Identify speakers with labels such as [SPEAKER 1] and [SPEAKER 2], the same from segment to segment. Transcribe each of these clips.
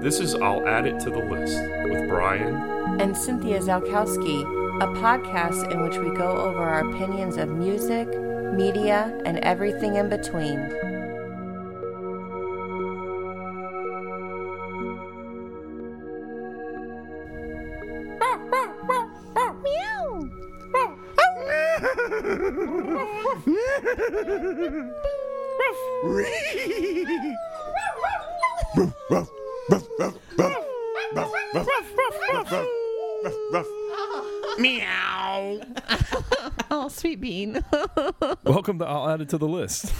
[SPEAKER 1] This is I'll Add It to the List with Brian.
[SPEAKER 2] and Cynthia Zalkowski, a podcast in which we go over our opinions of music, media, and everything in between.
[SPEAKER 3] Meow.
[SPEAKER 4] Oh, sweet bean.
[SPEAKER 1] Welcome to I'll Add It to the List,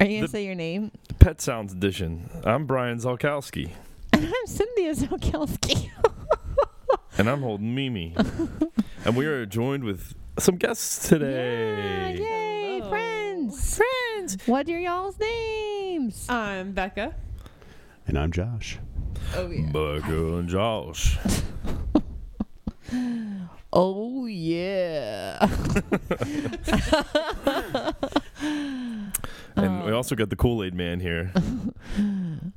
[SPEAKER 4] Are you gonna say your name?
[SPEAKER 1] Pet Sounds Edition. I'm Brian Zalkowski,
[SPEAKER 4] I'm Cynthia Zokowski.
[SPEAKER 1] and I'm holding Mimi. and we are joined with some guests today.
[SPEAKER 4] Yay, friends. Friends. What are y'all's names?
[SPEAKER 5] I'm Um, Becca.
[SPEAKER 3] And I'm Josh.
[SPEAKER 5] Oh yeah.
[SPEAKER 1] Becca and Josh.
[SPEAKER 4] Oh yeah.
[SPEAKER 1] And we also got the Kool Aid Man here.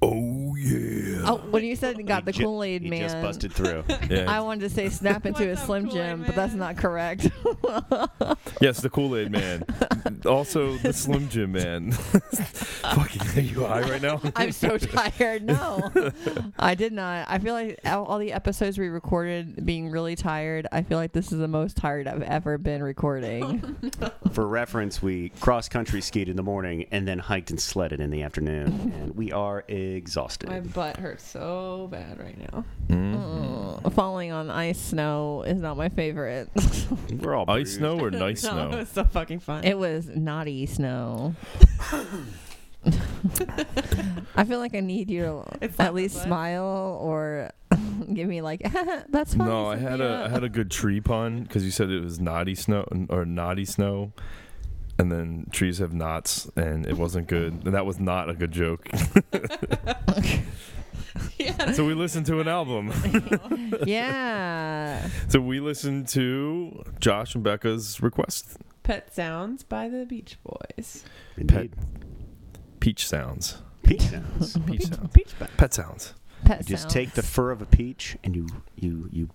[SPEAKER 1] oh, yeah.
[SPEAKER 4] Oh, when you said got the
[SPEAKER 3] He ju-
[SPEAKER 4] Kool Aid man,
[SPEAKER 3] He just busted through.
[SPEAKER 4] I
[SPEAKER 1] Yeah.
[SPEAKER 4] wanted to say snap into a
[SPEAKER 5] What's up,
[SPEAKER 4] Slim
[SPEAKER 5] Kool-Aid
[SPEAKER 4] Jim, but that's
[SPEAKER 5] Man?
[SPEAKER 4] not correct.
[SPEAKER 1] Yes, the Kool Aid Man. also, the Slim Jim Man. Fucking, are you high right now?
[SPEAKER 4] I'm so tired. No, I did not. I feel like all, all the episodes we recorded being really tired. I feel like this is the most tired I've ever been recording.
[SPEAKER 3] For reference, we cross country skied in the morning and then hiked and sledded in the afternoon. And we are exhausted.
[SPEAKER 5] My butt hurts so bad right now.
[SPEAKER 1] Mm-hmm.
[SPEAKER 3] Mm-hmm.
[SPEAKER 4] Mm, Falling on ice snow is not my favorite.
[SPEAKER 3] We're all
[SPEAKER 1] Ice
[SPEAKER 3] bruised.
[SPEAKER 1] snow or nice
[SPEAKER 5] no,
[SPEAKER 1] snow?
[SPEAKER 5] it's so fucking fun.
[SPEAKER 4] It was naughty snow. I feel like I need you to
[SPEAKER 5] It's
[SPEAKER 4] at
[SPEAKER 5] not
[SPEAKER 4] least
[SPEAKER 5] that bad.
[SPEAKER 4] smile or give me like that's funny.
[SPEAKER 1] No, I had a I had a good tree pun because you said it was naughty snow or naughty snow, and then trees have knots, and it wasn't good. And that was not a good joke.
[SPEAKER 5] yeah.
[SPEAKER 1] So we listened to an album.
[SPEAKER 4] yeah.
[SPEAKER 1] So we listened to Josh and Becca's request,
[SPEAKER 5] Pet Sounds by the Beach Boys.
[SPEAKER 3] Indeed.
[SPEAKER 1] Peach Sounds,
[SPEAKER 3] Peach sounds.
[SPEAKER 1] Peach Sounds,
[SPEAKER 5] Beach Boys.
[SPEAKER 1] Pet Sounds.
[SPEAKER 4] Pet
[SPEAKER 3] You just
[SPEAKER 4] sounds.
[SPEAKER 3] take the fur of a peach and you you you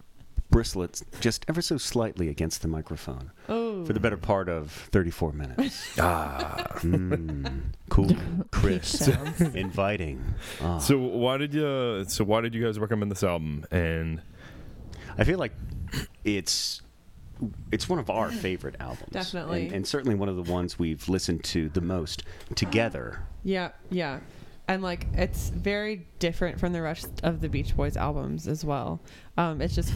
[SPEAKER 3] bristle it just ever so slightly against the microphone
[SPEAKER 5] Oh.
[SPEAKER 3] for the better part of 34 minutes.
[SPEAKER 1] Ah.
[SPEAKER 3] Mm, cool,
[SPEAKER 4] Peach
[SPEAKER 3] crisp,
[SPEAKER 4] sounds.
[SPEAKER 3] inviting. Ah.
[SPEAKER 1] So why did you? So why did you guys recommend this album? And
[SPEAKER 3] I feel like it's it's one of our favorite albums,
[SPEAKER 5] Definitely.
[SPEAKER 3] and, and certainly one of the ones we've listened to the most together.
[SPEAKER 5] Yeah, yeah. And like it's very different from the rest of the Beach Boys albums as well. Um, it's just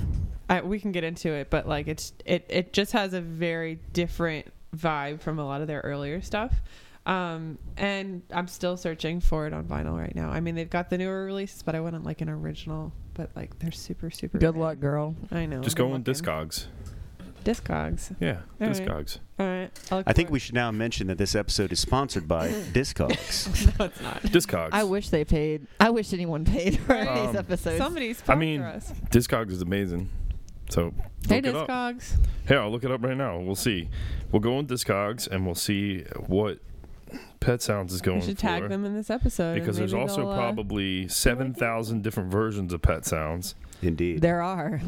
[SPEAKER 5] I, we can get into it, but like it's it it just has a very different vibe from a lot of their earlier stuff. Um, and I'm still searching for it on vinyl right now. I mean, they've got the newer releases, but I want like an original. But like they're super super.
[SPEAKER 4] Good
[SPEAKER 5] rare.
[SPEAKER 4] luck, girl.
[SPEAKER 5] I know.
[SPEAKER 1] just
[SPEAKER 5] I'm
[SPEAKER 1] go on
[SPEAKER 5] looking.
[SPEAKER 1] Discogs.
[SPEAKER 5] Discogs.
[SPEAKER 1] Yeah,
[SPEAKER 5] All right.
[SPEAKER 1] Discogs.
[SPEAKER 5] All right. I'll look
[SPEAKER 3] I think
[SPEAKER 5] for
[SPEAKER 3] we
[SPEAKER 5] it.
[SPEAKER 3] should now mention that this episode is sponsored by Discogs.
[SPEAKER 5] No, it's not.
[SPEAKER 1] Discogs.
[SPEAKER 4] I wish they paid. I wish anyone paid for
[SPEAKER 5] Right.
[SPEAKER 4] these
[SPEAKER 1] Um,
[SPEAKER 4] episodes.
[SPEAKER 5] Somebody's.
[SPEAKER 1] I mean,
[SPEAKER 5] us.
[SPEAKER 1] Discogs is amazing. So
[SPEAKER 5] hey
[SPEAKER 1] look it up.
[SPEAKER 5] Discogs.
[SPEAKER 1] Here, I'll look it up right now. We'll see. We'll go on Discogs and we'll see what Pet Sounds is going
[SPEAKER 5] We should
[SPEAKER 1] for.
[SPEAKER 5] tag them in this episode and
[SPEAKER 1] because there's
[SPEAKER 5] maybe
[SPEAKER 1] also
[SPEAKER 5] they'll, uh,
[SPEAKER 1] probably 7,000 different versions of Pet Sounds.
[SPEAKER 3] Indeed.
[SPEAKER 4] there are.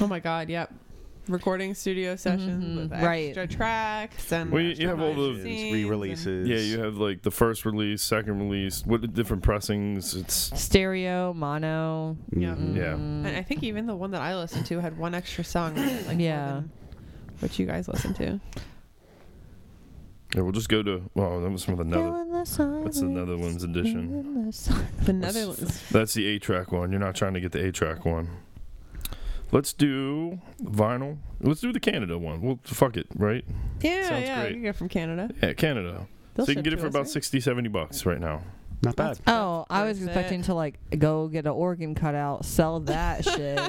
[SPEAKER 5] Oh my God! Yep, Mm-hmm. recording studio sessions with
[SPEAKER 4] Mhm, right.
[SPEAKER 5] extra tracks and
[SPEAKER 1] Well, you- you have all the-
[SPEAKER 3] Versions, re-releases.
[SPEAKER 1] Yeah, you have like the first release, second release, what the different pressings. It's
[SPEAKER 4] Stereo, mono.
[SPEAKER 5] Yeah.
[SPEAKER 3] Mhm.
[SPEAKER 1] yeah.
[SPEAKER 5] And I think even the one that I listened to had one extra song. in it, Like more
[SPEAKER 4] Yeah.
[SPEAKER 5] than What you guys listen to?
[SPEAKER 1] Yeah, we'll just go to well, that was from another
[SPEAKER 4] Feeling the silence,
[SPEAKER 1] that's the Netherlands edition.
[SPEAKER 4] feeling the silence.
[SPEAKER 5] The Netherlands.
[SPEAKER 1] That's the A track one. You're not trying to get the A track one. Let's do vinyl. Let's do the Canada one. Well, fuck it, right?
[SPEAKER 5] Yeah,
[SPEAKER 1] Sounds
[SPEAKER 5] yeah.
[SPEAKER 1] great.
[SPEAKER 5] You can get from Canada.
[SPEAKER 1] Yeah, Canada.
[SPEAKER 5] They'll
[SPEAKER 1] so you can
[SPEAKER 5] ship
[SPEAKER 1] get it
[SPEAKER 5] to
[SPEAKER 1] for
[SPEAKER 5] us,
[SPEAKER 1] about
[SPEAKER 5] right?
[SPEAKER 1] sixty, seventy 60, 70 bucks right now.
[SPEAKER 3] Not bad.
[SPEAKER 4] Oh, I
[SPEAKER 5] That's
[SPEAKER 4] was expecting
[SPEAKER 5] it.
[SPEAKER 4] to like go get an organ cut out, sell that shit,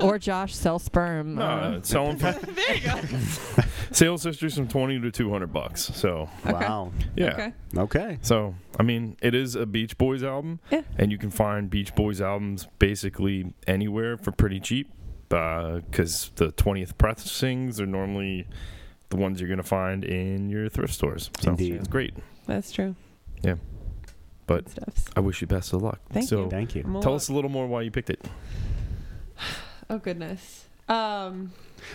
[SPEAKER 4] or Josh sell sperm. Uh-huh.
[SPEAKER 1] No,
[SPEAKER 4] I don't know.
[SPEAKER 1] it's selling for
[SPEAKER 5] There you go.
[SPEAKER 1] sales histories from 20 to 200 bucks. So,
[SPEAKER 5] Okay.
[SPEAKER 3] Wow.
[SPEAKER 1] yeah.
[SPEAKER 5] Okay.
[SPEAKER 3] Okay.
[SPEAKER 1] So, I mean, it is a Beach Boys album,
[SPEAKER 5] Yeah.
[SPEAKER 1] and you can find Beach Boys albums basically anywhere for pretty cheap because the 20th pressings are normally the ones you're going to find in your thrift stores. So,
[SPEAKER 3] Indeed.
[SPEAKER 1] it's great.
[SPEAKER 5] That's true.
[SPEAKER 1] But
[SPEAKER 5] stuffs.
[SPEAKER 1] I wish you best of luck.
[SPEAKER 5] Thank
[SPEAKER 1] so,
[SPEAKER 3] Thank you.
[SPEAKER 5] I'm a
[SPEAKER 1] Tell
[SPEAKER 5] look.
[SPEAKER 1] us a little more why you picked it.
[SPEAKER 5] Oh goodness. Um,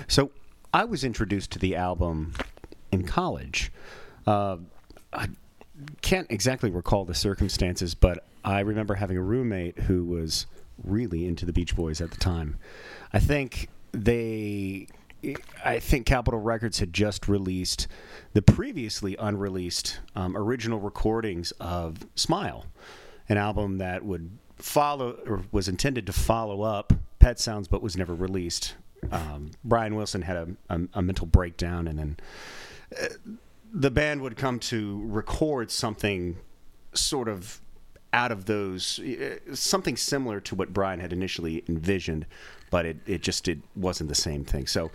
[SPEAKER 3] So I was introduced to the album in college. Uh, I can't exactly recall the circumstances, but I remember having a roommate who was really into the Beach Boys at the time. I think they. I think Capitol Records had just released the previously unreleased um, original recordings of Smile, an album that would follow or was intended to follow up Pet Sounds, but was never released. Um, Brian Wilson had a, a, a mental breakdown, and then uh, the band would come to record something sort of out of those uh, something similar to what Brian had initially envisioned, but it, it just it wasn't the same thing. So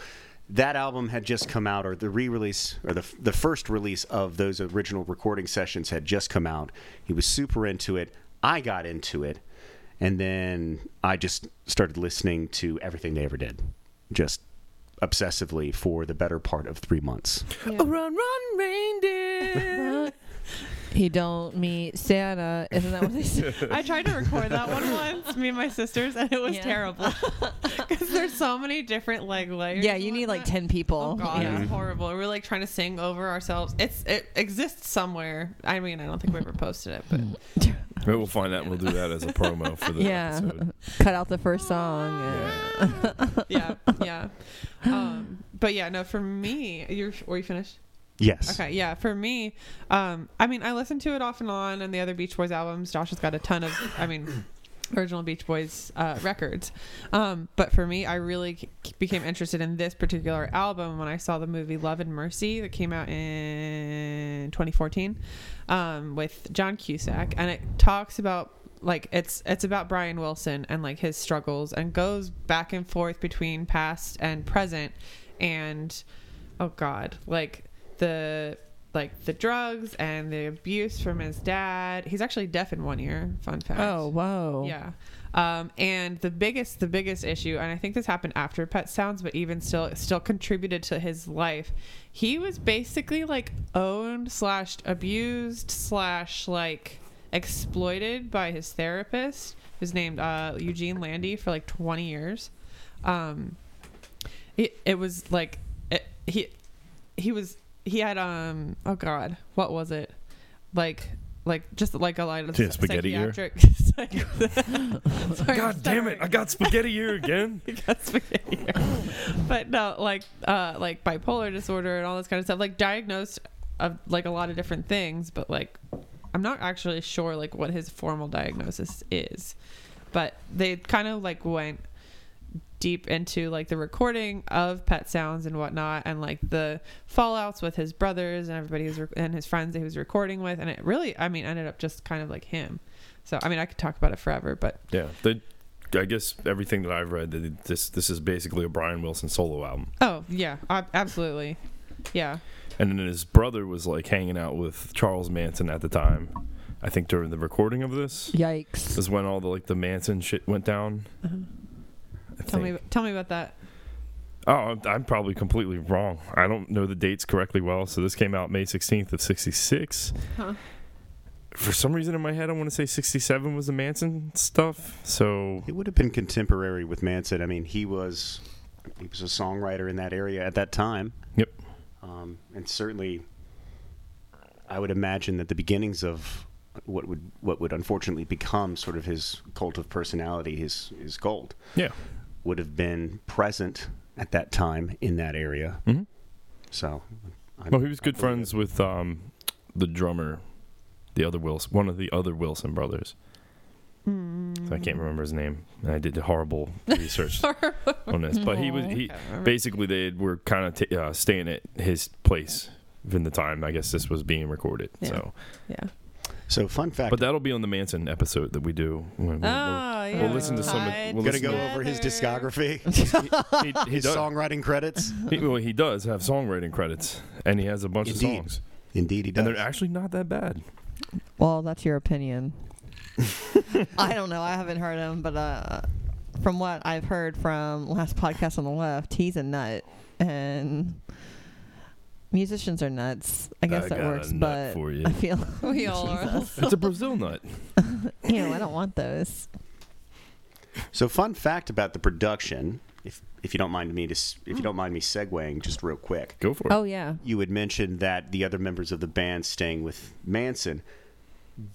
[SPEAKER 3] that album had just come out, or the re-release, or the the first release of those original recording sessions had just come out. He was super into it. I got into it, and then I just started listening to everything they ever did, just obsessively for the better part of three months.
[SPEAKER 5] yeah.
[SPEAKER 1] Run, run, reindeer.
[SPEAKER 4] He don't meet Santa. Isn't that what they say?
[SPEAKER 5] I tried to record that one once, me and my sisters, and it was
[SPEAKER 4] Yeah.
[SPEAKER 5] terrible because there's so many different like layers.
[SPEAKER 4] yeah,
[SPEAKER 5] and
[SPEAKER 4] you need like
[SPEAKER 5] whatnot.
[SPEAKER 4] ten people.
[SPEAKER 5] Oh god,
[SPEAKER 4] Yeah.
[SPEAKER 5] it's horrible. We're like trying to sing over ourselves. It's it exists somewhere. I mean, I don't think we ever posted it, but
[SPEAKER 1] Maybe we'll find out. and We'll do that as a promo for the
[SPEAKER 4] Yeah.
[SPEAKER 1] episode.
[SPEAKER 4] Cut out the first song. and-
[SPEAKER 5] yeah, yeah. Um, but yeah, no. For me, you're were you finished?
[SPEAKER 3] Yes.
[SPEAKER 5] Okay, yeah. For me, um, I mean, I listened to it off and on, and the other Beach Boys albums. Josh has got a ton of, I mean, original Beach Boys uh, records. Um, but for me, I really c- became interested in this particular album when I saw the movie Love and Mercy that came out in 2014 um, with John Cusack, and it talks about like it's it's about Brian Wilson and like his struggles and goes back and forth between past and present and oh god like the like the drugs and the abuse from his dad he's actually deaf in one ear fun fact
[SPEAKER 4] Oh whoa.
[SPEAKER 5] yeah. Um, and the biggest, the biggest issue, and I think this happened after Pet Sounds, but even still, it still contributed to his life. He was basically like owned slash abused slash like exploited by his therapist, who's named uh, Eugene Landy, for like 20 years. Um, it, it was like it, he he was he had um oh god what was it like like just like a lot of
[SPEAKER 1] Yeah, spaghetti ear.
[SPEAKER 5] psychiatric Sorry,
[SPEAKER 1] God damn it! I got spaghetti ear again.
[SPEAKER 5] I got spaghetti ear. but no like uh like bipolar disorder and all this kind of stuff like diagnosed of like a lot of different things but like I'm not actually sure like what his formal diagnosis is but they kind of like went deep into like the recording of pet sounds and whatnot and like the fallouts with his brothers and everybody who's rec- and his friends that he was recording with and it really i mean ended up just kind of like him so i mean i could talk about it forever but
[SPEAKER 1] Yeah, they, I guess everything that I've read, they- this this is basically a Brian Wilson solo album,
[SPEAKER 5] oh yeah ab- absolutely yeah
[SPEAKER 1] and then his brother was like hanging out with Charles Manson at the time. I think during the recording of this
[SPEAKER 4] Yikes.
[SPEAKER 1] is when all the like the Manson shit went down. I
[SPEAKER 5] Uh-huh. tell
[SPEAKER 1] think.
[SPEAKER 5] me tell me about that
[SPEAKER 1] Oh, I'm, I'm probably completely wrong. I don't know the dates correctly well. So this came out May 16th of 66.
[SPEAKER 5] Huh.
[SPEAKER 1] For some reason in my head, I want to say 67 was the Manson stuff. So
[SPEAKER 3] It would have been contemporary with Manson. I mean, he was he was a songwriter in that area at that time.
[SPEAKER 1] Yep.
[SPEAKER 3] Um, and certainly, I would imagine that the beginnings of what would what would unfortunately become sort of his cult of personality, his his gold,
[SPEAKER 1] yeah,
[SPEAKER 3] would have been present at that time in that area.
[SPEAKER 1] Mhm.
[SPEAKER 3] So, i
[SPEAKER 1] well, he was good friends with um, the drummer, the other Wilson, one of the other Wilson brothers. So I
[SPEAKER 4] Hmm.
[SPEAKER 1] can't remember his name. And I did horrible research on this, but he was he
[SPEAKER 5] Uh,
[SPEAKER 1] basically they were kind of t- uh, staying at his place in the time. I guess this was being recorded.
[SPEAKER 5] Yeah.
[SPEAKER 1] So,
[SPEAKER 5] yeah
[SPEAKER 3] so fun fact.
[SPEAKER 1] but that'll be on the Manson episode that we do. when- when-
[SPEAKER 4] Ah.
[SPEAKER 5] oh, yeah
[SPEAKER 1] we'll listen to some- we'll
[SPEAKER 3] Gonna
[SPEAKER 1] listen
[SPEAKER 3] go
[SPEAKER 1] to-
[SPEAKER 3] over his discography,
[SPEAKER 1] he, he
[SPEAKER 3] his
[SPEAKER 1] does.
[SPEAKER 3] songwriting credits.
[SPEAKER 1] He, well, he does have songwriting credits, and he has a bunch
[SPEAKER 3] Indeed.
[SPEAKER 1] of songs,
[SPEAKER 3] Indeed, he
[SPEAKER 1] and
[SPEAKER 3] does.
[SPEAKER 1] they're actually not that bad.
[SPEAKER 4] Well, that's your opinion. I don't know. I haven't heard him, but uh, from what I've heard from last podcast on the left, he's a nut, and musicians are nuts. I guess
[SPEAKER 1] I
[SPEAKER 4] that
[SPEAKER 1] got a
[SPEAKER 4] works,
[SPEAKER 1] nut
[SPEAKER 4] but
[SPEAKER 1] for you.
[SPEAKER 4] I feel
[SPEAKER 6] We all are.
[SPEAKER 1] It's a Brazil nut.
[SPEAKER 4] you know I don't want those.
[SPEAKER 3] So, fun fact about the production, if if you don't mind me to, s- if you don't mind me segueing just real quick,
[SPEAKER 1] Go for it.
[SPEAKER 4] Oh yeah,
[SPEAKER 3] you had mentioned that the other members of the band staying with Manson.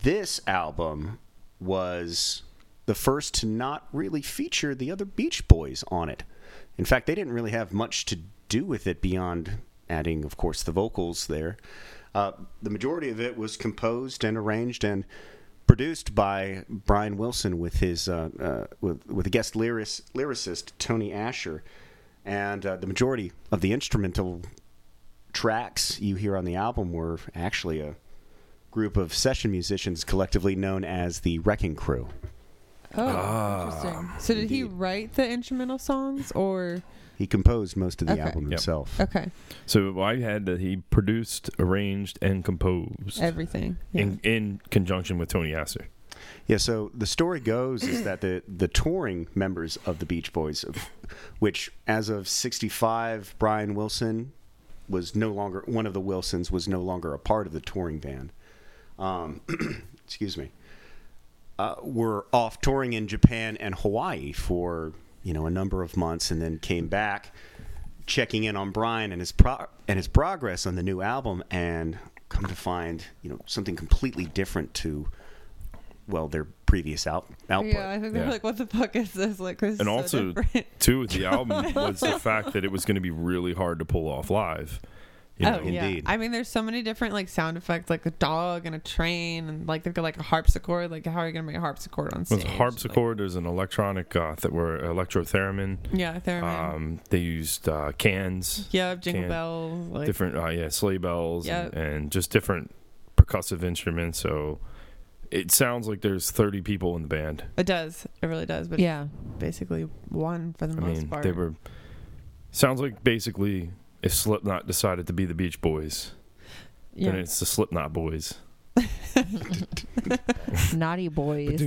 [SPEAKER 3] This album was the first to not really feature the other Beach Boys on it. In fact, they didn't really have much to do with it beyond adding, of course, the vocals there. Uh, the majority of it was composed and arranged and produced by Brian Wilson with his uh, uh, with with a guest lyric, lyricist Tony Asher, and uh, the majority of the instrumental tracks you hear on the album were actually a group of session musicians collectively known as the Wrecking Crew.
[SPEAKER 5] Oh,
[SPEAKER 1] Ah,
[SPEAKER 5] interesting. So did he
[SPEAKER 3] Indeed.
[SPEAKER 5] write the instrumental songs or
[SPEAKER 3] He composed most of the
[SPEAKER 5] Okay.
[SPEAKER 3] album
[SPEAKER 1] Yep.
[SPEAKER 3] himself.
[SPEAKER 5] okay
[SPEAKER 1] So I had that he produced, arranged, and composed
[SPEAKER 5] everything? Yeah.
[SPEAKER 1] in, in conjunction with Tony Astor.
[SPEAKER 3] Yeah, so the story goes is that the the touring members of the Beach Boys, of, which as of '65, Brian Wilson was no longer one of the Wilsons was no longer a part of the touring band. Um, excuse me. Uh, were off touring in Japan and Hawaii for you know a number of months, and then came back, checking in on Brian and his pro- and his progress on the new album, and come to find you know something completely different to well their previous out- output.
[SPEAKER 5] Yeah, I think they're
[SPEAKER 1] Yeah.
[SPEAKER 5] like, what the fuck is this? Like, this
[SPEAKER 1] and
[SPEAKER 5] is so
[SPEAKER 1] also
[SPEAKER 5] different.
[SPEAKER 1] too with the album was the fact that it was going to be really hard to pull off live. You know,
[SPEAKER 5] oh yeah,
[SPEAKER 3] Indeed.
[SPEAKER 5] I mean, there's so many different like sound effects, like a dog and a train, and like they've got like a harpsichord. Like, how are you gonna make a harpsichord on stage?
[SPEAKER 1] there's a harpsichord. There's an electronic uh, that were electrotheremin.
[SPEAKER 5] Like, yeah, theremin.
[SPEAKER 1] Um, they used uh, cans,
[SPEAKER 5] yeah, jingle
[SPEAKER 1] can-
[SPEAKER 5] bells. Like,
[SPEAKER 1] different uh, yeah sleigh bells, and,
[SPEAKER 5] Yeah.
[SPEAKER 1] and just different percussive instruments. So it sounds like there's 30 people in the band.
[SPEAKER 5] It does. It really does. But
[SPEAKER 4] yeah.
[SPEAKER 5] basically one for the
[SPEAKER 1] I
[SPEAKER 5] most
[SPEAKER 1] mean,
[SPEAKER 5] part.
[SPEAKER 1] they were. Sounds like basically if Slipknot decided to be the Beach Boys,
[SPEAKER 5] yeah.
[SPEAKER 1] then it's the Slipknot Boys.
[SPEAKER 4] Naughty boys.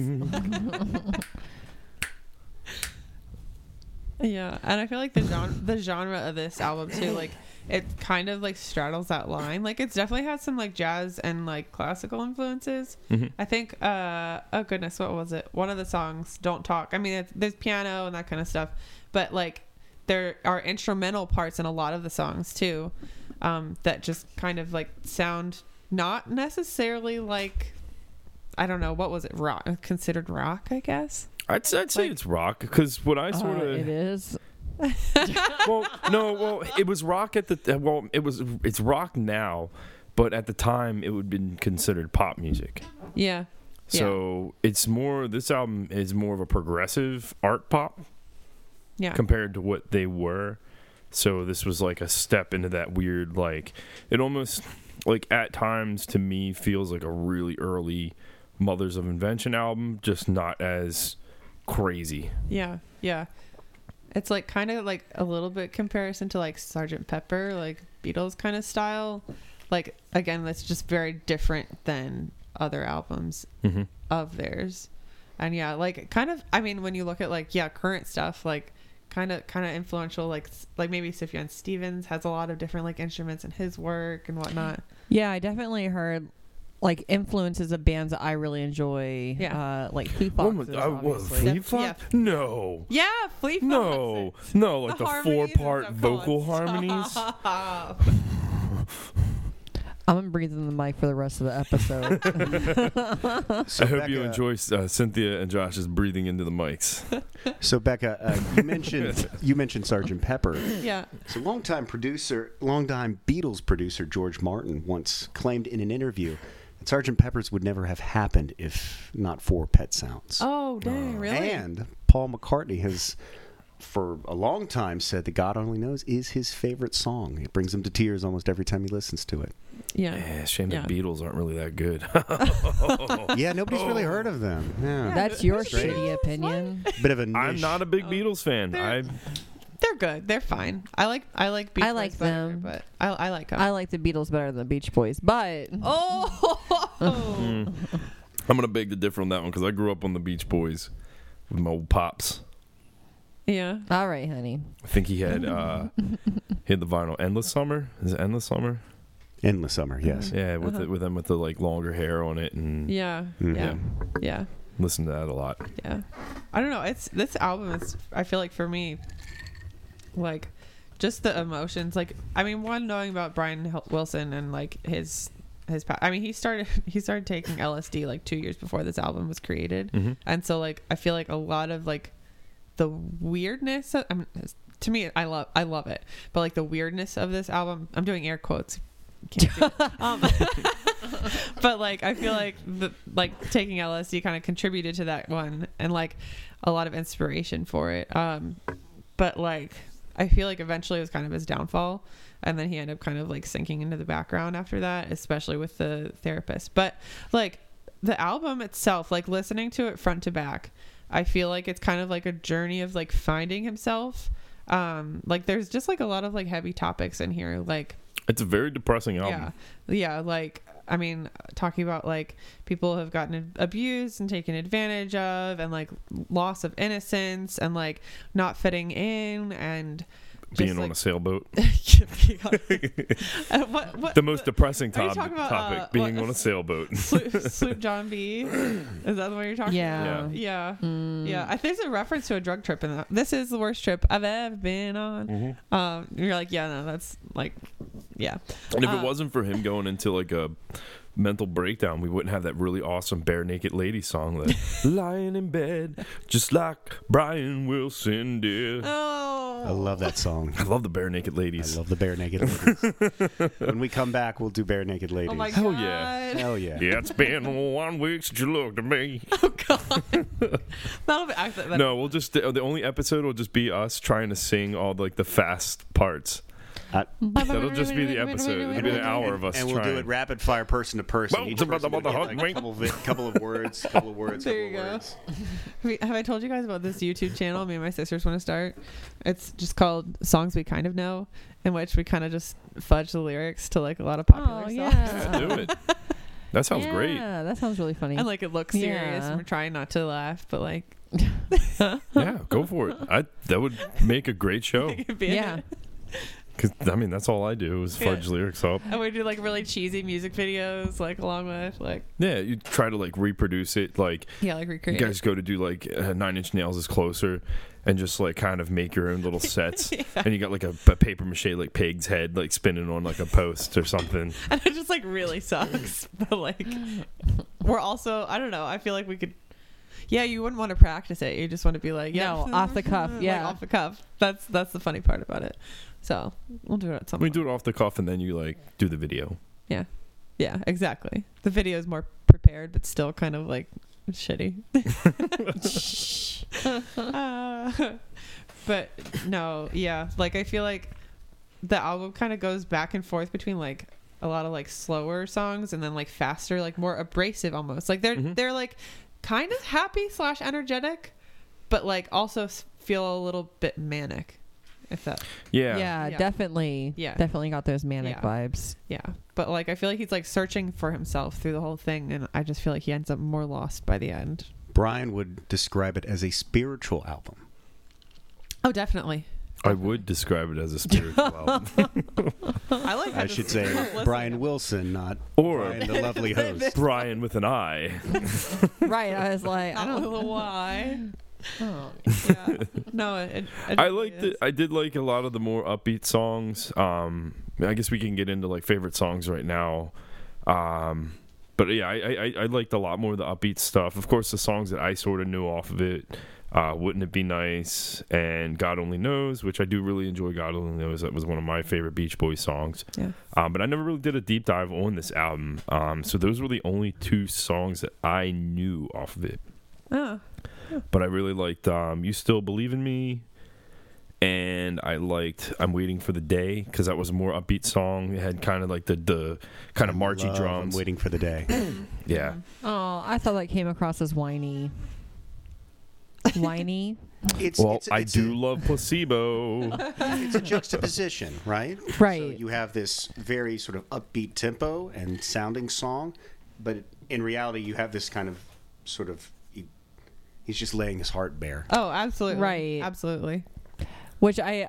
[SPEAKER 5] Yeah, and I feel like the genre, the genre of this album too, like it kind of like straddles that line. Like it's definitely had some like jazz and like classical influences.
[SPEAKER 1] Mhm.
[SPEAKER 5] I think, uh, oh goodness, what was it? One of the songs, "Don't Talk." I mean, it's, there's piano and that kind of stuff, but like there are instrumental parts in a lot of the songs too, um, that just kind of like sound not necessarily like. I don't know what was it rock considered rock I guess
[SPEAKER 1] I'd, I'd say
[SPEAKER 5] Like- Oh,
[SPEAKER 1] it's rock because what I sort
[SPEAKER 4] Uh, it
[SPEAKER 1] of
[SPEAKER 4] is.
[SPEAKER 1] well no well it was rock at the uh, well it was it's rock now, but at the time it would have been considered pop music.
[SPEAKER 5] yeah
[SPEAKER 1] So it's more this album is more of a progressive art pop
[SPEAKER 5] yeah
[SPEAKER 1] compared to what they were. So this was like a step into that weird like it almost like at times to me feels like a really early Mothers of Invention album, just not as crazy.
[SPEAKER 5] Yeah, yeah. It's like kind of like a little bit comparison to like Sergeant Pepper, like Beatles kind of style. Like again, that's just very different than other albums
[SPEAKER 1] Mm-hmm.
[SPEAKER 5] of theirs. And yeah, like kind of I mean when you look at like yeah, current stuff like kind of kind of influential like s- like maybe Sufjan Stevens has a lot of different like instruments in his work and whatnot.
[SPEAKER 4] Yeah, I definitely heard like influences of bands that I really enjoy.
[SPEAKER 5] Yeah.
[SPEAKER 4] Uh, like Foo
[SPEAKER 1] Oh
[SPEAKER 4] Foxes.
[SPEAKER 1] my- I- what,
[SPEAKER 4] obviously.
[SPEAKER 1] Flea
[SPEAKER 5] Def- yeah.
[SPEAKER 1] Flop? No.
[SPEAKER 5] Yeah, Fleet Foxes.
[SPEAKER 1] No. No, like
[SPEAKER 5] The
[SPEAKER 1] the,
[SPEAKER 5] harmonies
[SPEAKER 1] four
[SPEAKER 5] and
[SPEAKER 1] part
[SPEAKER 5] stuff, come on,
[SPEAKER 1] vocal harmonies.
[SPEAKER 5] Stop.
[SPEAKER 4] I'm gonna breathe in the mic for the rest of the episode.
[SPEAKER 3] So
[SPEAKER 1] I hope you
[SPEAKER 3] Becca-
[SPEAKER 1] enjoy uh, Cynthia and Josh's breathing into the mics.
[SPEAKER 3] So Becca, uh, you mentioned you mentioned Sergeant Pepper.
[SPEAKER 5] Yeah.
[SPEAKER 3] So longtime producer, longtime Beatles producer George Martin once claimed in an interview that Sergeant Pepper's would never have happened if not for Pet Sounds.
[SPEAKER 5] Oh, dang, really?
[SPEAKER 3] And Paul McCartney has, for a long time, said that God Only Knows is his favorite song. It brings him to tears almost every time he listens to it.
[SPEAKER 5] yeah.
[SPEAKER 1] Yeah, shame
[SPEAKER 5] Yeah.
[SPEAKER 1] the Beatles aren't really that good. Oh.
[SPEAKER 3] yeah, nobody's really heard of them. Yeah.
[SPEAKER 4] That's your
[SPEAKER 3] Straight.
[SPEAKER 4] shitty opinion.
[SPEAKER 3] Bit of a
[SPEAKER 1] I'm
[SPEAKER 3] niche.
[SPEAKER 1] not a big Beatles fan. I
[SPEAKER 5] Oh, They're- They're good. They're fine. I like I like Beach
[SPEAKER 4] I like
[SPEAKER 5] Boys better,
[SPEAKER 4] them.
[SPEAKER 5] but I, I like them.
[SPEAKER 4] I like the Beatles better than the Beach Boys, but
[SPEAKER 5] oh,
[SPEAKER 1] I'm gonna beg to differ on that one because I grew up on the Beach Boys with my old pops.
[SPEAKER 5] Yeah.
[SPEAKER 4] All right, honey.
[SPEAKER 1] I think he had uh, he had the vinyl "Endless Summer." Is it "Endless Summer"?
[SPEAKER 3] Endless summer, yes.
[SPEAKER 1] Yeah, with
[SPEAKER 5] Uh-huh.
[SPEAKER 1] it with them with the like longer hair on it, and
[SPEAKER 5] Yeah.
[SPEAKER 3] Mhm.
[SPEAKER 5] Mm-hmm. Yeah. Yeah.
[SPEAKER 1] listen to that a lot.
[SPEAKER 5] Yeah. I don't know. It's this album is I feel like for me like just the emotions like I mean one knowing about Brian Hel- Wilson and like his his pa- I mean he started he started taking LSD like 2 years before this album was created.
[SPEAKER 1] Mm-hmm.
[SPEAKER 5] And so like I feel like a lot of like the weirdness of, I mean, it's- to me I love I love it. But like the weirdness of this album, I'm doing air quotes. Can't see it. um, but like I feel like the, like taking LSD kind of contributed to that one and like a lot of inspiration for it. Um but like I feel like eventually it was kind of his downfall and then he ended up kind of like sinking into the background after that, especially with the therapist. But like the album itself, like listening to it front to back, I feel like it's kind of like a journey of like finding himself. Um, like there's just like a lot of like heavy topics in here, like
[SPEAKER 1] It's a very depressing album.
[SPEAKER 5] yeah. Yeah. Like, I mean, talking about like people have gotten abused and taken advantage of and like loss of innocence and like not fitting in and just,
[SPEAKER 1] Being on
[SPEAKER 5] like,
[SPEAKER 1] a sailboat,
[SPEAKER 5] Uh, what, what,
[SPEAKER 1] the most depressing
[SPEAKER 5] are you
[SPEAKER 1] topic.
[SPEAKER 5] talking about,
[SPEAKER 1] topic
[SPEAKER 5] uh,
[SPEAKER 1] being
[SPEAKER 5] what-
[SPEAKER 1] on a sailboat.
[SPEAKER 5] Sloop, Sloop John B. Is that the one you're talking
[SPEAKER 4] Yeah.
[SPEAKER 5] about? Yeah.
[SPEAKER 4] Mm.
[SPEAKER 5] Yeah. I think there's a reference to a drug trip in that. This is the worst trip I've ever been on. Um, you're like, yeah, no, that's like, yeah.
[SPEAKER 1] And if
[SPEAKER 5] Uh,
[SPEAKER 1] it wasn't for him going into like a mental breakdown, we wouldn't have that really awesome bare naked lady song that lying in bed just like Brian Wilson did.
[SPEAKER 5] Oh.
[SPEAKER 3] I love that song.
[SPEAKER 1] I love the bare naked
[SPEAKER 3] I
[SPEAKER 1] ladies.
[SPEAKER 3] love the bare naked ladies. when we come back, we'll do bare naked ladies.
[SPEAKER 5] Oh my
[SPEAKER 1] Hell
[SPEAKER 5] god.
[SPEAKER 1] yeah.
[SPEAKER 3] Hell yeah.
[SPEAKER 1] yeah, it's been one week since you looked at me.
[SPEAKER 5] That'll be actually that,
[SPEAKER 1] No, we'll just the only episode will just be us trying to sing all like the fast parts.
[SPEAKER 3] I-
[SPEAKER 5] Mm-hmm.
[SPEAKER 1] That'll just be the episode. It'll be an hour of us
[SPEAKER 3] and we'll
[SPEAKER 1] trying.
[SPEAKER 3] do it rapid fire, person to person.
[SPEAKER 1] Bones
[SPEAKER 3] Each
[SPEAKER 1] about
[SPEAKER 3] person
[SPEAKER 1] the-
[SPEAKER 3] will
[SPEAKER 1] about the
[SPEAKER 3] get,
[SPEAKER 1] hot
[SPEAKER 3] like, a
[SPEAKER 1] wing.
[SPEAKER 3] couple of, vi- couple of words, couple of words,
[SPEAKER 5] There
[SPEAKER 3] couple
[SPEAKER 5] you
[SPEAKER 3] of
[SPEAKER 5] go.
[SPEAKER 3] words.
[SPEAKER 5] Wait, Have I told you guys about this YouTube channel me and my sisters want to start? It's just called Songs We Kind of Know, in which we kind of just fudge the lyrics to like a lot of popular
[SPEAKER 4] Oh
[SPEAKER 5] songs.
[SPEAKER 4] yeah.
[SPEAKER 1] Do it. That sounds great.
[SPEAKER 4] Yeah, that sounds really funny.
[SPEAKER 5] And like it looks serious
[SPEAKER 4] Oh. Yeah.
[SPEAKER 5] and we're trying not to laugh, but like
[SPEAKER 1] Yeah, go for it. I that would make a great show.
[SPEAKER 5] it could be
[SPEAKER 4] yeah.
[SPEAKER 1] Cause I mean, that's all I do is fudge
[SPEAKER 5] Yeah.
[SPEAKER 1] lyrics up.
[SPEAKER 5] And we do like really cheesy music videos like along with like
[SPEAKER 1] Yeah, you try to like reproduce it. Like
[SPEAKER 5] yeah, like
[SPEAKER 1] you
[SPEAKER 5] recreate.
[SPEAKER 1] guys go to do like uh, Nine Inch Nails is closer, and just like kind of make your own little sets. And you got like a, a paper mache like pig's head like spinning on like a post or something.
[SPEAKER 5] and it just like really sucks. But like, we're also I don't know. I feel like we could. Yeah, you wouldn't want to practice it. You just want to be like, yeah,
[SPEAKER 4] No, off the cuff,
[SPEAKER 5] like,
[SPEAKER 4] yeah.
[SPEAKER 5] off the cuff. That's that's the funny part about it. So we'll do it at some.
[SPEAKER 1] We
[SPEAKER 5] point.
[SPEAKER 1] do it off the cuff, and then you like do the video.
[SPEAKER 5] Yeah, exactly. The video is more prepared, but still kind of like shitty. Uh, but no, yeah, like I feel like the album kind of goes back and forth between like a lot of like slower songs and then like faster, like more abrasive almost. Like they're
[SPEAKER 1] Mhm.
[SPEAKER 5] they're like kind of happy slash energetic, but like also s- feel a little bit manic. If that
[SPEAKER 1] Yeah,
[SPEAKER 4] yeah,
[SPEAKER 5] Yeah.
[SPEAKER 4] definitely.
[SPEAKER 5] Yeah.
[SPEAKER 4] definitely got those manic
[SPEAKER 5] Yeah.
[SPEAKER 4] vibes.
[SPEAKER 5] Yeah, but like I feel like he's like searching for himself through the whole thing, and I just feel like he ends up more lost by the end.
[SPEAKER 3] Brian would describe it as a spiritual album.
[SPEAKER 5] Oh, definitely.
[SPEAKER 1] I would describe it as a spiritual album,
[SPEAKER 5] I like.
[SPEAKER 3] I should say Brian Wilson, not
[SPEAKER 1] or
[SPEAKER 3] Brian the lovely host.
[SPEAKER 1] Brian with an I.
[SPEAKER 4] right. I was like, I
[SPEAKER 5] I don't
[SPEAKER 4] don't.
[SPEAKER 5] know why.
[SPEAKER 4] Oh,
[SPEAKER 5] Yeah. No, it, it- it
[SPEAKER 1] I
[SPEAKER 5] really
[SPEAKER 1] liked
[SPEAKER 5] is.
[SPEAKER 1] it. I did like a lot of the more upbeat songs. Um, I guess we can get into like favorite songs right now. Um, but yeah, I, I- I, I liked a lot more of the upbeat stuff. Of course, the songs that I sort of knew off of it, uh, "Wouldn't It Be Nice" and "God Only Knows," which I do really enjoy. "God Only Knows" that was one of my favorite Beach Boys songs.
[SPEAKER 5] Yeah.
[SPEAKER 1] Um, but I never really did a deep dive on this album. Um, so those were the only two songs that I knew off of it
[SPEAKER 5] Oh,
[SPEAKER 1] but I really liked um, "You Still Believe in Me," and I liked "I'm Waiting for the Day" because that was a more upbeat song. It had kind of like the the kind of marchy
[SPEAKER 3] Love,
[SPEAKER 1] drums.
[SPEAKER 3] I'm waiting for the day.
[SPEAKER 1] Yeah,
[SPEAKER 4] oh, I thought that came across as whiny. Whiny,
[SPEAKER 3] It's,
[SPEAKER 1] well,
[SPEAKER 3] it's,
[SPEAKER 1] I
[SPEAKER 3] it's
[SPEAKER 1] do love placebo.
[SPEAKER 3] A, it's a juxtaposition, right?
[SPEAKER 4] right?
[SPEAKER 3] So you have this very sort of upbeat tempo and sounding song, but in reality, you have this kind of sort of e- He's just laying his heart bare.
[SPEAKER 5] Oh, absolutely.
[SPEAKER 4] Right.
[SPEAKER 5] Absolutely.
[SPEAKER 4] Which I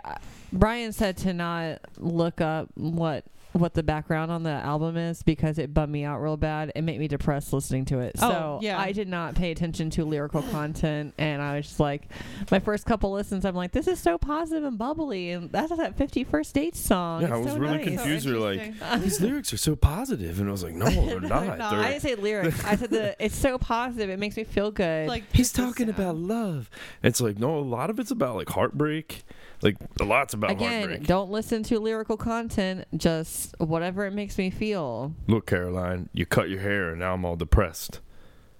[SPEAKER 4] Brian said to not look up what what the background on the album is because it bummed me out real bad. It made me depressed listening to it.
[SPEAKER 5] Oh,
[SPEAKER 4] so
[SPEAKER 5] yeah.
[SPEAKER 4] I did not pay attention to lyrical content and I was just like my first couple listens I'm like, This is so positive and bubbly and that's that fifty first date song.
[SPEAKER 1] Yeah,
[SPEAKER 4] It's
[SPEAKER 1] I was
[SPEAKER 4] so
[SPEAKER 1] really
[SPEAKER 4] nice.
[SPEAKER 1] confused. These are like-
[SPEAKER 5] Interesting.
[SPEAKER 1] These lyrics are so positive, and I was like, no, they're not.
[SPEAKER 5] not.
[SPEAKER 1] They're-
[SPEAKER 4] I didn't say lyrics. I said the it's so positive, it makes me feel good.
[SPEAKER 5] like
[SPEAKER 1] He's
[SPEAKER 5] this is
[SPEAKER 1] talking
[SPEAKER 5] sad.
[SPEAKER 1] about love. It's like no, a lot of it's about like heartbreak. Like a lot's about
[SPEAKER 4] Again,
[SPEAKER 1] heartbreak.
[SPEAKER 4] don't listen to lyrical content, just whatever it makes me feel.
[SPEAKER 1] Look, Caroline, you cut your hair, and now I'm all depressed.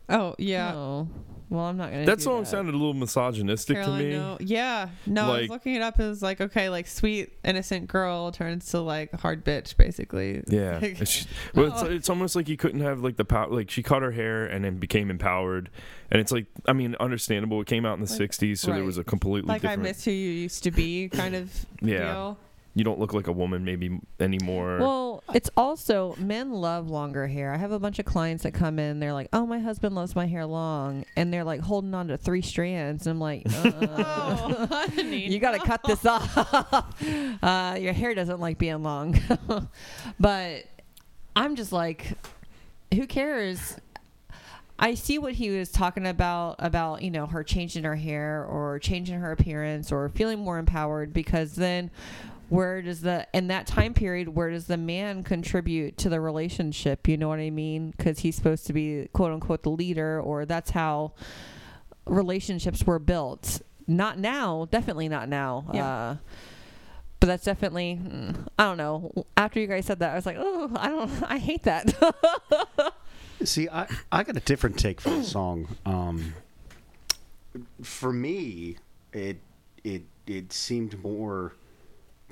[SPEAKER 5] Oh yeah.
[SPEAKER 4] No. Well, I'm not gonna.
[SPEAKER 1] That
[SPEAKER 4] do
[SPEAKER 1] song sounded a little misogynistic
[SPEAKER 5] Caroline,
[SPEAKER 1] to me.
[SPEAKER 5] no. Yeah. No, I was
[SPEAKER 1] Like-
[SPEAKER 5] looking it up. It was like, okay, like sweet, innocent girl turns to like hard bitch, basically.
[SPEAKER 1] Yeah,
[SPEAKER 5] Like-
[SPEAKER 1] It's sh- well, it's,
[SPEAKER 5] Oh.
[SPEAKER 1] it's almost like you couldn't have like the power. Like she cut her hair and then became empowered, and it's like I mean, understandable. It came out in the
[SPEAKER 5] Like-
[SPEAKER 1] '60s, so there
[SPEAKER 5] right.
[SPEAKER 1] was a completely
[SPEAKER 5] Like I
[SPEAKER 1] different.
[SPEAKER 5] miss who you used to be kind of
[SPEAKER 1] Yeah.
[SPEAKER 5] deal.
[SPEAKER 1] you don't look like a woman maybe anymore.
[SPEAKER 4] Well, it's also men love longer hair. I have a bunch of clients that come in. They're like, "Oh, my husband loves my hair long," and they're like holding on to three strands. And I'm like, uh,
[SPEAKER 5] Oh, honey.
[SPEAKER 4] "You got to cut this off. uh, your hair doesn't like being long." but I'm just like, who cares? I see what he was talking about about you know her changing her hair or changing her appearance or feeling more empowered because then where does the in that time period where does the man contribute to the relationship you know what i mean because he's supposed to be quote unquote the leader or that's how relationships were built not now definitely not now
[SPEAKER 5] Yeah.
[SPEAKER 4] uh, but that's definitely mm, i don't know after you guys said that i was like oh i don't i hate that
[SPEAKER 3] See, I, I got a different take for the song. Um, for me, it it it seemed more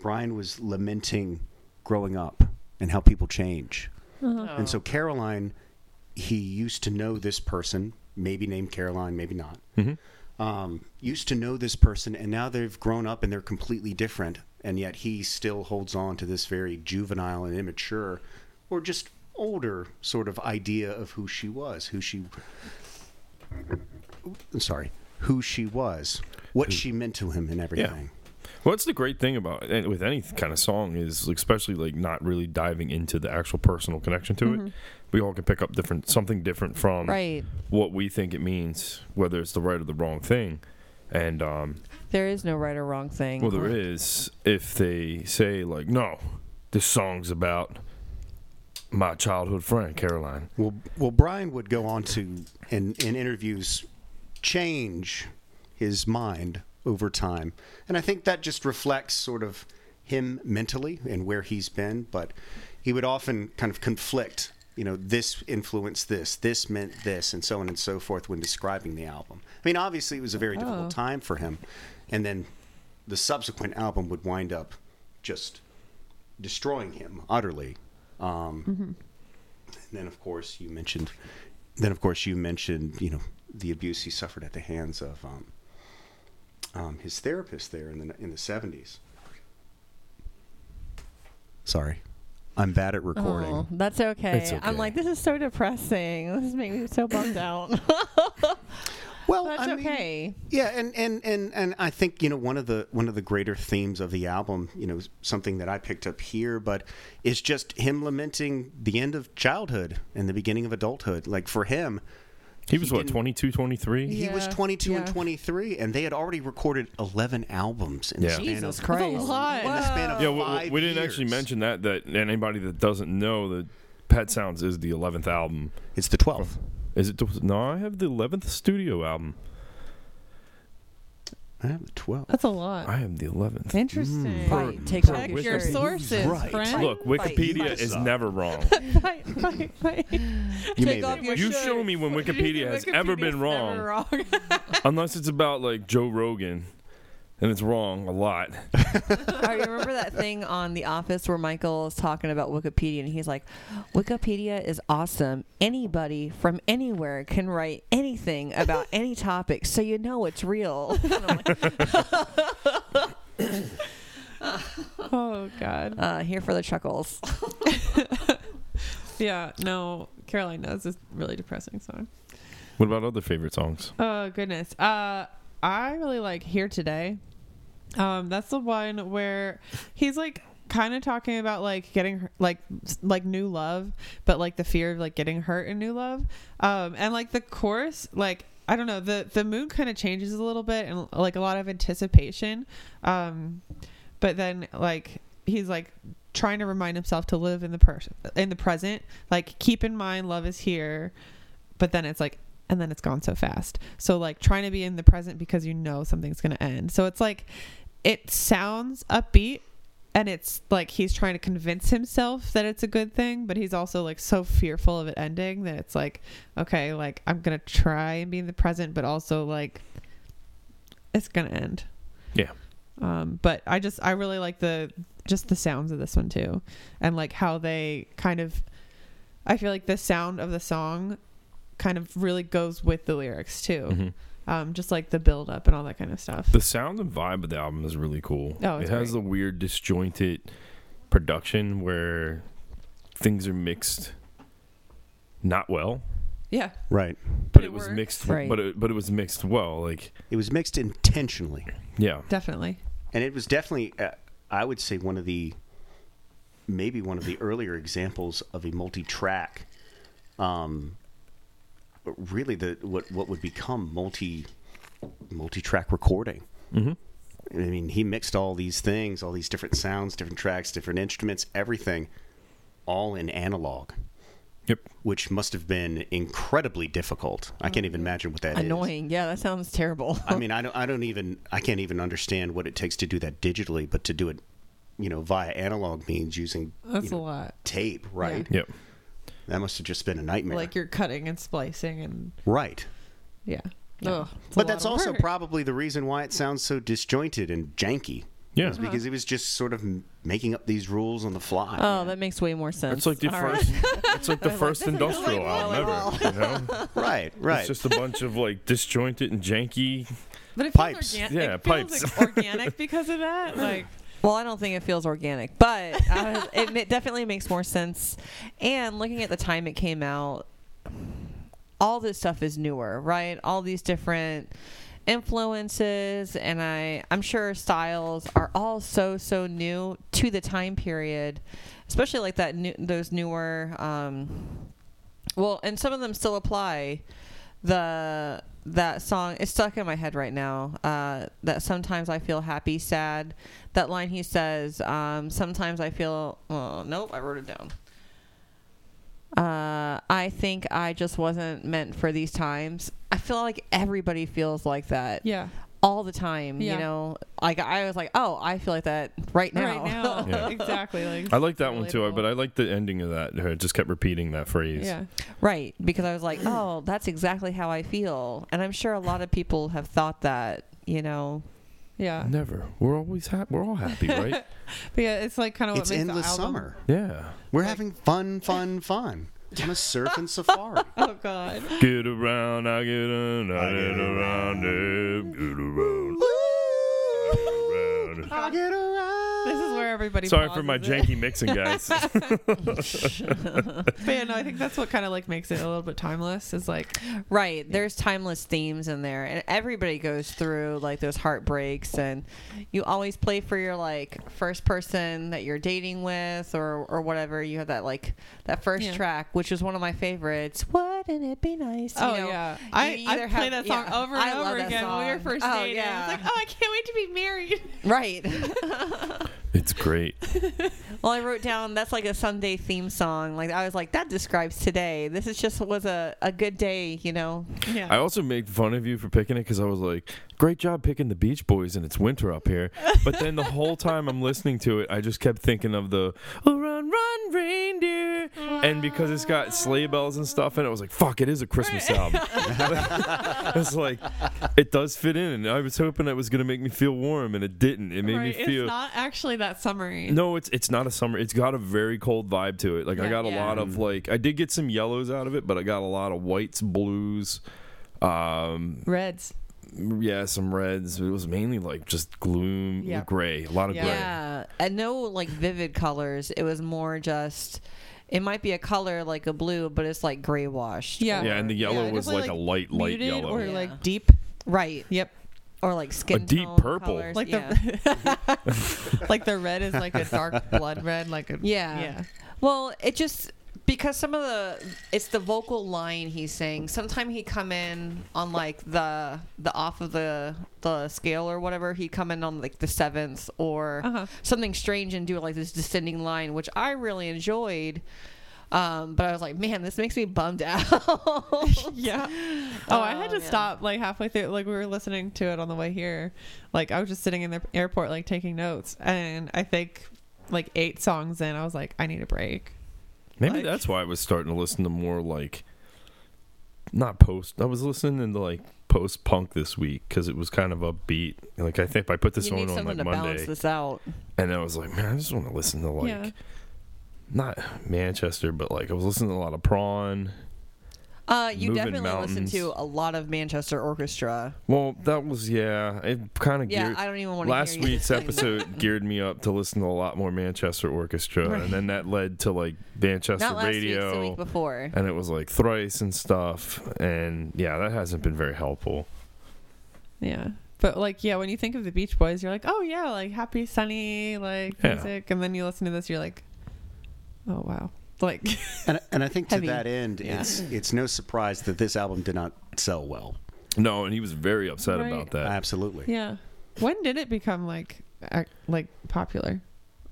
[SPEAKER 3] Brian was lamenting growing up and how people change. And so Caroline, he used to know this person, maybe named Caroline, maybe not. Um, used to know this person, and now they've grown up and they're completely different. And yet he still holds on to this very juvenile and immature, or just older sort of idea of who she was, who she. I'm sorry, who she was, what she meant to him, and everything.
[SPEAKER 1] Well, that's the great thing about and with any kind of song is especially like not really diving into the actual personal connection to
[SPEAKER 5] Mm-hmm.
[SPEAKER 1] it. We all can pick up different something different from
[SPEAKER 4] right
[SPEAKER 1] what we think it means, whether it's the right or the wrong thing. And um,
[SPEAKER 4] there is no right or wrong thing
[SPEAKER 1] well, there is if they say like, no, this song's about my childhood friend Caroline.
[SPEAKER 3] Well, well, Brian would go on to in, in interviews change his mind over time, and I think that just reflects sort of him mentally and where he's been. But he would often kind of conflict, you know, this influenced this, this meant this, and so on and so forth when describing the album. I mean, obviously, it was a very difficult time for him, and then the subsequent album would wind up just destroying him utterly. Um, and then, of course, you mentioned. Then, of course, you mentioned you know the abuse he suffered at the hands of um, um, his therapist there in the in the seventies. Sorry, I'm bad at recording.
[SPEAKER 4] Oh, that's okay.
[SPEAKER 1] It's okay.
[SPEAKER 4] I'm like, this is so depressing. This is making me so bummed out.
[SPEAKER 3] Well,
[SPEAKER 4] that's
[SPEAKER 3] I mean,
[SPEAKER 4] okay.
[SPEAKER 3] Yeah, and, and, and, and I think you know one of the one of the greater themes of the album, you know, something that I picked up here, but is just him lamenting the end of childhood and the beginning of adulthood. Like for him,
[SPEAKER 1] He was what
[SPEAKER 3] didn't-
[SPEAKER 1] 22, 23?
[SPEAKER 3] he was
[SPEAKER 5] Yeah,
[SPEAKER 3] 22 and
[SPEAKER 5] yeah.
[SPEAKER 3] 23, and they had already recorded 11 albums in
[SPEAKER 1] Yeah.
[SPEAKER 3] the span
[SPEAKER 4] Jesus
[SPEAKER 3] of
[SPEAKER 4] Christ.
[SPEAKER 5] That's a lot.
[SPEAKER 3] in the span of
[SPEAKER 1] Yeah, we,
[SPEAKER 3] five
[SPEAKER 1] we didn't actually
[SPEAKER 3] years.
[SPEAKER 1] mention that. That anybody that doesn't know that Pet Sounds is the eleventh album.
[SPEAKER 3] It's the 12th.
[SPEAKER 1] Is it? the- No, I have the eleventh studio album.
[SPEAKER 3] I have the 12th.
[SPEAKER 5] That's a lot.
[SPEAKER 1] I am the eleventh.
[SPEAKER 5] Interesting.
[SPEAKER 4] Right. Take
[SPEAKER 5] Check
[SPEAKER 1] Wikipedia.
[SPEAKER 5] your sources,
[SPEAKER 3] Right.
[SPEAKER 5] friend.
[SPEAKER 1] Look,
[SPEAKER 4] Right.
[SPEAKER 1] Wikipedia is
[SPEAKER 3] Right.
[SPEAKER 1] never wrong.
[SPEAKER 4] Mm.
[SPEAKER 5] Right, right, right.
[SPEAKER 3] You may
[SPEAKER 4] off
[SPEAKER 3] be.
[SPEAKER 4] your
[SPEAKER 1] You show me when Wikipedia has ever been
[SPEAKER 5] Wikipedia's
[SPEAKER 1] wrong,
[SPEAKER 5] never wrong.
[SPEAKER 1] unless it's about like Joe Rogan, and it's wrong a lot.
[SPEAKER 4] I remember that thing on The Office where Michael is talking about Wikipedia and he's like, Wikipedia is awesome. Anybody from anywhere can write anything about any topic, so you know it's real. And I'm like,
[SPEAKER 5] oh God.
[SPEAKER 4] uh, here for the chuckles.
[SPEAKER 5] Yeah. No, Caroline knows is really depressing song.
[SPEAKER 1] What about other favorite songs?
[SPEAKER 5] Oh goodness. Uh I really like Here Today. Um that's the one where he's like kind of talking about like getting hu- like s- like new love, but like the fear of like getting hurt in new love. Um and like the chorus like I don't know, the the mood kind of changes a little bit and like a lot of anticipation. Um but then like he's like trying to remind himself to live in the per- in the present, like keep in mind love is here. But then it's like and then it's gone so fast. So like trying to be in the present because you know something's going to end. So it's like it sounds upbeat and it's like he's trying to convince himself that it's a good thing, but he's also like so fearful of it ending that it's like okay, like I'm going to try and be in the present but also like it's going to end.
[SPEAKER 1] Yeah.
[SPEAKER 5] Um but I just I really like the just the sounds of this one too and like how they kind of I feel like the sound of the song kind of really goes with the lyrics too.
[SPEAKER 1] Mhm.
[SPEAKER 5] Um, just like the build up and all that kind of stuff.
[SPEAKER 1] The sound and vibe of the album is really cool.
[SPEAKER 5] Oh,
[SPEAKER 1] it
[SPEAKER 5] it's
[SPEAKER 1] has
[SPEAKER 5] great.
[SPEAKER 1] a weird disjointed production where things are mixed not well,
[SPEAKER 5] yeah.
[SPEAKER 3] Right.
[SPEAKER 1] but
[SPEAKER 5] it
[SPEAKER 1] it, was
[SPEAKER 5] works.
[SPEAKER 1] mixed
[SPEAKER 4] Right.
[SPEAKER 1] but it, but it was mixed well, like
[SPEAKER 3] It was mixed intentionally.
[SPEAKER 1] yeah.
[SPEAKER 5] Definitely.
[SPEAKER 3] And it was definitely, uh, I would say, one of the maybe one of the earlier examples of a multi-track, um, really the what what would become multi multi-track recording. Mm-hmm. I mean, he mixed all these things, all these different sounds, different tracks, different instruments, everything, all in analog,
[SPEAKER 1] Yep.
[SPEAKER 3] which must have been incredibly difficult. I can't even imagine what that is.
[SPEAKER 4] Annoying. Yeah, that sounds terrible.
[SPEAKER 3] I mean, I don't, I don't even, I can't even understand what it takes to do that digitally, but to do it, you know, via analog means using you
[SPEAKER 5] That's
[SPEAKER 3] know,
[SPEAKER 5] a lot.
[SPEAKER 3] tape, right?
[SPEAKER 1] Yep.
[SPEAKER 3] That must have just been a nightmare,
[SPEAKER 5] Like you're cutting and splicing and
[SPEAKER 3] right?
[SPEAKER 5] yeah.
[SPEAKER 4] Ugh.
[SPEAKER 3] But that's also
[SPEAKER 5] probably
[SPEAKER 3] probably the reason why it sounds so disjointed and janky.
[SPEAKER 1] Yeah.
[SPEAKER 3] is
[SPEAKER 5] Uh-huh.
[SPEAKER 3] because he was just sort of m- making up these rules on the fly.
[SPEAKER 4] Oh, that makes way more sense.
[SPEAKER 1] It's like the
[SPEAKER 4] All right.
[SPEAKER 1] first it's like the first industrial album ever, you know?
[SPEAKER 3] right, right.
[SPEAKER 1] It's just a bunch of like disjointed and janky.
[SPEAKER 5] But it
[SPEAKER 3] Pipes.
[SPEAKER 5] feels organic.
[SPEAKER 1] Yeah,
[SPEAKER 5] it feels
[SPEAKER 1] pipes.
[SPEAKER 5] like organic because of that. Like
[SPEAKER 4] Well, I don't think it feels organic, but uh, it ma- definitely makes more sense. And looking at the time it came out, all this stuff is newer, right? All these different influences and I I'm sure styles are all so so new to the time period, especially like that new those newer um well, and some of them still apply. The that song is stuck in my head right now. Uh, that sometimes I feel happy, sad. That line he says, um, sometimes I feel. Oh nope, I wrote it down. Uh, I think I just wasn't meant for these times. I feel like everybody feels like that
[SPEAKER 5] yeah.
[SPEAKER 4] all the time.
[SPEAKER 5] Yeah.
[SPEAKER 4] You know, like I was like, oh, I feel like that right now.
[SPEAKER 5] Right now.
[SPEAKER 1] Yeah.
[SPEAKER 5] Exactly. Like
[SPEAKER 1] I like that one too,
[SPEAKER 5] relatable.
[SPEAKER 1] but I like the ending of that. It just kept repeating that phrase.
[SPEAKER 5] yeah.
[SPEAKER 4] Right, because I was like, oh, that's exactly how I feel. And I'm sure a lot of people have thought that, you know.
[SPEAKER 5] Yeah.
[SPEAKER 1] Never. We're always happy. We're all happy, right?
[SPEAKER 5] But yeah, it's like kind of what
[SPEAKER 3] it's
[SPEAKER 5] Oh, makes the
[SPEAKER 3] endless
[SPEAKER 5] album-
[SPEAKER 3] summer.
[SPEAKER 1] yeah.
[SPEAKER 3] We're having fun, fun, fun. I'm a surf and safari.
[SPEAKER 5] Oh god.
[SPEAKER 1] Get around, I get on, I get around, eh, get around. Get around.
[SPEAKER 3] I get around.
[SPEAKER 5] This is where everybody
[SPEAKER 1] Sorry for my
[SPEAKER 5] pauses
[SPEAKER 1] janky
[SPEAKER 5] it.
[SPEAKER 1] mixing, guys.
[SPEAKER 5] But yeah, no, I think that's what kind of like makes it a little bit timeless is like
[SPEAKER 4] Right, there's timeless themes in there. And everybody goes through like those heartbreaks and you always play for your like first person that you're dating with or or whatever. You have that like that first
[SPEAKER 5] Yeah.
[SPEAKER 4] track, which is one of my favorites. Wouldn't it be nice? you
[SPEAKER 5] Oh
[SPEAKER 4] know?
[SPEAKER 5] yeah,
[SPEAKER 4] You
[SPEAKER 5] I I
[SPEAKER 4] either
[SPEAKER 5] play
[SPEAKER 4] have-
[SPEAKER 5] that song
[SPEAKER 4] yeah,
[SPEAKER 5] over and
[SPEAKER 4] I love
[SPEAKER 5] over
[SPEAKER 4] that
[SPEAKER 5] again when we were
[SPEAKER 4] song.
[SPEAKER 5] first
[SPEAKER 4] oh,
[SPEAKER 5] dating.
[SPEAKER 4] Yeah.
[SPEAKER 5] I was like, oh, I can't wait to be married.
[SPEAKER 4] right.
[SPEAKER 1] it's great.
[SPEAKER 4] Well, I wrote down that's like a Sunday theme song. Like I was like, that describes today. This is just was a, a good day, you know.
[SPEAKER 1] I
[SPEAKER 5] Yeah,
[SPEAKER 1] also made fun of you for picking it because I was like, great job picking the Beach Boys and it's winter up here. But then the whole time I'm listening to it, I just kept thinking of the oh, run, run, reindeer. And because it's got sleigh bells and stuff in it, I was like, fuck, it is a Christmas album. it's like, it does fit in. And I was hoping it was going to make me feel warm and it didn't. It made
[SPEAKER 5] right.
[SPEAKER 1] me feel.
[SPEAKER 5] It's not actually that summery.
[SPEAKER 1] No, it's it's not a summer. It's got a very cold vibe to it. Like I
[SPEAKER 5] Yeah.
[SPEAKER 1] got a
[SPEAKER 5] Yeah.
[SPEAKER 1] lot of like I did get some yellows out of it, but I got a lot of whites, blues, um,
[SPEAKER 5] Reds.
[SPEAKER 1] yeah, some reds. It was mainly like just gloom,
[SPEAKER 5] Yeah.
[SPEAKER 1] gray, a lot of
[SPEAKER 5] Yeah.
[SPEAKER 1] gray.
[SPEAKER 4] Yeah, and no like vivid colors. It was more just it might be a color like a blue, but it's like gray washed.
[SPEAKER 5] Yeah.
[SPEAKER 1] Yeah, and the yellow
[SPEAKER 5] Yeah,
[SPEAKER 1] was
[SPEAKER 5] definitely,
[SPEAKER 1] like, a light,
[SPEAKER 5] like,
[SPEAKER 1] light
[SPEAKER 5] Muted
[SPEAKER 1] yellow.
[SPEAKER 5] or
[SPEAKER 4] Yeah.
[SPEAKER 5] like deep.
[SPEAKER 4] Right.
[SPEAKER 5] Yep.
[SPEAKER 4] Or like skin.
[SPEAKER 1] deep
[SPEAKER 4] tone
[SPEAKER 1] purple.
[SPEAKER 4] colors,
[SPEAKER 5] Like
[SPEAKER 4] yeah.
[SPEAKER 5] the like the red is like a dark blood red. Like a
[SPEAKER 4] Yeah.
[SPEAKER 5] yeah.
[SPEAKER 4] Well, it just because some of the it's the vocal line he's saying. Sometimes he come in on like the the off of the the scale or whatever. He come in on like the seventh or
[SPEAKER 5] Uh-huh.
[SPEAKER 4] something strange and do like this descending line, which I really enjoyed. Um, but I was like, man, this makes me bummed out.
[SPEAKER 5] yeah. Oh, I had
[SPEAKER 4] Oh,
[SPEAKER 5] to
[SPEAKER 4] man.
[SPEAKER 5] stop like halfway through. Like we were listening to it on the way here. Like I was just sitting in the airport, like taking notes, and I think like eight songs in, I was like, I need a break.
[SPEAKER 1] Maybe
[SPEAKER 5] Like-
[SPEAKER 1] that's why I was starting to listen to more like not post. I was listening to like post punk this week because it was kind of upbeat. Like I think I put this
[SPEAKER 4] you
[SPEAKER 1] on
[SPEAKER 4] need
[SPEAKER 1] on
[SPEAKER 4] someone
[SPEAKER 1] like
[SPEAKER 4] to balance
[SPEAKER 1] Monday,
[SPEAKER 4] this out.
[SPEAKER 1] and I was like, man, I just want to listen to like
[SPEAKER 5] Yeah.
[SPEAKER 1] not Manchester, but like I was listening to a lot of Prawn.
[SPEAKER 4] Uh, you
[SPEAKER 1] Moving
[SPEAKER 4] definitely listen
[SPEAKER 1] mountains.
[SPEAKER 4] to a lot of Manchester Orchestra.
[SPEAKER 1] Well, that was yeah. It kind of
[SPEAKER 4] Yeah,
[SPEAKER 1] geared.
[SPEAKER 4] I don't even want to.
[SPEAKER 1] Last
[SPEAKER 4] hear you
[SPEAKER 1] week's
[SPEAKER 4] sing.
[SPEAKER 1] episode geared me up to listen to a lot more Manchester Orchestra,
[SPEAKER 4] Right.
[SPEAKER 1] and then that led to like Manchester
[SPEAKER 4] Not last
[SPEAKER 1] Radio.
[SPEAKER 4] week, the week before.
[SPEAKER 1] and it was like thrice and stuff and yeah that hasn't been very helpful
[SPEAKER 5] Yeah. But like yeah, when you think of the Beach Boys, you're like, oh yeah, like happy sunny like
[SPEAKER 1] Yeah.
[SPEAKER 5] music, and then you listen to this, you're like, oh wow, like
[SPEAKER 3] And, and I think
[SPEAKER 5] Heavy.
[SPEAKER 3] to that end, it's it's no surprise that this album did not sell well.
[SPEAKER 1] no and he was very upset
[SPEAKER 5] Right.
[SPEAKER 1] about that
[SPEAKER 3] Absolutely.
[SPEAKER 5] yeah. When did it become like ac- like popular,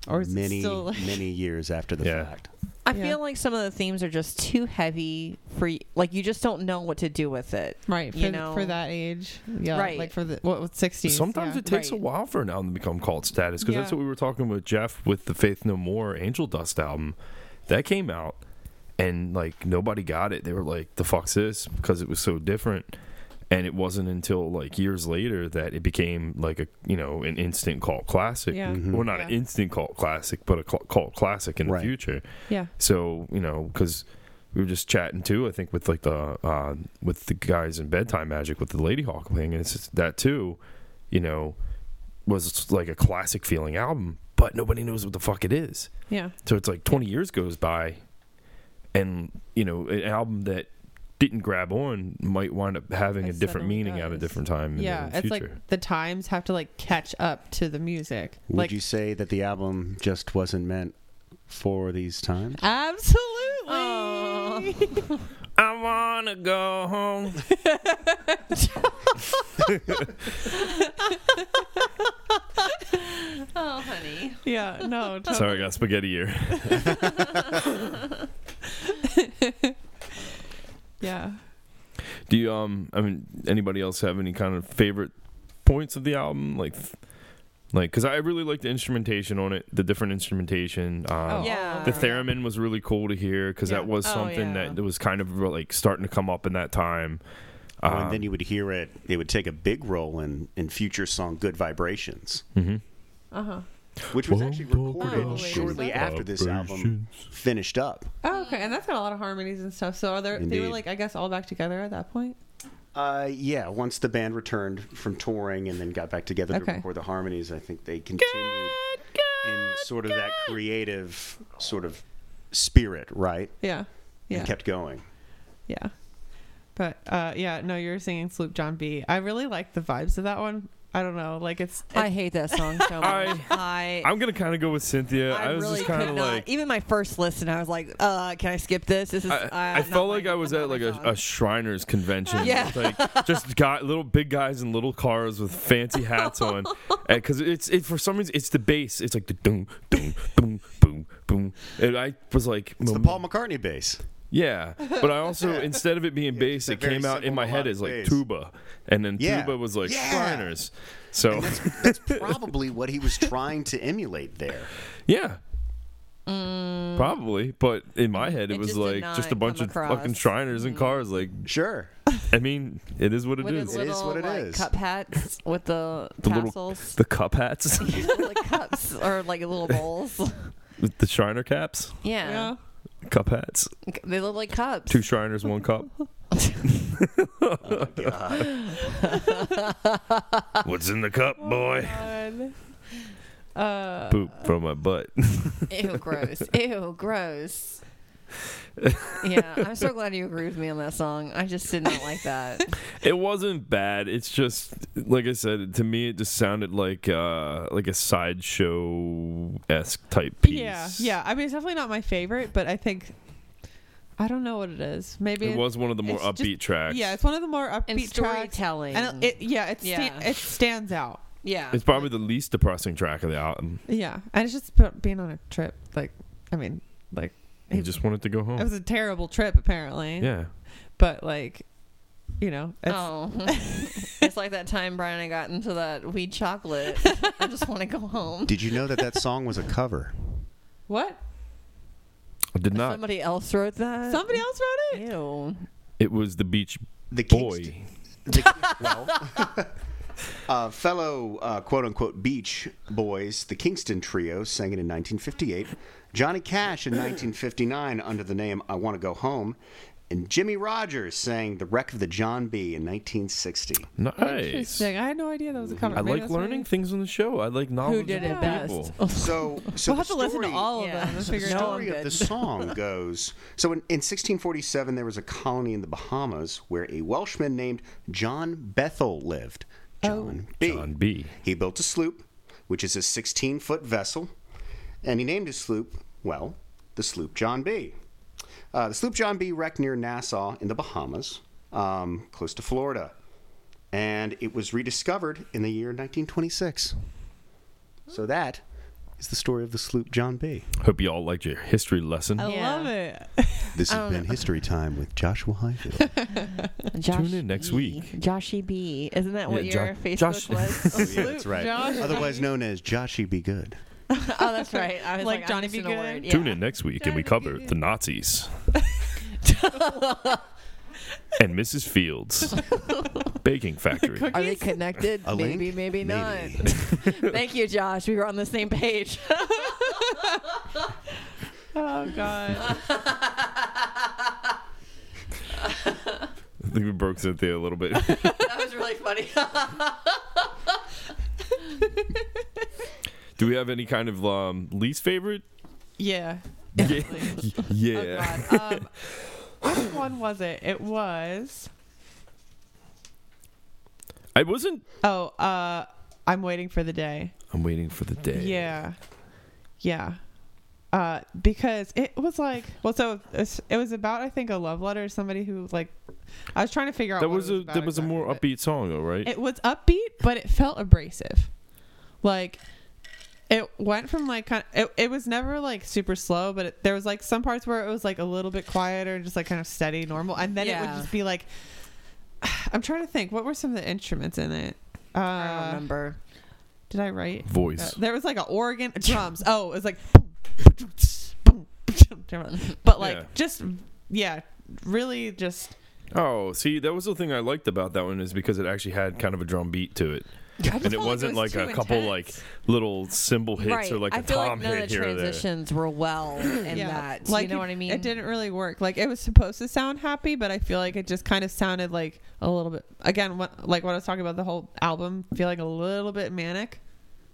[SPEAKER 5] or is
[SPEAKER 3] many
[SPEAKER 5] it still like
[SPEAKER 3] many years after the
[SPEAKER 1] Yeah.
[SPEAKER 3] fact.
[SPEAKER 4] I
[SPEAKER 5] Yeah.
[SPEAKER 4] feel like some of the themes are just too heavy for y- like you just don't know what to do with it.
[SPEAKER 5] right for,
[SPEAKER 4] you know?
[SPEAKER 5] for that age? Yeah,
[SPEAKER 4] Right.
[SPEAKER 5] Like for the what was sixties?
[SPEAKER 1] sometimes it takes
[SPEAKER 4] right.
[SPEAKER 1] a while for an album to become cult status because that's
[SPEAKER 5] Yeah.
[SPEAKER 1] what we were talking with jeff with the faith no more angel dust album that came out and like nobody got it they were like the fuck's this because it was so different and it wasn't until like years later that it became like a you know an instant cult classic
[SPEAKER 5] Yeah. Mhm.
[SPEAKER 1] well not an
[SPEAKER 5] Yeah.
[SPEAKER 1] instant cult classic but a cult- cult classic in
[SPEAKER 3] Right.
[SPEAKER 1] the future
[SPEAKER 5] yeah.
[SPEAKER 1] So you know, because we were just chatting too. I think with like the uh, with the guys in bedtime magic with the Lady Hawk thing, and it's just that too. You know, was like a classic feeling album, but nobody knows what the fuck it is.
[SPEAKER 5] Yeah.
[SPEAKER 1] So it's like 20 years goes by, and you know, an album that didn't grab on might wind up having a
[SPEAKER 5] It
[SPEAKER 1] different
[SPEAKER 5] suddenly
[SPEAKER 1] meaning at a
[SPEAKER 5] does.
[SPEAKER 1] different time.
[SPEAKER 5] Yeah.
[SPEAKER 1] in the
[SPEAKER 5] It's
[SPEAKER 1] future.
[SPEAKER 5] like the times have to like catch up to the music.
[SPEAKER 3] Would
[SPEAKER 5] like
[SPEAKER 3] you say that the album just wasn't meant for these times?
[SPEAKER 5] Uh, absolutely.
[SPEAKER 1] I wanna go home.
[SPEAKER 4] Oh, honey.
[SPEAKER 5] yeah. No. Totally.
[SPEAKER 1] Sorry, I got spaghetti ear.
[SPEAKER 5] Yeah.
[SPEAKER 1] Do you um I mean anybody else have any kind of favorite points of the album like th- like cuz I really like the instrumentation on it, the different instrumentation. Um
[SPEAKER 5] Oh,
[SPEAKER 4] Yeah.
[SPEAKER 1] the theremin was really cool to hear cuz that
[SPEAKER 5] Yeah.
[SPEAKER 1] was
[SPEAKER 5] Oh,
[SPEAKER 1] something
[SPEAKER 5] yeah.
[SPEAKER 1] that that was kind of like starting to come up in that time. Um,
[SPEAKER 3] and then you would hear it. It would take a big role in in future song "Good Vibrations,"
[SPEAKER 1] mhm.
[SPEAKER 5] Uh huh.
[SPEAKER 3] which was
[SPEAKER 1] Well,
[SPEAKER 3] actually recorded
[SPEAKER 5] well,
[SPEAKER 3] shortly
[SPEAKER 5] well,
[SPEAKER 3] after this album finished up.
[SPEAKER 5] Oh, okay, and that's got a lot of harmonies and stuff. So are there? They were
[SPEAKER 3] Indeed.
[SPEAKER 5] like, I guess, all back together at that point.
[SPEAKER 3] Uh, yeah, once the band returned from touring and then got back together to
[SPEAKER 5] Okay.
[SPEAKER 3] record the harmonies, I think they continued in sort of that creative sort of spirit, right?
[SPEAKER 5] Yeah, yeah,
[SPEAKER 3] And kept going.
[SPEAKER 5] yeah. But uh, yeah, no, you were singing Sloop John B. I really like the vibes of that one. I don't know, like it's.
[SPEAKER 4] I hate that song so much.
[SPEAKER 1] I-
[SPEAKER 4] I,
[SPEAKER 1] I'm going to kind of go with Cynthia. I,
[SPEAKER 4] I
[SPEAKER 1] was
[SPEAKER 4] really
[SPEAKER 1] just
[SPEAKER 4] could
[SPEAKER 1] kind of
[SPEAKER 4] not.
[SPEAKER 1] like
[SPEAKER 4] Even my first listen, I was like, uh, can I skip this? This is.
[SPEAKER 1] I,
[SPEAKER 4] uh,
[SPEAKER 1] I
[SPEAKER 4] not
[SPEAKER 1] felt
[SPEAKER 4] my-
[SPEAKER 1] like I was
[SPEAKER 4] not
[SPEAKER 1] at
[SPEAKER 4] my
[SPEAKER 1] like a,
[SPEAKER 4] song.
[SPEAKER 1] a Shriners convention.
[SPEAKER 4] Yeah.
[SPEAKER 1] It's like just got little big guys in little cars with fancy hats on, because it's it for some reason it's the bass. It's like the doom doom boom boom boom, and I was like,
[SPEAKER 3] It's the
[SPEAKER 1] "Mm,
[SPEAKER 3] Paul McCartney bass.
[SPEAKER 1] yeah. But I also instead of it being bass,
[SPEAKER 3] it's a
[SPEAKER 1] it
[SPEAKER 3] very
[SPEAKER 1] came out in
[SPEAKER 3] simple
[SPEAKER 1] my head as like
[SPEAKER 3] melodic bass.
[SPEAKER 1] tuba, and then
[SPEAKER 3] Yeah.
[SPEAKER 1] tuba was like
[SPEAKER 3] Yeah.
[SPEAKER 1] Shriners. So
[SPEAKER 3] That's probably what he was trying to emulate there.
[SPEAKER 1] yeah. Probably, but in my head it,
[SPEAKER 4] Mm. It
[SPEAKER 1] was
[SPEAKER 4] just did
[SPEAKER 1] like
[SPEAKER 4] not
[SPEAKER 1] just a bunch
[SPEAKER 4] come
[SPEAKER 1] of
[SPEAKER 4] across. Mm.
[SPEAKER 1] fucking Shriners in cars. Like,
[SPEAKER 3] Sure.
[SPEAKER 1] I mean, it is what it
[SPEAKER 4] With
[SPEAKER 1] is.
[SPEAKER 4] his
[SPEAKER 3] It is
[SPEAKER 4] little
[SPEAKER 3] what it
[SPEAKER 4] like,
[SPEAKER 3] is.
[SPEAKER 4] cup hats with the,
[SPEAKER 1] The little-
[SPEAKER 4] tassels,
[SPEAKER 1] The cup hats,
[SPEAKER 4] little, like, cups or like little bowls.
[SPEAKER 1] With the Shriner caps,
[SPEAKER 4] Yeah.
[SPEAKER 5] yeah.
[SPEAKER 1] cup hats.
[SPEAKER 4] they look like cups.
[SPEAKER 1] Two Shriners, one cup. What's in the cup, boy?
[SPEAKER 5] God. Uh,
[SPEAKER 1] Poop from my butt.
[SPEAKER 4] Ew, gross. Ew, gross. yeah, I'm so glad you agree with me on that song. I just did not like that.
[SPEAKER 1] It wasn't bad. It's just like I said to me, it just sounded like uh like a sideshow esque type piece.
[SPEAKER 5] Yeah, yeah. I mean, it's definitely not my favorite, but I think I don't know what it is. Maybe
[SPEAKER 1] It
[SPEAKER 5] it-
[SPEAKER 1] was one of the more
[SPEAKER 5] it's just-
[SPEAKER 1] upbeat tracks.
[SPEAKER 5] Yeah, it's one of the more upbeat
[SPEAKER 4] And
[SPEAKER 5] tracks.
[SPEAKER 4] storytelling.
[SPEAKER 5] And it, yeah, it, sta-
[SPEAKER 4] Yeah.
[SPEAKER 5] it stands out.
[SPEAKER 4] yeah.
[SPEAKER 1] It's probably the least depressing track of the album.
[SPEAKER 5] Yeah, and it's just about being on a trip. Like, I mean, like
[SPEAKER 1] He just wanted to go
[SPEAKER 5] it
[SPEAKER 1] home.
[SPEAKER 5] was a terrible trip apparently.
[SPEAKER 1] Yeah.
[SPEAKER 5] But like, you know, it's,
[SPEAKER 4] oh, it's like that time Brian and I got into that weed chocolate. I just want to go home.
[SPEAKER 3] Did you know that that song was a cover?
[SPEAKER 5] what
[SPEAKER 1] I did not.
[SPEAKER 4] Somebody else wrote that.
[SPEAKER 5] somebody else wrote it.
[SPEAKER 4] Ew.
[SPEAKER 1] It was the Beach
[SPEAKER 3] The Kingst-
[SPEAKER 1] Boy.
[SPEAKER 3] the, well, uh, fellow uh, quote unquote beach boys, the Kingston Trio, sang it in 1958. Johnny Cash in 1959 under the name I Want to Go Home. And Jimmy Rogers sang The Wreck of the John B. in 1960.
[SPEAKER 1] Nice.
[SPEAKER 5] Interesting. I had no idea that was a cover.
[SPEAKER 1] I
[SPEAKER 5] Maybe
[SPEAKER 1] like
[SPEAKER 5] that's what it
[SPEAKER 1] learning
[SPEAKER 5] is.
[SPEAKER 1] things on the show. I like knowledge.
[SPEAKER 4] Who did it best?
[SPEAKER 3] So, so
[SPEAKER 5] We'll have
[SPEAKER 3] the
[SPEAKER 5] to listen
[SPEAKER 3] story-
[SPEAKER 5] to
[SPEAKER 4] Yeah.
[SPEAKER 5] all of them and
[SPEAKER 4] So
[SPEAKER 5] figure
[SPEAKER 3] the
[SPEAKER 5] it out.
[SPEAKER 4] No, I'm
[SPEAKER 3] story of
[SPEAKER 4] good.
[SPEAKER 3] the song goes so in, in 1647 there was a colony in the bahamas where a welshman named john bethel lived
[SPEAKER 5] Oh.
[SPEAKER 3] john b
[SPEAKER 1] John B.
[SPEAKER 3] he built a sloop which is a 16 foot vessel and he named his sloop well the sloop john b uh, the sloop john b wrecked near nassau in the bahamas um, close to florida and it was rediscovered in the year 1926 so that is the story of the sloop john b
[SPEAKER 1] Hope you all liked your history lesson.
[SPEAKER 5] I
[SPEAKER 4] Yeah.
[SPEAKER 5] love it.
[SPEAKER 3] this has been History Time with Joshua Highfield.
[SPEAKER 4] Josh
[SPEAKER 1] Tune in next
[SPEAKER 4] B.
[SPEAKER 1] week.
[SPEAKER 4] Joshy B. Isn't that what
[SPEAKER 1] Yeah,
[SPEAKER 4] your
[SPEAKER 1] Jo-
[SPEAKER 4] Facebook
[SPEAKER 1] Josh-
[SPEAKER 4] was?
[SPEAKER 3] that's right.
[SPEAKER 5] Josh.
[SPEAKER 3] Otherwise known as Joshy Be Good.
[SPEAKER 4] oh, that's right. I was like,
[SPEAKER 5] Like
[SPEAKER 4] I'm
[SPEAKER 5] Johnny
[SPEAKER 4] missing
[SPEAKER 5] B.
[SPEAKER 4] a
[SPEAKER 5] Good?
[SPEAKER 4] word.
[SPEAKER 1] Tune
[SPEAKER 4] Yeah.
[SPEAKER 1] in next week and we cover the Nazis and Mrs. Fields baking factory.
[SPEAKER 4] Are they connected?
[SPEAKER 3] A link?
[SPEAKER 4] maybe, maybe not.
[SPEAKER 3] Maybe.
[SPEAKER 4] Thank you, Josh. We were on the same page.
[SPEAKER 5] Oh god.
[SPEAKER 1] I think we broke Cynthia a little bit.
[SPEAKER 4] that was really funny.
[SPEAKER 1] Do we have any kind of um, least favorite?
[SPEAKER 5] yeah.
[SPEAKER 1] Yeah.
[SPEAKER 5] Oh
[SPEAKER 1] yeah.
[SPEAKER 5] god. Um, which one was it? It was.
[SPEAKER 1] I wasn't.
[SPEAKER 5] Oh, uh, I'm waiting for the day.
[SPEAKER 1] I'm waiting for the day.
[SPEAKER 5] Yeah, yeah. Uh, because it was like, well, so it's- it was about I think a love letter to somebody who like, I was trying to figure out.
[SPEAKER 1] That
[SPEAKER 5] what
[SPEAKER 1] was
[SPEAKER 5] it
[SPEAKER 1] a
[SPEAKER 5] about
[SPEAKER 1] that was a
[SPEAKER 5] exactly,
[SPEAKER 1] more
[SPEAKER 5] but
[SPEAKER 1] upbeat song though, right?
[SPEAKER 5] It was upbeat, but it felt abrasive. Like, it went from like kind. Of, it it was never like super slow, but it, there was like some parts where it was like a little bit quieter, just like kind of steady, normal, and then it
[SPEAKER 4] Yeah.
[SPEAKER 5] would just be like. I'm trying to think. What were some of the instruments in it? Uh,
[SPEAKER 4] I don't remember.
[SPEAKER 5] Did I write? Uh,
[SPEAKER 1] Voice.
[SPEAKER 5] there was like an organ, drums. Oh, it was like, boom, boom, boom, boom. but like
[SPEAKER 1] Yeah.
[SPEAKER 5] just yeah, really just
[SPEAKER 1] Oh, see, that was the thing I liked about that one is because it actually had kind of a drum beat to it, and it wasn't like a couple like little cymbal hits
[SPEAKER 4] right.
[SPEAKER 1] or like a
[SPEAKER 4] I feel
[SPEAKER 1] tom
[SPEAKER 4] like none
[SPEAKER 1] hit
[SPEAKER 4] of the
[SPEAKER 1] here or there.
[SPEAKER 4] transitions were well in
[SPEAKER 5] yeah,
[SPEAKER 4] that. you know
[SPEAKER 5] it-
[SPEAKER 4] what I mean?
[SPEAKER 5] It didn't really work. Like it was supposed to sound happy, but I feel like it just kind of sounded like a little bit again. What, like what I was talking about the whole album, feeling a little bit manic,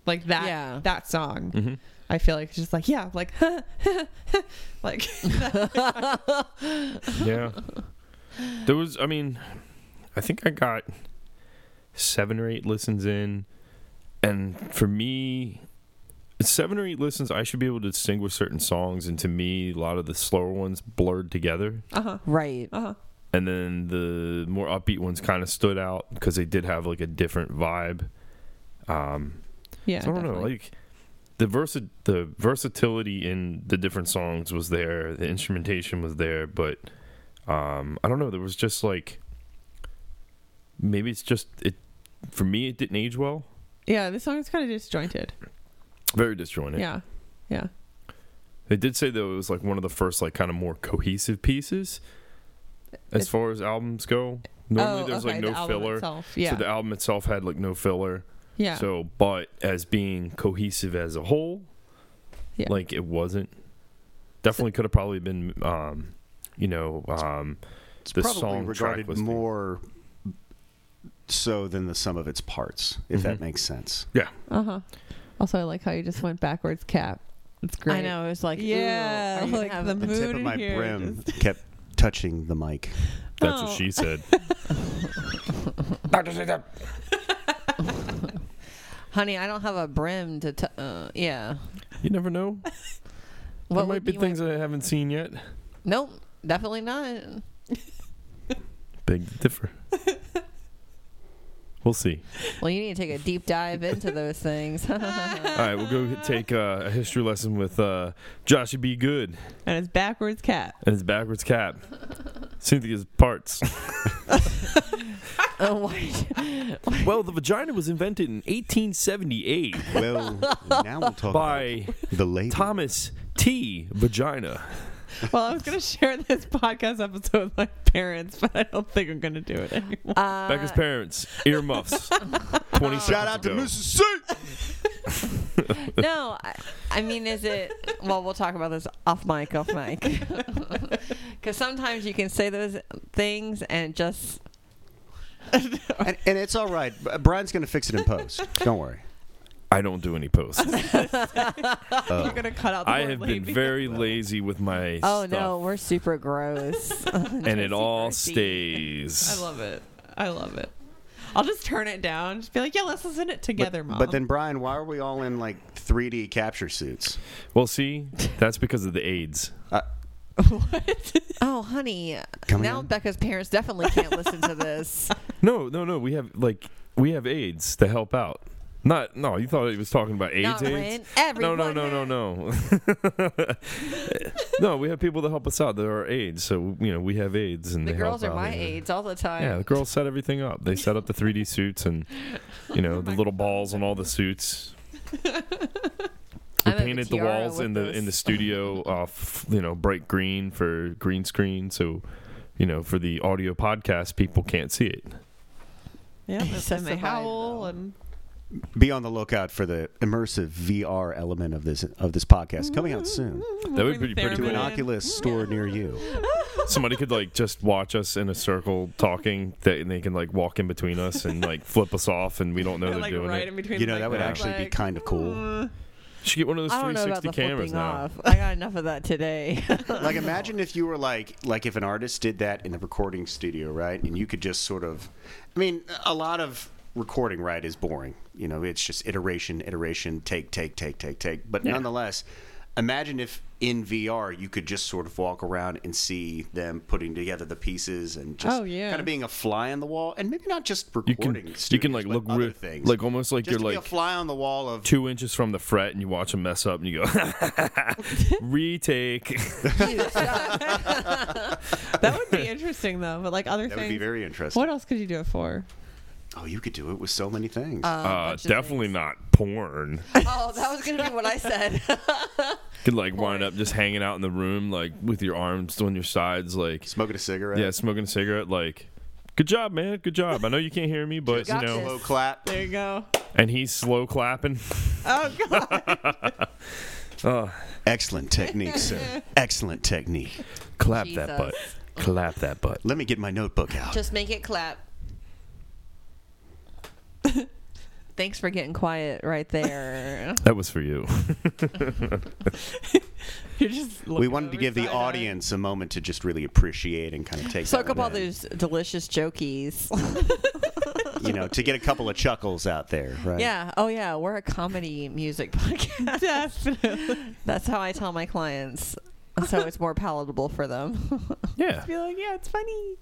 [SPEAKER 5] like that
[SPEAKER 4] Yeah.
[SPEAKER 5] that song.
[SPEAKER 1] Mhm.
[SPEAKER 5] I feel like it's just like yeah, like uh-huh, like
[SPEAKER 1] yeah. There was, I mean, I think I got seven or eight listens in. And for me, seven or eight listens, I should be able to distinguish certain songs. And to me, a lot of the slower ones blurred together.
[SPEAKER 5] uh huh
[SPEAKER 4] Right.
[SPEAKER 5] uh huh
[SPEAKER 1] And then the more upbeat ones kind of stood out because they did have like a different vibe. Um,
[SPEAKER 5] yeah.
[SPEAKER 1] so I don't know,
[SPEAKER 5] definitely.
[SPEAKER 1] like the versa- the versatility in the different songs was there, the instrumentation was there, but um, I don't know, there was just like maybe it's just it for me it didn't age well.
[SPEAKER 5] yeah, this song is kind of disjointed.
[SPEAKER 1] Very disjointed.
[SPEAKER 5] Yeah, yeah.
[SPEAKER 1] They did say though it was like one of the first like kind of more cohesive pieces as
[SPEAKER 5] It's-
[SPEAKER 1] far as albums go.
[SPEAKER 5] Oh,
[SPEAKER 1] Normally there's like no filler.
[SPEAKER 5] Yeah.
[SPEAKER 1] So the album itself had like no filler.
[SPEAKER 5] yeah.
[SPEAKER 1] So, but as being cohesive as a whole,
[SPEAKER 5] Yeah.
[SPEAKER 1] like it wasn't. Definitely could have probably been, um, you know, um,
[SPEAKER 3] It's
[SPEAKER 1] The
[SPEAKER 3] probably
[SPEAKER 1] song track
[SPEAKER 3] regarded
[SPEAKER 1] listing.
[SPEAKER 3] more so than the sum of its
[SPEAKER 1] Mm-hmm.
[SPEAKER 3] parts, if that makes sense.
[SPEAKER 5] Uh-huh. uh huh. Also, I like how you just went backwards cap. It's great.
[SPEAKER 2] I know it was like
[SPEAKER 5] yeah,
[SPEAKER 2] Ooh,
[SPEAKER 5] like the
[SPEAKER 3] The
[SPEAKER 5] mood
[SPEAKER 3] tip of
[SPEAKER 5] in
[SPEAKER 3] my
[SPEAKER 5] here
[SPEAKER 3] brim
[SPEAKER 5] just-
[SPEAKER 3] kept touching the mic.
[SPEAKER 1] That's
[SPEAKER 5] Oh.
[SPEAKER 1] what she said.
[SPEAKER 4] Honey, I don't have a brim to. T- uh, yeah.
[SPEAKER 1] You never know. there
[SPEAKER 4] would
[SPEAKER 1] might be
[SPEAKER 4] my-
[SPEAKER 1] things that I haven't seen yet.
[SPEAKER 4] Nope, definitely not.
[SPEAKER 1] Big differ. we'll see.
[SPEAKER 4] Well, you need to take a deep dive into those things.
[SPEAKER 1] All right, we'll go take uh, a history lesson with uh, Joshy B. Good
[SPEAKER 5] and it's backwards cat.
[SPEAKER 1] and his backwards cap. Cynthia's parts.
[SPEAKER 4] oh, why?
[SPEAKER 1] well, the vagina was invented in 1878
[SPEAKER 3] Well, now we'll talk
[SPEAKER 1] by
[SPEAKER 3] about the lady.
[SPEAKER 1] Thomas T. Vagina.
[SPEAKER 5] Well, I was gonna share this podcast episode with my parents, but I don't think I'm gonna do it anymore.
[SPEAKER 4] Uh,
[SPEAKER 1] Becca's parents, earmuffs. 20
[SPEAKER 3] Shout out to
[SPEAKER 1] ago.
[SPEAKER 3] Mrs. C.
[SPEAKER 4] no, I, I mean, is it? Well, we'll talk about this off mic, off mic. Because sometimes you can say those things and just
[SPEAKER 3] And, and it's all right. B- Brian's going to fix it in post. Don't worry.
[SPEAKER 1] I don't do any posts.
[SPEAKER 3] Uh,
[SPEAKER 5] You're gonna cut out. The
[SPEAKER 1] I
[SPEAKER 5] word
[SPEAKER 1] have been
[SPEAKER 5] lady.
[SPEAKER 1] very lazy with my
[SPEAKER 4] oh
[SPEAKER 1] stuff,
[SPEAKER 4] no, we're super gross.
[SPEAKER 1] and it all
[SPEAKER 4] Super
[SPEAKER 1] stays.
[SPEAKER 5] I love it. I love it. I'll just turn it down. Just be like, yeah, let's listen it together, mom.
[SPEAKER 3] But then, Brian, why are we all in like 3D capture suits?
[SPEAKER 1] Well, see, that's because of the AIDS.
[SPEAKER 3] Uh,
[SPEAKER 4] oh, honey,
[SPEAKER 3] Come
[SPEAKER 4] now
[SPEAKER 3] in.
[SPEAKER 4] Becca's parents definitely can't listen to this.
[SPEAKER 1] No, no, no. We have like we have AIDS to help out. Not no. You thought he was talking about AIDS.
[SPEAKER 4] Not
[SPEAKER 1] AIDS?
[SPEAKER 4] when every
[SPEAKER 1] No, no, no, no, no. no, we have people to help us out that are AIDS. So you know we have AIDS, and
[SPEAKER 4] The
[SPEAKER 1] they
[SPEAKER 4] girls are
[SPEAKER 1] help out
[SPEAKER 4] my
[SPEAKER 1] here.
[SPEAKER 4] aides all the time.
[SPEAKER 1] Yeah, the girls set everything up. They set up the 3D suits and you
[SPEAKER 4] Oh
[SPEAKER 1] know the little balls on all the suits. We
[SPEAKER 4] I'm in the
[SPEAKER 1] painted the
[SPEAKER 4] tiara
[SPEAKER 1] walls
[SPEAKER 4] with
[SPEAKER 1] in the
[SPEAKER 4] this.
[SPEAKER 1] in the studio off, you know, bright green for green screen, so you know for the audio podcast people can't see it.
[SPEAKER 5] yeah,
[SPEAKER 4] He
[SPEAKER 5] and they
[SPEAKER 4] specified,
[SPEAKER 5] howl
[SPEAKER 4] though.
[SPEAKER 5] and
[SPEAKER 3] be on the lookout for the immersive VR element of this of this podcast coming out soon
[SPEAKER 4] Oh,
[SPEAKER 1] That would
[SPEAKER 5] Bring
[SPEAKER 1] be
[SPEAKER 5] the
[SPEAKER 1] pretty
[SPEAKER 3] to
[SPEAKER 1] cool.
[SPEAKER 3] an
[SPEAKER 5] theremin.
[SPEAKER 3] Oculus store near you.
[SPEAKER 1] Somebody could like just watch us in a circle talking, that, and they can like walk in between us and like flip us off, and we don't know
[SPEAKER 5] they're
[SPEAKER 1] they're
[SPEAKER 5] like
[SPEAKER 1] doing
[SPEAKER 5] right
[SPEAKER 1] it.
[SPEAKER 5] in between.
[SPEAKER 3] You know
[SPEAKER 5] like
[SPEAKER 3] that would
[SPEAKER 5] that.
[SPEAKER 3] actually be
[SPEAKER 5] Like,
[SPEAKER 3] kind of cool.
[SPEAKER 5] mm.
[SPEAKER 1] Should get one of those
[SPEAKER 4] I don't know about
[SPEAKER 1] 360
[SPEAKER 4] the
[SPEAKER 1] cameras
[SPEAKER 4] flipping
[SPEAKER 1] now.
[SPEAKER 4] off. I got enough of that today.
[SPEAKER 3] Like imagine if you were like like if an artist did that in the recording studio, right? And you could just sort of I mean, a lot of recording right is boring. You know, it's just iteration, iteration, take, take, take, take, take. But nonetheless, imagine if in VR you could just sort of walk around and see them putting together the pieces and just
[SPEAKER 5] Oh, yeah.
[SPEAKER 3] kind of being a fly on the wall and maybe not just
[SPEAKER 1] You
[SPEAKER 3] recording
[SPEAKER 1] can you can
[SPEAKER 3] studios,
[SPEAKER 1] like
[SPEAKER 3] but
[SPEAKER 1] look
[SPEAKER 3] other
[SPEAKER 1] real-
[SPEAKER 3] things.
[SPEAKER 1] like almost like
[SPEAKER 3] just
[SPEAKER 1] you're
[SPEAKER 3] to be a
[SPEAKER 1] like
[SPEAKER 3] fly on the wall of
[SPEAKER 1] two inches from the fret, and you watch them mess up, and you go retake.
[SPEAKER 5] that would be interesting though. But like other
[SPEAKER 3] that would
[SPEAKER 5] things,
[SPEAKER 3] be very interesting.
[SPEAKER 5] what else could you do it for?
[SPEAKER 3] Oh, you could do it with so many things.
[SPEAKER 5] Oh,
[SPEAKER 1] Uh, definitely not porn.
[SPEAKER 4] Oh, that was gonna be what I said.
[SPEAKER 1] could like wind up just hanging out in the room, like with your arms on your sides, like
[SPEAKER 3] Smoking a cigarette.
[SPEAKER 1] yeah, smoking a cigarette, like. Good job, man. Good job. I know you can't hear me, but you
[SPEAKER 4] got
[SPEAKER 1] know,
[SPEAKER 4] this.
[SPEAKER 3] Slow clap.
[SPEAKER 5] There you go.
[SPEAKER 1] and he's slow clapping. Oh,
[SPEAKER 5] Oh god.
[SPEAKER 3] Excellent technique, sir. Excellent technique.
[SPEAKER 1] Clap that
[SPEAKER 4] Jesus.
[SPEAKER 1] butt. Clap that butt.
[SPEAKER 3] Let me get my notebook out.
[SPEAKER 4] Just make it clap. Thanks for getting quiet right there.
[SPEAKER 1] That was for you.
[SPEAKER 5] You're just.
[SPEAKER 3] we
[SPEAKER 5] looking
[SPEAKER 3] wanted to
[SPEAKER 5] over
[SPEAKER 3] give the
[SPEAKER 5] side-eye.
[SPEAKER 3] audience a moment to just really appreciate and kind of take
[SPEAKER 4] Soak
[SPEAKER 3] that
[SPEAKER 4] up all
[SPEAKER 3] in,
[SPEAKER 4] those delicious jokies.
[SPEAKER 3] you know, to get a couple of chuckles out there, right?
[SPEAKER 4] yeah. Oh yeah. We're a comedy music podcast.
[SPEAKER 5] Definitely.
[SPEAKER 4] That's how I tell my clients. So it's more palatable for them.
[SPEAKER 1] yeah,
[SPEAKER 5] Be like, yeah, it's funny.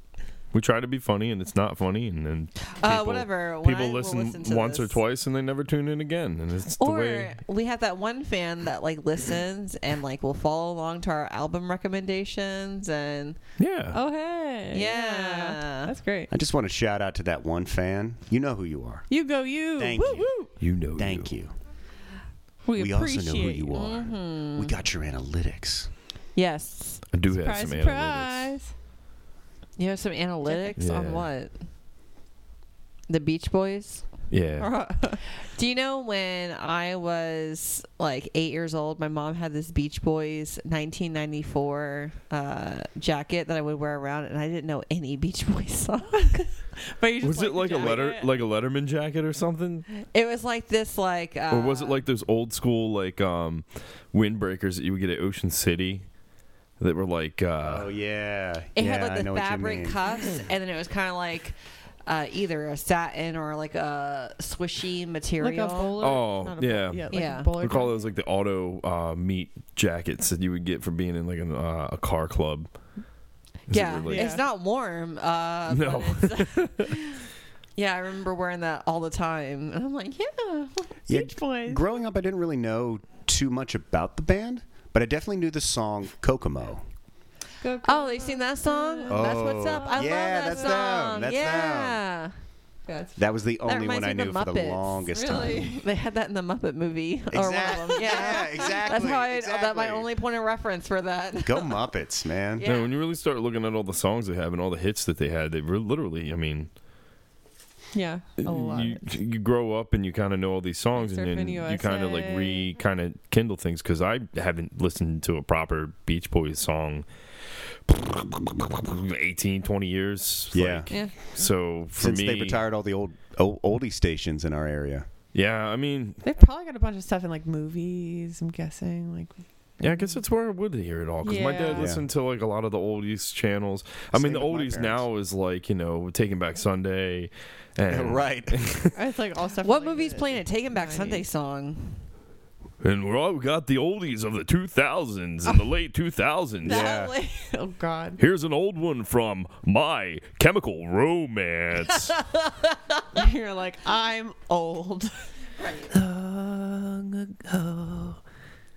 [SPEAKER 1] we try to be funny, and it's not funny, and then
[SPEAKER 4] Uh,
[SPEAKER 1] people-
[SPEAKER 4] whatever. When I
[SPEAKER 1] people
[SPEAKER 4] will
[SPEAKER 1] listen,
[SPEAKER 4] to
[SPEAKER 1] once or
[SPEAKER 4] this-
[SPEAKER 1] twice, and they never tune in again, and it's the
[SPEAKER 4] Or
[SPEAKER 1] way.
[SPEAKER 4] we have that one fan that like listens and like will follow along to our album recommendations and
[SPEAKER 1] Yeah.
[SPEAKER 5] Oh hey.
[SPEAKER 4] Yeah.
[SPEAKER 5] That's great.
[SPEAKER 3] I just want to shout out to that one fan. You know who you are.
[SPEAKER 5] You go you.
[SPEAKER 3] Thank
[SPEAKER 5] woo,
[SPEAKER 3] you.
[SPEAKER 5] Woo.
[SPEAKER 1] You know.
[SPEAKER 3] Thank you.
[SPEAKER 5] We,
[SPEAKER 3] We also
[SPEAKER 5] appreciate
[SPEAKER 3] know who you are.
[SPEAKER 4] Mm-hmm.
[SPEAKER 3] We got your analytics.
[SPEAKER 4] yes,
[SPEAKER 1] I do have
[SPEAKER 5] Surprise,
[SPEAKER 1] some analytics.
[SPEAKER 5] surprise.
[SPEAKER 4] you have some analytics on
[SPEAKER 1] Yeah.
[SPEAKER 4] what the Beach Boys.
[SPEAKER 1] Yeah.
[SPEAKER 4] Do you know when I was like eight years old, my mom had this Beach Boys 1994 uh, jacket that I would wear around, and I didn't know any Beach Boys song.
[SPEAKER 5] but you just
[SPEAKER 1] Was it
[SPEAKER 5] like
[SPEAKER 1] like
[SPEAKER 5] the
[SPEAKER 1] a letter,
[SPEAKER 5] jacket.
[SPEAKER 1] like a Letterman jacket or something,
[SPEAKER 4] it was like this, like. Uh,
[SPEAKER 1] or was it like those old school like um, windbreakers that you would get at Ocean City, that were like
[SPEAKER 3] Oh
[SPEAKER 1] uh,
[SPEAKER 3] yeah.
[SPEAKER 4] It
[SPEAKER 3] yeah,
[SPEAKER 4] had
[SPEAKER 3] I
[SPEAKER 4] like the
[SPEAKER 3] know what you
[SPEAKER 4] fabric
[SPEAKER 3] mean.
[SPEAKER 4] cuffs, and then it was kind of like uh, either a satin or like a swishy
[SPEAKER 5] like
[SPEAKER 4] material.
[SPEAKER 5] a bowler?
[SPEAKER 1] Oh,
[SPEAKER 5] Not a bowl-
[SPEAKER 1] yeah.
[SPEAKER 5] yeah, like
[SPEAKER 4] Yeah.
[SPEAKER 5] A bowler
[SPEAKER 1] we call those like the auto uh, meat jackets that you would get for being in like an, uh, a car club. Is it
[SPEAKER 4] yeah,
[SPEAKER 1] really-
[SPEAKER 4] it's not warm. Uh,
[SPEAKER 1] No.
[SPEAKER 4] but it's- yeah, I remember wearing that all the time, and I'm like, yeah,
[SPEAKER 3] Yeah,
[SPEAKER 5] Beach Boys.
[SPEAKER 3] Growing up, I didn't really know too much about the band, but I definitely knew the song Kokomo.
[SPEAKER 5] Go, go.
[SPEAKER 4] Oh, they sing that song? that's what's
[SPEAKER 3] Oh.
[SPEAKER 4] up. I love
[SPEAKER 3] Yeah,
[SPEAKER 4] that
[SPEAKER 3] that's them.
[SPEAKER 4] song.
[SPEAKER 3] That's them.
[SPEAKER 4] yeah.
[SPEAKER 5] Gotcha.
[SPEAKER 3] That was the only one
[SPEAKER 4] reminds
[SPEAKER 3] I
[SPEAKER 4] me
[SPEAKER 3] knew
[SPEAKER 4] of the
[SPEAKER 3] for the
[SPEAKER 4] Muppets.
[SPEAKER 3] longest time.
[SPEAKER 5] Really?
[SPEAKER 4] They had that in the Muppet movie. Or one of
[SPEAKER 3] Exactly.
[SPEAKER 4] them. Yeah.
[SPEAKER 3] exactly.
[SPEAKER 4] That's how I that
[SPEAKER 3] exactly.
[SPEAKER 4] my only point of reference for that.
[SPEAKER 3] Go Muppets, man.
[SPEAKER 4] Yeah.
[SPEAKER 1] No, when you really start looking at all the songs they have and all the hits that they had, they were literally, I mean,
[SPEAKER 5] Yeah, a lot.
[SPEAKER 1] you, you grow up and you kind of know all these songs and
[SPEAKER 5] Surfing
[SPEAKER 1] then you kind of like
[SPEAKER 5] USA.
[SPEAKER 1] re kind of kindle things because I haven't listened to a proper Beach Boys song 18, 20 years.
[SPEAKER 3] Yeah.
[SPEAKER 1] Like,
[SPEAKER 5] yeah.
[SPEAKER 1] So for
[SPEAKER 3] Since
[SPEAKER 1] me,
[SPEAKER 3] they retired all the old, old oldie stations in our area.
[SPEAKER 1] yeah, I mean,
[SPEAKER 5] They've probably got a bunch of stuff in like movies. I'm guessing, like
[SPEAKER 1] Yeah, I guess that's where I would hear it all because my
[SPEAKER 5] Yeah.
[SPEAKER 1] dad
[SPEAKER 5] Yeah.
[SPEAKER 1] listened to like a lot of the oldies channels. I
[SPEAKER 3] Same
[SPEAKER 1] mean, the
[SPEAKER 3] with my
[SPEAKER 1] oldies now is like you know Taking Back Sunday, and
[SPEAKER 3] right.
[SPEAKER 5] it's like all stuff.
[SPEAKER 4] What
[SPEAKER 5] from, like,
[SPEAKER 4] movie's
[SPEAKER 5] the-
[SPEAKER 4] playing a Taken Back Sunday
[SPEAKER 5] 90s.
[SPEAKER 4] song?
[SPEAKER 1] and we're all we got the oldies of the two thousands and the late two thousands.
[SPEAKER 3] Yeah.
[SPEAKER 5] oh God.
[SPEAKER 1] Here's an old one from My Chemical Romance.
[SPEAKER 5] You're like I'm old. Long ago.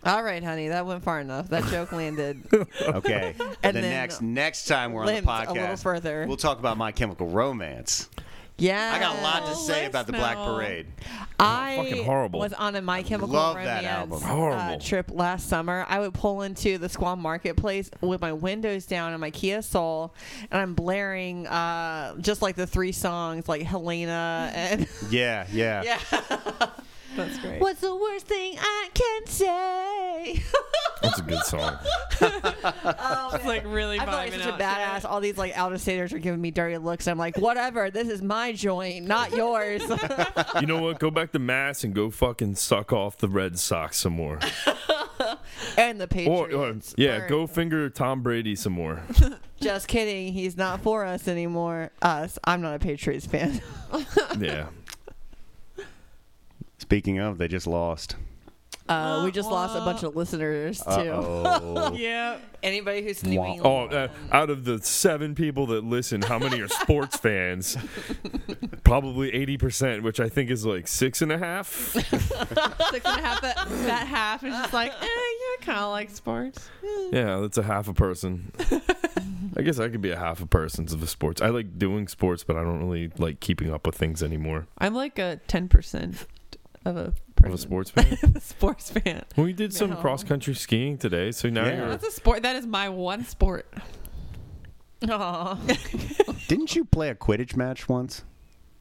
[SPEAKER 4] All right, honey, that went far enough. That joke landed
[SPEAKER 3] Okay.
[SPEAKER 4] And
[SPEAKER 3] the
[SPEAKER 4] then
[SPEAKER 3] next next time we're on the
[SPEAKER 4] limped a little
[SPEAKER 3] podcast,
[SPEAKER 4] further.
[SPEAKER 3] we'll talk about My Chemical Romance.
[SPEAKER 4] yeah.
[SPEAKER 3] I got a lot to
[SPEAKER 5] Oh,
[SPEAKER 3] say about the Black
[SPEAKER 5] let's know.
[SPEAKER 3] Parade.
[SPEAKER 4] I
[SPEAKER 1] Oh, fucking horrible.
[SPEAKER 4] was on a My Chemical
[SPEAKER 3] love that
[SPEAKER 4] Romance
[SPEAKER 3] album.
[SPEAKER 1] Horrible.
[SPEAKER 4] Uh, trip last summer. I would pull into the Squam Marketplace with my windows down and my Kia Soul, and I'm blaring uh, just like the three songs, like Helena and
[SPEAKER 3] Yeah, yeah.
[SPEAKER 4] yeah.
[SPEAKER 5] That's great.
[SPEAKER 4] What's the worst thing I can say?
[SPEAKER 1] That's a good song.
[SPEAKER 5] It's like really
[SPEAKER 4] I feel like
[SPEAKER 5] vibing
[SPEAKER 4] such a
[SPEAKER 5] out
[SPEAKER 4] badass.
[SPEAKER 5] to it.
[SPEAKER 4] All these like out of staters are giving me dirty looks. I'm like, whatever. This is my joint, not yours.
[SPEAKER 1] You know what? Go back to mass and go fucking suck off the Red Sox some more.
[SPEAKER 4] and the
[SPEAKER 1] Or,
[SPEAKER 4] Patriots.
[SPEAKER 1] or yeah,
[SPEAKER 4] burn.
[SPEAKER 1] go finger Tom Brady some more.
[SPEAKER 4] Just kidding. He's not for us anymore. Us. I'm not a Patriots fan.
[SPEAKER 1] Yeah.
[SPEAKER 3] Speaking of, they just lost.
[SPEAKER 4] Uh, we just lost a bunch of listeners too.
[SPEAKER 3] Uh-oh.
[SPEAKER 5] Yeah.
[SPEAKER 4] Anybody who's New
[SPEAKER 3] Wah.
[SPEAKER 4] England.
[SPEAKER 1] Oh, uh, out of the seven people that listen, how many are sports fans? Probably eighty percent, which I think is like six and a half.
[SPEAKER 5] Six and a half. That, that half is just like, eh, yeah, kind of like sports.
[SPEAKER 1] Yeah, that's a half a person. I guess I could be a half a person to the sports. I like doing sports, but I don't really like keeping up with things anymore.
[SPEAKER 5] I'm like a ten percent of a
[SPEAKER 1] Of a
[SPEAKER 5] person.
[SPEAKER 1] sports fan.
[SPEAKER 5] sports fan.
[SPEAKER 1] well, we did some
[SPEAKER 4] No.
[SPEAKER 1] cross country skiing today, so now
[SPEAKER 3] Yeah.
[SPEAKER 1] you're.
[SPEAKER 5] That's a sport. That is my one sport.
[SPEAKER 4] Aw.
[SPEAKER 3] Didn't you play a Quidditch match once?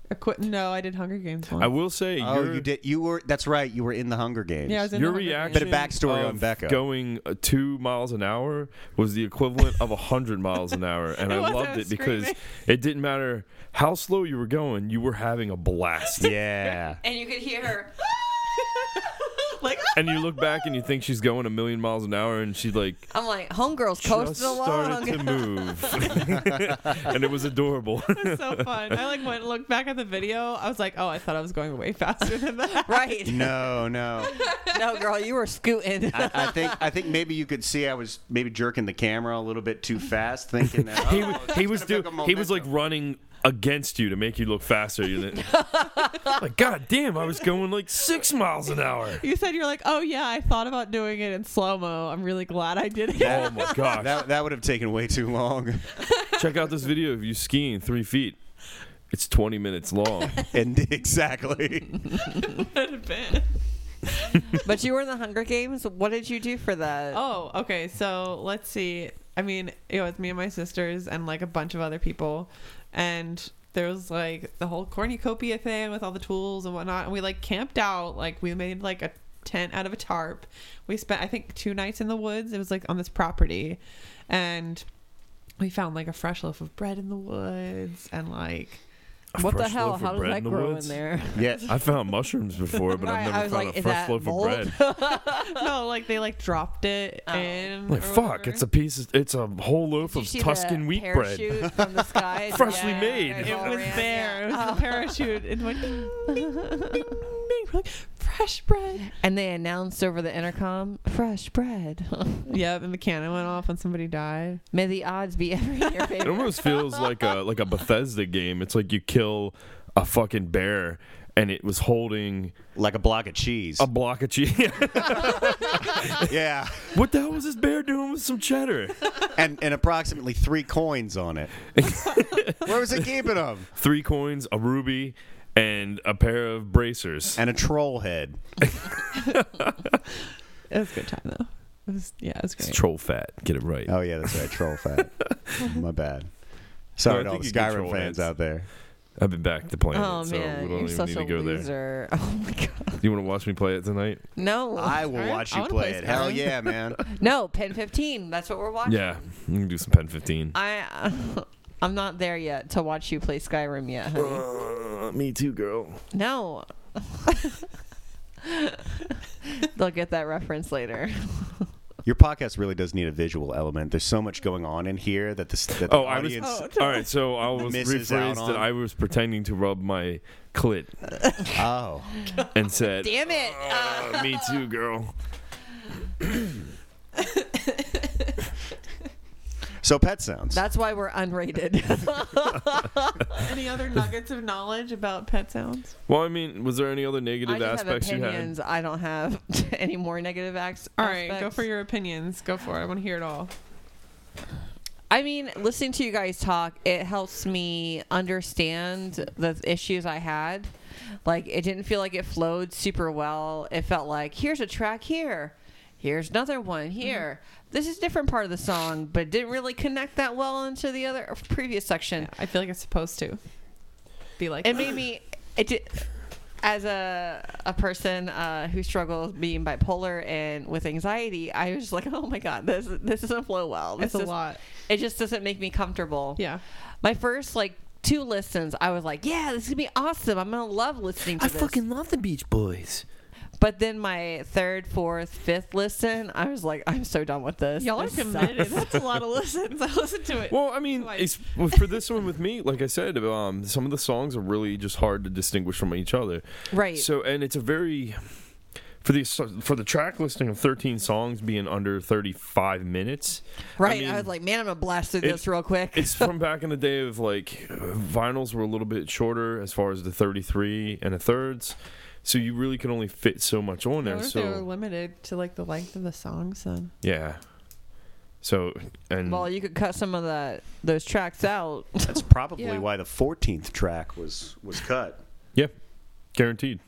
[SPEAKER 5] I quit- No, I did Hunger Games once.
[SPEAKER 1] I will say,
[SPEAKER 3] Oh,
[SPEAKER 1] your-
[SPEAKER 3] you did. You were. That's right. You were in the Hunger Games.
[SPEAKER 5] yeah, I was in
[SPEAKER 1] Your
[SPEAKER 5] the Hunger Games.
[SPEAKER 1] reaction
[SPEAKER 3] Bit of backstory
[SPEAKER 1] of
[SPEAKER 3] on Becca.
[SPEAKER 1] Going uh, two miles an hour was the equivalent of a hundred miles an hour, and
[SPEAKER 5] It
[SPEAKER 1] I
[SPEAKER 5] was, I
[SPEAKER 1] loved it
[SPEAKER 5] was
[SPEAKER 1] because
[SPEAKER 5] screaming.
[SPEAKER 1] it didn't matter how slow you were going, you were having a blast.
[SPEAKER 3] Yeah.
[SPEAKER 4] and you could hear her.
[SPEAKER 5] like
[SPEAKER 1] And you look back and you think she's going a million miles an hour, and she like
[SPEAKER 4] I'm like, homegirls coasting
[SPEAKER 1] just
[SPEAKER 4] along.
[SPEAKER 1] started to move, and it was adorable.
[SPEAKER 5] that's so fun. I like went and looked back at the video. I was like, oh, I thought I was going way faster than that.
[SPEAKER 4] right.
[SPEAKER 3] No, no.
[SPEAKER 4] No, girl, you were scooting.
[SPEAKER 3] I, I think I think maybe you could see I was maybe jerking the camera a little bit too fast, thinking that
[SPEAKER 1] he,
[SPEAKER 3] oh,
[SPEAKER 1] w-
[SPEAKER 3] it's
[SPEAKER 1] he
[SPEAKER 3] gonna
[SPEAKER 1] was
[SPEAKER 3] pick
[SPEAKER 1] do-
[SPEAKER 3] up
[SPEAKER 1] he was like
[SPEAKER 3] momentum.
[SPEAKER 1] running against you to make you look faster. You didn't- like god damn, I was going like six miles an hour.
[SPEAKER 5] You said you're like, oh yeah, I thought about doing it in slow mo. I'm really glad I did it.
[SPEAKER 1] Oh my gosh.
[SPEAKER 3] that that would have taken way too long,
[SPEAKER 1] Check out this video of you skiing three feet. It's 20 minutes long.
[SPEAKER 3] and exactly.
[SPEAKER 5] Would have been.
[SPEAKER 4] but you were in the Hunger Games. What did you do for that?
[SPEAKER 5] Oh, okay. So let's see. I mean, it was me and my sisters and like a bunch of other people, and there was like the whole cornucopia thing with all the tools and whatnot. And we like camped out. Like we made like a tent out of a tarp. We spent I think two nights in the woods. It was like on this property, and we found like a fresh loaf of bread in the woods and like
[SPEAKER 1] A
[SPEAKER 4] What the
[SPEAKER 1] fresh
[SPEAKER 4] hell?
[SPEAKER 1] loaf of
[SPEAKER 4] How does
[SPEAKER 1] bread
[SPEAKER 4] that
[SPEAKER 1] in the
[SPEAKER 4] grow
[SPEAKER 1] woods?
[SPEAKER 4] in there?
[SPEAKER 3] Yeah.
[SPEAKER 1] I found mushrooms before, but I've
[SPEAKER 4] Right, I
[SPEAKER 1] never
[SPEAKER 4] was
[SPEAKER 1] found
[SPEAKER 4] like,
[SPEAKER 1] a
[SPEAKER 4] is
[SPEAKER 1] fresh
[SPEAKER 4] that
[SPEAKER 1] loaf
[SPEAKER 4] mold?
[SPEAKER 1] of bread.
[SPEAKER 5] no like they like dropped it
[SPEAKER 4] Oh.
[SPEAKER 5] in
[SPEAKER 1] I'm like
[SPEAKER 5] or
[SPEAKER 1] fuck,
[SPEAKER 5] whatever.
[SPEAKER 1] it's a piece. Of, it's a whole loaf
[SPEAKER 4] Did you
[SPEAKER 1] of
[SPEAKER 4] see the
[SPEAKER 1] Tuscan wheat bread.
[SPEAKER 4] parachute from the sky?
[SPEAKER 1] Freshly
[SPEAKER 4] Yeah.
[SPEAKER 1] made.
[SPEAKER 4] Right,
[SPEAKER 5] it
[SPEAKER 4] all
[SPEAKER 5] was
[SPEAKER 4] around.
[SPEAKER 5] there. It was
[SPEAKER 4] Yeah.
[SPEAKER 5] a parachute. It went ding, ding, ding, ding. We're like, fresh bread.
[SPEAKER 4] And they announced over the intercom, fresh bread.
[SPEAKER 5] Yep, and the cannon went off and somebody died.
[SPEAKER 4] May the odds be ever in your
[SPEAKER 1] It
[SPEAKER 4] favor.
[SPEAKER 1] almost feels like a like a Bethesda game. It's like you kill a fucking bear, and it was holding
[SPEAKER 3] Like a block of cheese.
[SPEAKER 1] a block of cheese.
[SPEAKER 3] yeah.
[SPEAKER 1] what the hell was this bear doing with some cheddar?
[SPEAKER 3] And, and approximately three coins on it. Where was it keeping them?
[SPEAKER 1] Three coins, a ruby, and a pair of bracers.
[SPEAKER 3] And a troll head.
[SPEAKER 5] It was a good time though. It was yeah, it was
[SPEAKER 1] It's
[SPEAKER 5] great.
[SPEAKER 1] troll fat. Get it right.
[SPEAKER 3] Oh yeah, that's right. Troll fat. My bad. Sorry
[SPEAKER 1] No, I
[SPEAKER 3] to all the
[SPEAKER 1] think you get troll
[SPEAKER 3] Skyrim fans
[SPEAKER 1] heads.
[SPEAKER 3] out there.
[SPEAKER 1] I've been back to playing
[SPEAKER 4] Oh
[SPEAKER 1] it, so
[SPEAKER 4] man,
[SPEAKER 1] we don't
[SPEAKER 4] you're
[SPEAKER 1] even
[SPEAKER 4] such
[SPEAKER 1] need
[SPEAKER 4] a
[SPEAKER 1] to go there.
[SPEAKER 4] loser. Oh my god.
[SPEAKER 1] Do you want to watch me play it tonight?
[SPEAKER 4] No.
[SPEAKER 3] I will
[SPEAKER 5] Alright,
[SPEAKER 3] watch
[SPEAKER 5] I
[SPEAKER 3] you
[SPEAKER 5] wanna
[SPEAKER 3] play
[SPEAKER 5] play
[SPEAKER 3] it. Hell
[SPEAKER 5] Skyrim.
[SPEAKER 3] yeah, man.
[SPEAKER 4] No, Pen 15. That's what we're watching.
[SPEAKER 1] Yeah, we can do some pen fifteen.
[SPEAKER 4] I I'm not there yet to watch you play Skyrim yet, honey.
[SPEAKER 1] Uh, me too, girl.
[SPEAKER 4] No. They'll get that reference later.
[SPEAKER 3] Your podcast really does need a visual element. There's so much going on in here that the, that the
[SPEAKER 1] Oh, I was.
[SPEAKER 3] audience.
[SPEAKER 1] all right, so I was
[SPEAKER 3] Misses out
[SPEAKER 1] rephrased that
[SPEAKER 3] on-
[SPEAKER 1] I was pretending to rub my clit
[SPEAKER 3] Oh,
[SPEAKER 1] and said,
[SPEAKER 4] Damn it.
[SPEAKER 1] "Uh, "Me too, girl."
[SPEAKER 3] so pet sounds.
[SPEAKER 4] That's why we're unrated.
[SPEAKER 5] Any other nuggets of knowledge about pet sounds?
[SPEAKER 1] Well, I mean, was there any other
[SPEAKER 4] I
[SPEAKER 1] negative
[SPEAKER 4] just have
[SPEAKER 1] aspects you
[SPEAKER 4] opinions.
[SPEAKER 1] had?
[SPEAKER 4] I don't have any more negative acts.
[SPEAKER 5] All right, go
[SPEAKER 4] aspects.
[SPEAKER 5] for your opinions. Go for it. I want to hear it all.
[SPEAKER 4] I mean, listening to you guys talk, it helps me understand the issues I had. Like, it didn't feel like it flowed super well. It felt like, here's a track here, here's another one
[SPEAKER 5] Mm-hmm.
[SPEAKER 4] here. This is a different part of the song, but it didn't really connect that well into the other previous section.
[SPEAKER 5] I feel like it's supposed to be like.
[SPEAKER 4] It made me. It did, as a a person uh, who struggles being bipolar and with anxiety, I was just like, oh my god, this this doesn't flow well. This
[SPEAKER 5] "Oh, it's a
[SPEAKER 4] is-
[SPEAKER 5] lot.
[SPEAKER 4] It just doesn't make me comfortable.
[SPEAKER 5] Yeah.
[SPEAKER 4] My first like two listens, I was like, yeah, this is gonna be awesome. I'm gonna love listening to this.
[SPEAKER 1] love the Beach Boys.
[SPEAKER 4] But then my third, fourth, fifth listen, I was like, I'm so done with this.
[SPEAKER 5] Y'all are
[SPEAKER 4] This sucks.
[SPEAKER 5] committed. That's a lot of listens. I listened to it.
[SPEAKER 1] Well, I mean,
[SPEAKER 5] Like-
[SPEAKER 1] it's, well, for this one with me, like I said, um, some of the songs are really just hard to distinguish from each other.
[SPEAKER 4] Right.
[SPEAKER 1] So, and it's a very for the for the track listing of 13 songs being under 35 minutes.
[SPEAKER 4] right.
[SPEAKER 1] I
[SPEAKER 4] I,
[SPEAKER 1] mean,
[SPEAKER 4] was like, man, I'm gonna blast through
[SPEAKER 1] it-
[SPEAKER 4] this real quick.
[SPEAKER 1] It's from back in the day of like uh, vinyls were a little bit shorter as far as the 33 and a thirds. So you really can only fit so much on
[SPEAKER 5] I
[SPEAKER 1] there.
[SPEAKER 5] wonder if they were
[SPEAKER 1] So
[SPEAKER 5] limited to like the length of the songs then.
[SPEAKER 1] yeah. So and
[SPEAKER 4] well, you could cut some of that those tracks out.
[SPEAKER 3] That's probably
[SPEAKER 5] Yeah.
[SPEAKER 3] why the 14th track was was cut.
[SPEAKER 1] yeah, guaranteed.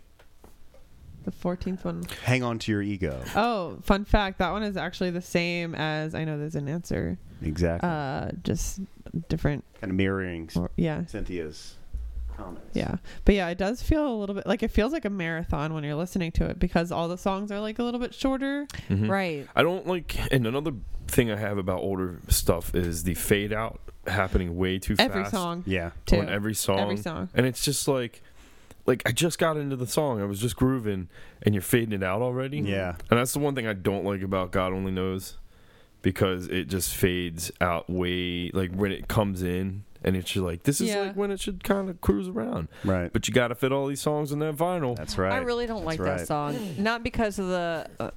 [SPEAKER 5] The 14th one.
[SPEAKER 3] Hang on to your ego.
[SPEAKER 5] Oh, fun fact. That one is actually the same as I know there's an answer.
[SPEAKER 3] Exactly.
[SPEAKER 5] Uh, just different.
[SPEAKER 3] kind of mirroring
[SPEAKER 5] Or, yeah.
[SPEAKER 3] Cynthia's comments.
[SPEAKER 5] Yeah. But yeah, it does feel a little bit like it feels like a marathon when you're listening to it because all the songs are like a little bit shorter.
[SPEAKER 1] Mhm.
[SPEAKER 4] Right.
[SPEAKER 1] I don't like. And another thing I have about older stuff is the fade out happening way too
[SPEAKER 5] Every
[SPEAKER 1] fast
[SPEAKER 5] song.
[SPEAKER 3] Yeah.
[SPEAKER 5] Too.
[SPEAKER 1] on every song.
[SPEAKER 5] Every song.
[SPEAKER 1] and it's just like like I just got into the song. I was just grooving and you're fading it out already.
[SPEAKER 3] Yeah.
[SPEAKER 1] And that's the one thing I don't like about God only knows because it just fades out way like when it comes in and it's just like this is
[SPEAKER 5] Yeah.
[SPEAKER 1] like when it should kind of cruise around.
[SPEAKER 3] Right.
[SPEAKER 1] But you got to fit all these songs in that vinyl.
[SPEAKER 3] That's right.
[SPEAKER 4] I really don't like that
[SPEAKER 3] right.
[SPEAKER 4] song. Not because of the. uh,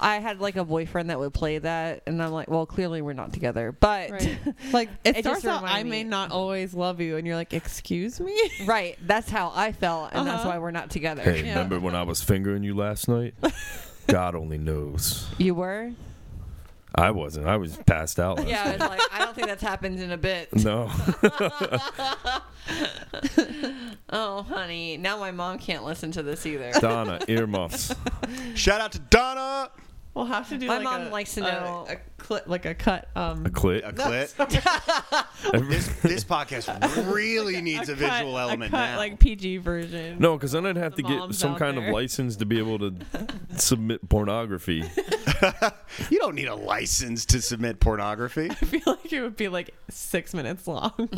[SPEAKER 4] I had like a boyfriend that would play that, and I'm like, well, clearly we're not together. But
[SPEAKER 5] Right.
[SPEAKER 4] right,
[SPEAKER 5] Like
[SPEAKER 4] It
[SPEAKER 5] it,
[SPEAKER 4] just
[SPEAKER 5] starts out,
[SPEAKER 4] reminded
[SPEAKER 5] I may
[SPEAKER 4] me-
[SPEAKER 5] not always love you, and you're like, excuse me.
[SPEAKER 4] that's how I felt, and that's
[SPEAKER 5] Uh-huh.
[SPEAKER 4] why we're not together.
[SPEAKER 1] Hey,
[SPEAKER 5] Yeah.
[SPEAKER 1] remember when I was fingering you last night? God only knows.
[SPEAKER 4] You were?
[SPEAKER 1] I wasn't. I was passed out. Last
[SPEAKER 4] Yeah, I was like, I don't think that's happened in a bit.
[SPEAKER 1] No.
[SPEAKER 4] Oh, honey, now my mom can't listen to this either.
[SPEAKER 1] Donna, earmuffs.
[SPEAKER 3] Shout out to Donna.
[SPEAKER 5] We'll have to do.
[SPEAKER 4] My
[SPEAKER 5] like
[SPEAKER 4] mom
[SPEAKER 5] a,
[SPEAKER 4] likes to
[SPEAKER 5] a-
[SPEAKER 4] know-
[SPEAKER 5] a, clip, like a cut. Um,
[SPEAKER 1] A clit.
[SPEAKER 3] A clit.
[SPEAKER 1] Every-
[SPEAKER 3] this, this podcast really needs a,
[SPEAKER 5] cut-
[SPEAKER 3] visual element
[SPEAKER 5] a cut,
[SPEAKER 3] now.
[SPEAKER 5] like PG version.
[SPEAKER 1] no, because then I'd have
[SPEAKER 5] The
[SPEAKER 1] to get
[SPEAKER 5] moms
[SPEAKER 1] some
[SPEAKER 5] out
[SPEAKER 1] kind of
[SPEAKER 5] there.
[SPEAKER 1] license to be able to submit pornography.
[SPEAKER 3] you don't need a license to submit pornography.
[SPEAKER 5] I feel like it would be like six minutes long.
[SPEAKER 1] Who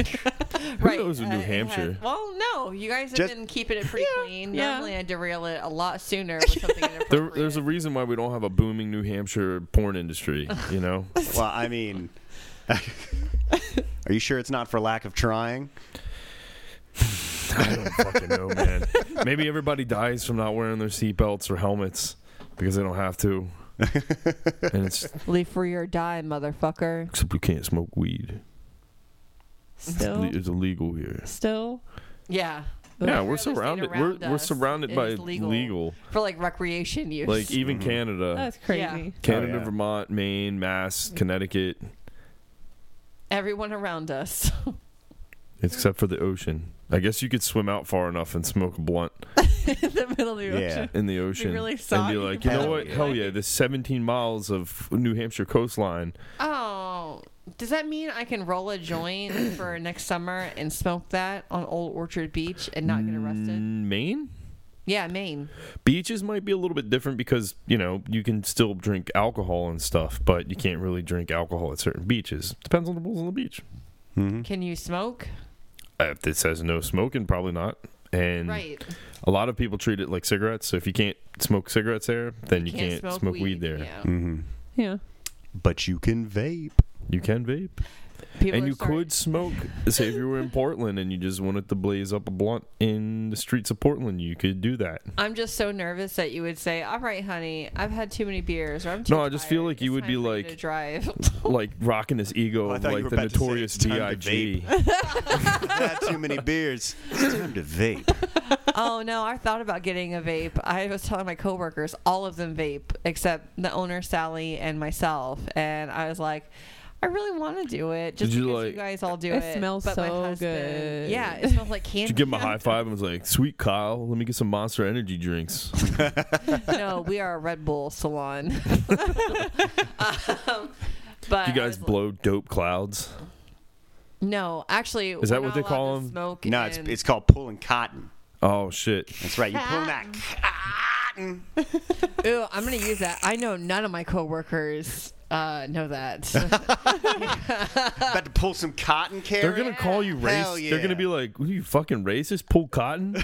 [SPEAKER 1] knows in
[SPEAKER 4] uh,
[SPEAKER 1] New
[SPEAKER 4] it
[SPEAKER 1] Hampshire?
[SPEAKER 4] has- well, no, you guys have
[SPEAKER 3] Just-
[SPEAKER 4] been keeping it pretty
[SPEAKER 5] Yeah,
[SPEAKER 4] clean.
[SPEAKER 5] yeah.
[SPEAKER 4] Normally, I derail it a lot sooner with something
[SPEAKER 1] There,
[SPEAKER 4] inappropriate.
[SPEAKER 1] there's a reason why we don't have a booming New Hampshire porn industry. You know,
[SPEAKER 3] Well, I mean, are you sure it's not for lack of trying?
[SPEAKER 1] I don't fucking know, man. Maybe everybody dies from not wearing their seatbelts or helmets because they don't have to, and it's
[SPEAKER 4] Leave free or die, motherfucker.
[SPEAKER 1] except you can't smoke weed.
[SPEAKER 5] Still,
[SPEAKER 1] It's illegal here.
[SPEAKER 5] still.
[SPEAKER 4] Yeah,
[SPEAKER 1] Yeah,
[SPEAKER 4] Every
[SPEAKER 1] we're
[SPEAKER 4] other state
[SPEAKER 1] surrounded. We're,
[SPEAKER 4] around
[SPEAKER 1] we're
[SPEAKER 4] us,
[SPEAKER 1] surrounded
[SPEAKER 4] it
[SPEAKER 1] by
[SPEAKER 4] is
[SPEAKER 1] legal.
[SPEAKER 4] legal. for like recreation use.
[SPEAKER 1] Like e even
[SPEAKER 3] Mhm.
[SPEAKER 1] Canada,
[SPEAKER 5] That's crazy.
[SPEAKER 4] Yeah.
[SPEAKER 1] Canada,
[SPEAKER 3] Oh, yeah.
[SPEAKER 1] Vermont, Maine, Mass, Connecticut,
[SPEAKER 4] everyone around us.
[SPEAKER 1] except for the ocean. I guess you could swim out far enough and smoke a blunt
[SPEAKER 5] In the middle of the
[SPEAKER 3] Yeah.
[SPEAKER 5] ocean.
[SPEAKER 1] in the ocean
[SPEAKER 5] really
[SPEAKER 1] and
[SPEAKER 5] soggy.
[SPEAKER 1] be like, you know
[SPEAKER 3] Hell
[SPEAKER 1] what?
[SPEAKER 3] yeah.
[SPEAKER 1] Hell yeah! This 17 miles of New Hampshire coastline.
[SPEAKER 4] oh, does that mean I can roll a joint for next summer and smoke that on Old Orchard Beach and not get arrested?
[SPEAKER 1] Mm, Maine
[SPEAKER 4] Yeah, Maine.
[SPEAKER 1] beaches might be a little bit different because you know you can still drink alcohol and stuff, but you can't really drink alcohol at certain beaches. Depends on the rules on the beach. Hmm?
[SPEAKER 4] Can you smoke?
[SPEAKER 1] Uh, If it says no smoking, probably not. And
[SPEAKER 4] Right.
[SPEAKER 1] a lot of people treat it like cigarettes. So if you can't smoke cigarettes there, then you, can't, smoke, weed, there. Mm.
[SPEAKER 4] yeah.
[SPEAKER 3] Mm-hmm.
[SPEAKER 5] Yeah.
[SPEAKER 3] But you can vape.
[SPEAKER 1] You can vape,
[SPEAKER 4] People
[SPEAKER 1] and
[SPEAKER 4] are
[SPEAKER 1] you
[SPEAKER 4] starting-
[SPEAKER 1] could smoke. Say if you were in Portland and you just wanted to blaze up a blunt in the streets of Portland, you could do that.
[SPEAKER 4] I'm just so nervous that you would say, "All right, honey, I've had too many beers." Or I'm too
[SPEAKER 1] No, I just feel
[SPEAKER 4] tired.
[SPEAKER 1] like you
[SPEAKER 4] It's
[SPEAKER 1] would
[SPEAKER 4] time
[SPEAKER 1] be
[SPEAKER 4] for me
[SPEAKER 1] like-
[SPEAKER 4] to drive.
[SPEAKER 1] Like rocking this ego
[SPEAKER 3] Oh, I
[SPEAKER 1] of
[SPEAKER 3] thought you
[SPEAKER 1] like
[SPEAKER 3] were
[SPEAKER 1] the
[SPEAKER 3] about to say,
[SPEAKER 1] notorious
[SPEAKER 3] "It's time to
[SPEAKER 1] D.I.G.
[SPEAKER 3] Had too many beers. It's time to vape.
[SPEAKER 4] oh no, I thought about getting a vape. I was telling my coworkers, all of them vape except the owner Sally and myself, and I was like. I really want to do it just
[SPEAKER 1] Did you,
[SPEAKER 4] because
[SPEAKER 1] like-
[SPEAKER 4] you guys all do
[SPEAKER 5] It
[SPEAKER 4] it.
[SPEAKER 5] smells
[SPEAKER 4] but my
[SPEAKER 5] so
[SPEAKER 4] husband-
[SPEAKER 5] good.
[SPEAKER 4] Yeah, it smells like candy.
[SPEAKER 1] She give him a high five and was like, "Sweet Kyle, let me get some Monster Energy drinks."
[SPEAKER 4] no, we are a Red Bull salon. um, but
[SPEAKER 1] you
[SPEAKER 4] I was
[SPEAKER 1] guys
[SPEAKER 4] like-
[SPEAKER 1] blow dope clouds.
[SPEAKER 4] No, actually,
[SPEAKER 1] Is that
[SPEAKER 4] we're
[SPEAKER 1] what
[SPEAKER 4] not
[SPEAKER 1] they
[SPEAKER 4] allowed
[SPEAKER 1] call
[SPEAKER 4] to
[SPEAKER 1] 'em?
[SPEAKER 4] Smoke
[SPEAKER 3] No, it's
[SPEAKER 4] and-
[SPEAKER 3] it's called pulling cotton.
[SPEAKER 1] Oh shit!
[SPEAKER 3] That's right. You pull that cotton.
[SPEAKER 4] Ooh, I'm gonna use that. I know none of my coworkers uh, know that.
[SPEAKER 3] About to pull some cotton,
[SPEAKER 1] They're
[SPEAKER 3] Karen.
[SPEAKER 1] gonna call you
[SPEAKER 3] Hell
[SPEAKER 1] racist. They're
[SPEAKER 3] yeah.
[SPEAKER 1] gonna be like, "What "Are you fucking racist? Pull cotton."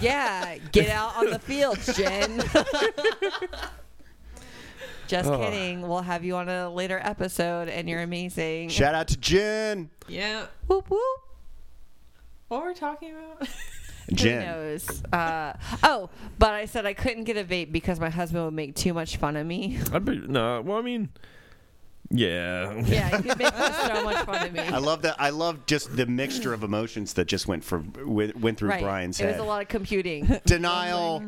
[SPEAKER 4] yeah, get out on the field, Jen. Just
[SPEAKER 1] Oh.
[SPEAKER 4] kidding. We'll have you on a later episode, and you're amazing.
[SPEAKER 3] Shout out to Jen.
[SPEAKER 5] Yeah.
[SPEAKER 4] whoop whoop.
[SPEAKER 5] What we're talking about?
[SPEAKER 4] Who
[SPEAKER 3] Jen.
[SPEAKER 4] knows? Uh, oh, but I said I couldn't get a vape because my husband would make too much fun of me.
[SPEAKER 1] I'd be no. Well, I mean, yeah.
[SPEAKER 4] yeah, he would make so much fun of me.
[SPEAKER 3] I love that. I love just the mixture of emotions that just went for went, went through Brian's
[SPEAKER 4] it
[SPEAKER 3] head.
[SPEAKER 4] was a lot of computing.
[SPEAKER 3] Denial.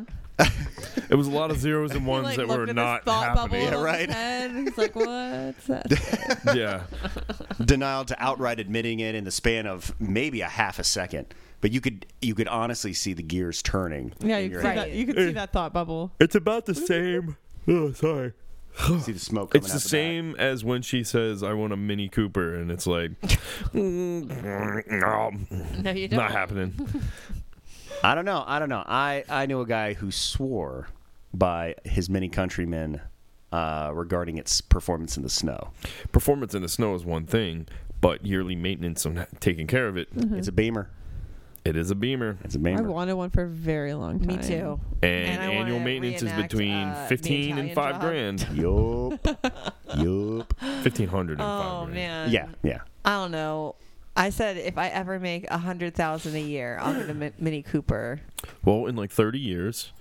[SPEAKER 1] It was a lot of zeros and ones
[SPEAKER 5] like,
[SPEAKER 1] that
[SPEAKER 5] looked
[SPEAKER 1] were
[SPEAKER 5] at his
[SPEAKER 1] not
[SPEAKER 5] thought bubble
[SPEAKER 1] happening.
[SPEAKER 5] on his
[SPEAKER 3] right.
[SPEAKER 5] head, and He's like, what's that?
[SPEAKER 1] yeah,
[SPEAKER 3] denial to outright admitting it in the span of maybe a half a second. But you could you could honestly see the gears turning.
[SPEAKER 5] Yeah,
[SPEAKER 3] in
[SPEAKER 5] you
[SPEAKER 3] your
[SPEAKER 5] could see
[SPEAKER 3] head.
[SPEAKER 5] that. You could see that thought bubble.
[SPEAKER 1] it's about the same. Oh, sorry.
[SPEAKER 3] see the smoke. Coming
[SPEAKER 1] It's
[SPEAKER 3] out
[SPEAKER 1] the
[SPEAKER 3] back.
[SPEAKER 1] same as when she says, "I want a Mini Cooper," and it's like, no,
[SPEAKER 4] No, you don't.
[SPEAKER 1] not happening.
[SPEAKER 3] I don't know. I don't know. I I knew a guy who swore by his many countrymen uh, regarding its performance in the snow.
[SPEAKER 1] Performance in the snow is one thing, but yearly maintenance and taking care of it,
[SPEAKER 3] It's a beamer.
[SPEAKER 1] it is a beamer.
[SPEAKER 3] It's a
[SPEAKER 5] Mm-hmm. I
[SPEAKER 3] beamer.
[SPEAKER 5] wanted one for a very long time.
[SPEAKER 4] Me too.
[SPEAKER 1] And,
[SPEAKER 4] And I
[SPEAKER 1] annual
[SPEAKER 4] wanna
[SPEAKER 1] maintenance is
[SPEAKER 4] reenact,
[SPEAKER 1] between
[SPEAKER 4] uh, the
[SPEAKER 1] fifteen and
[SPEAKER 4] Italian
[SPEAKER 1] five
[SPEAKER 4] job.
[SPEAKER 1] grand.
[SPEAKER 3] yup. yup.
[SPEAKER 1] Fifteen hundred and five
[SPEAKER 4] Oh
[SPEAKER 1] grand.
[SPEAKER 4] man.
[SPEAKER 3] Yeah. Yeah.
[SPEAKER 4] I don't know. I said if I ever make a hundred thousand a year, I'll get a mi- Mini Cooper.
[SPEAKER 1] Well, in like thirty years,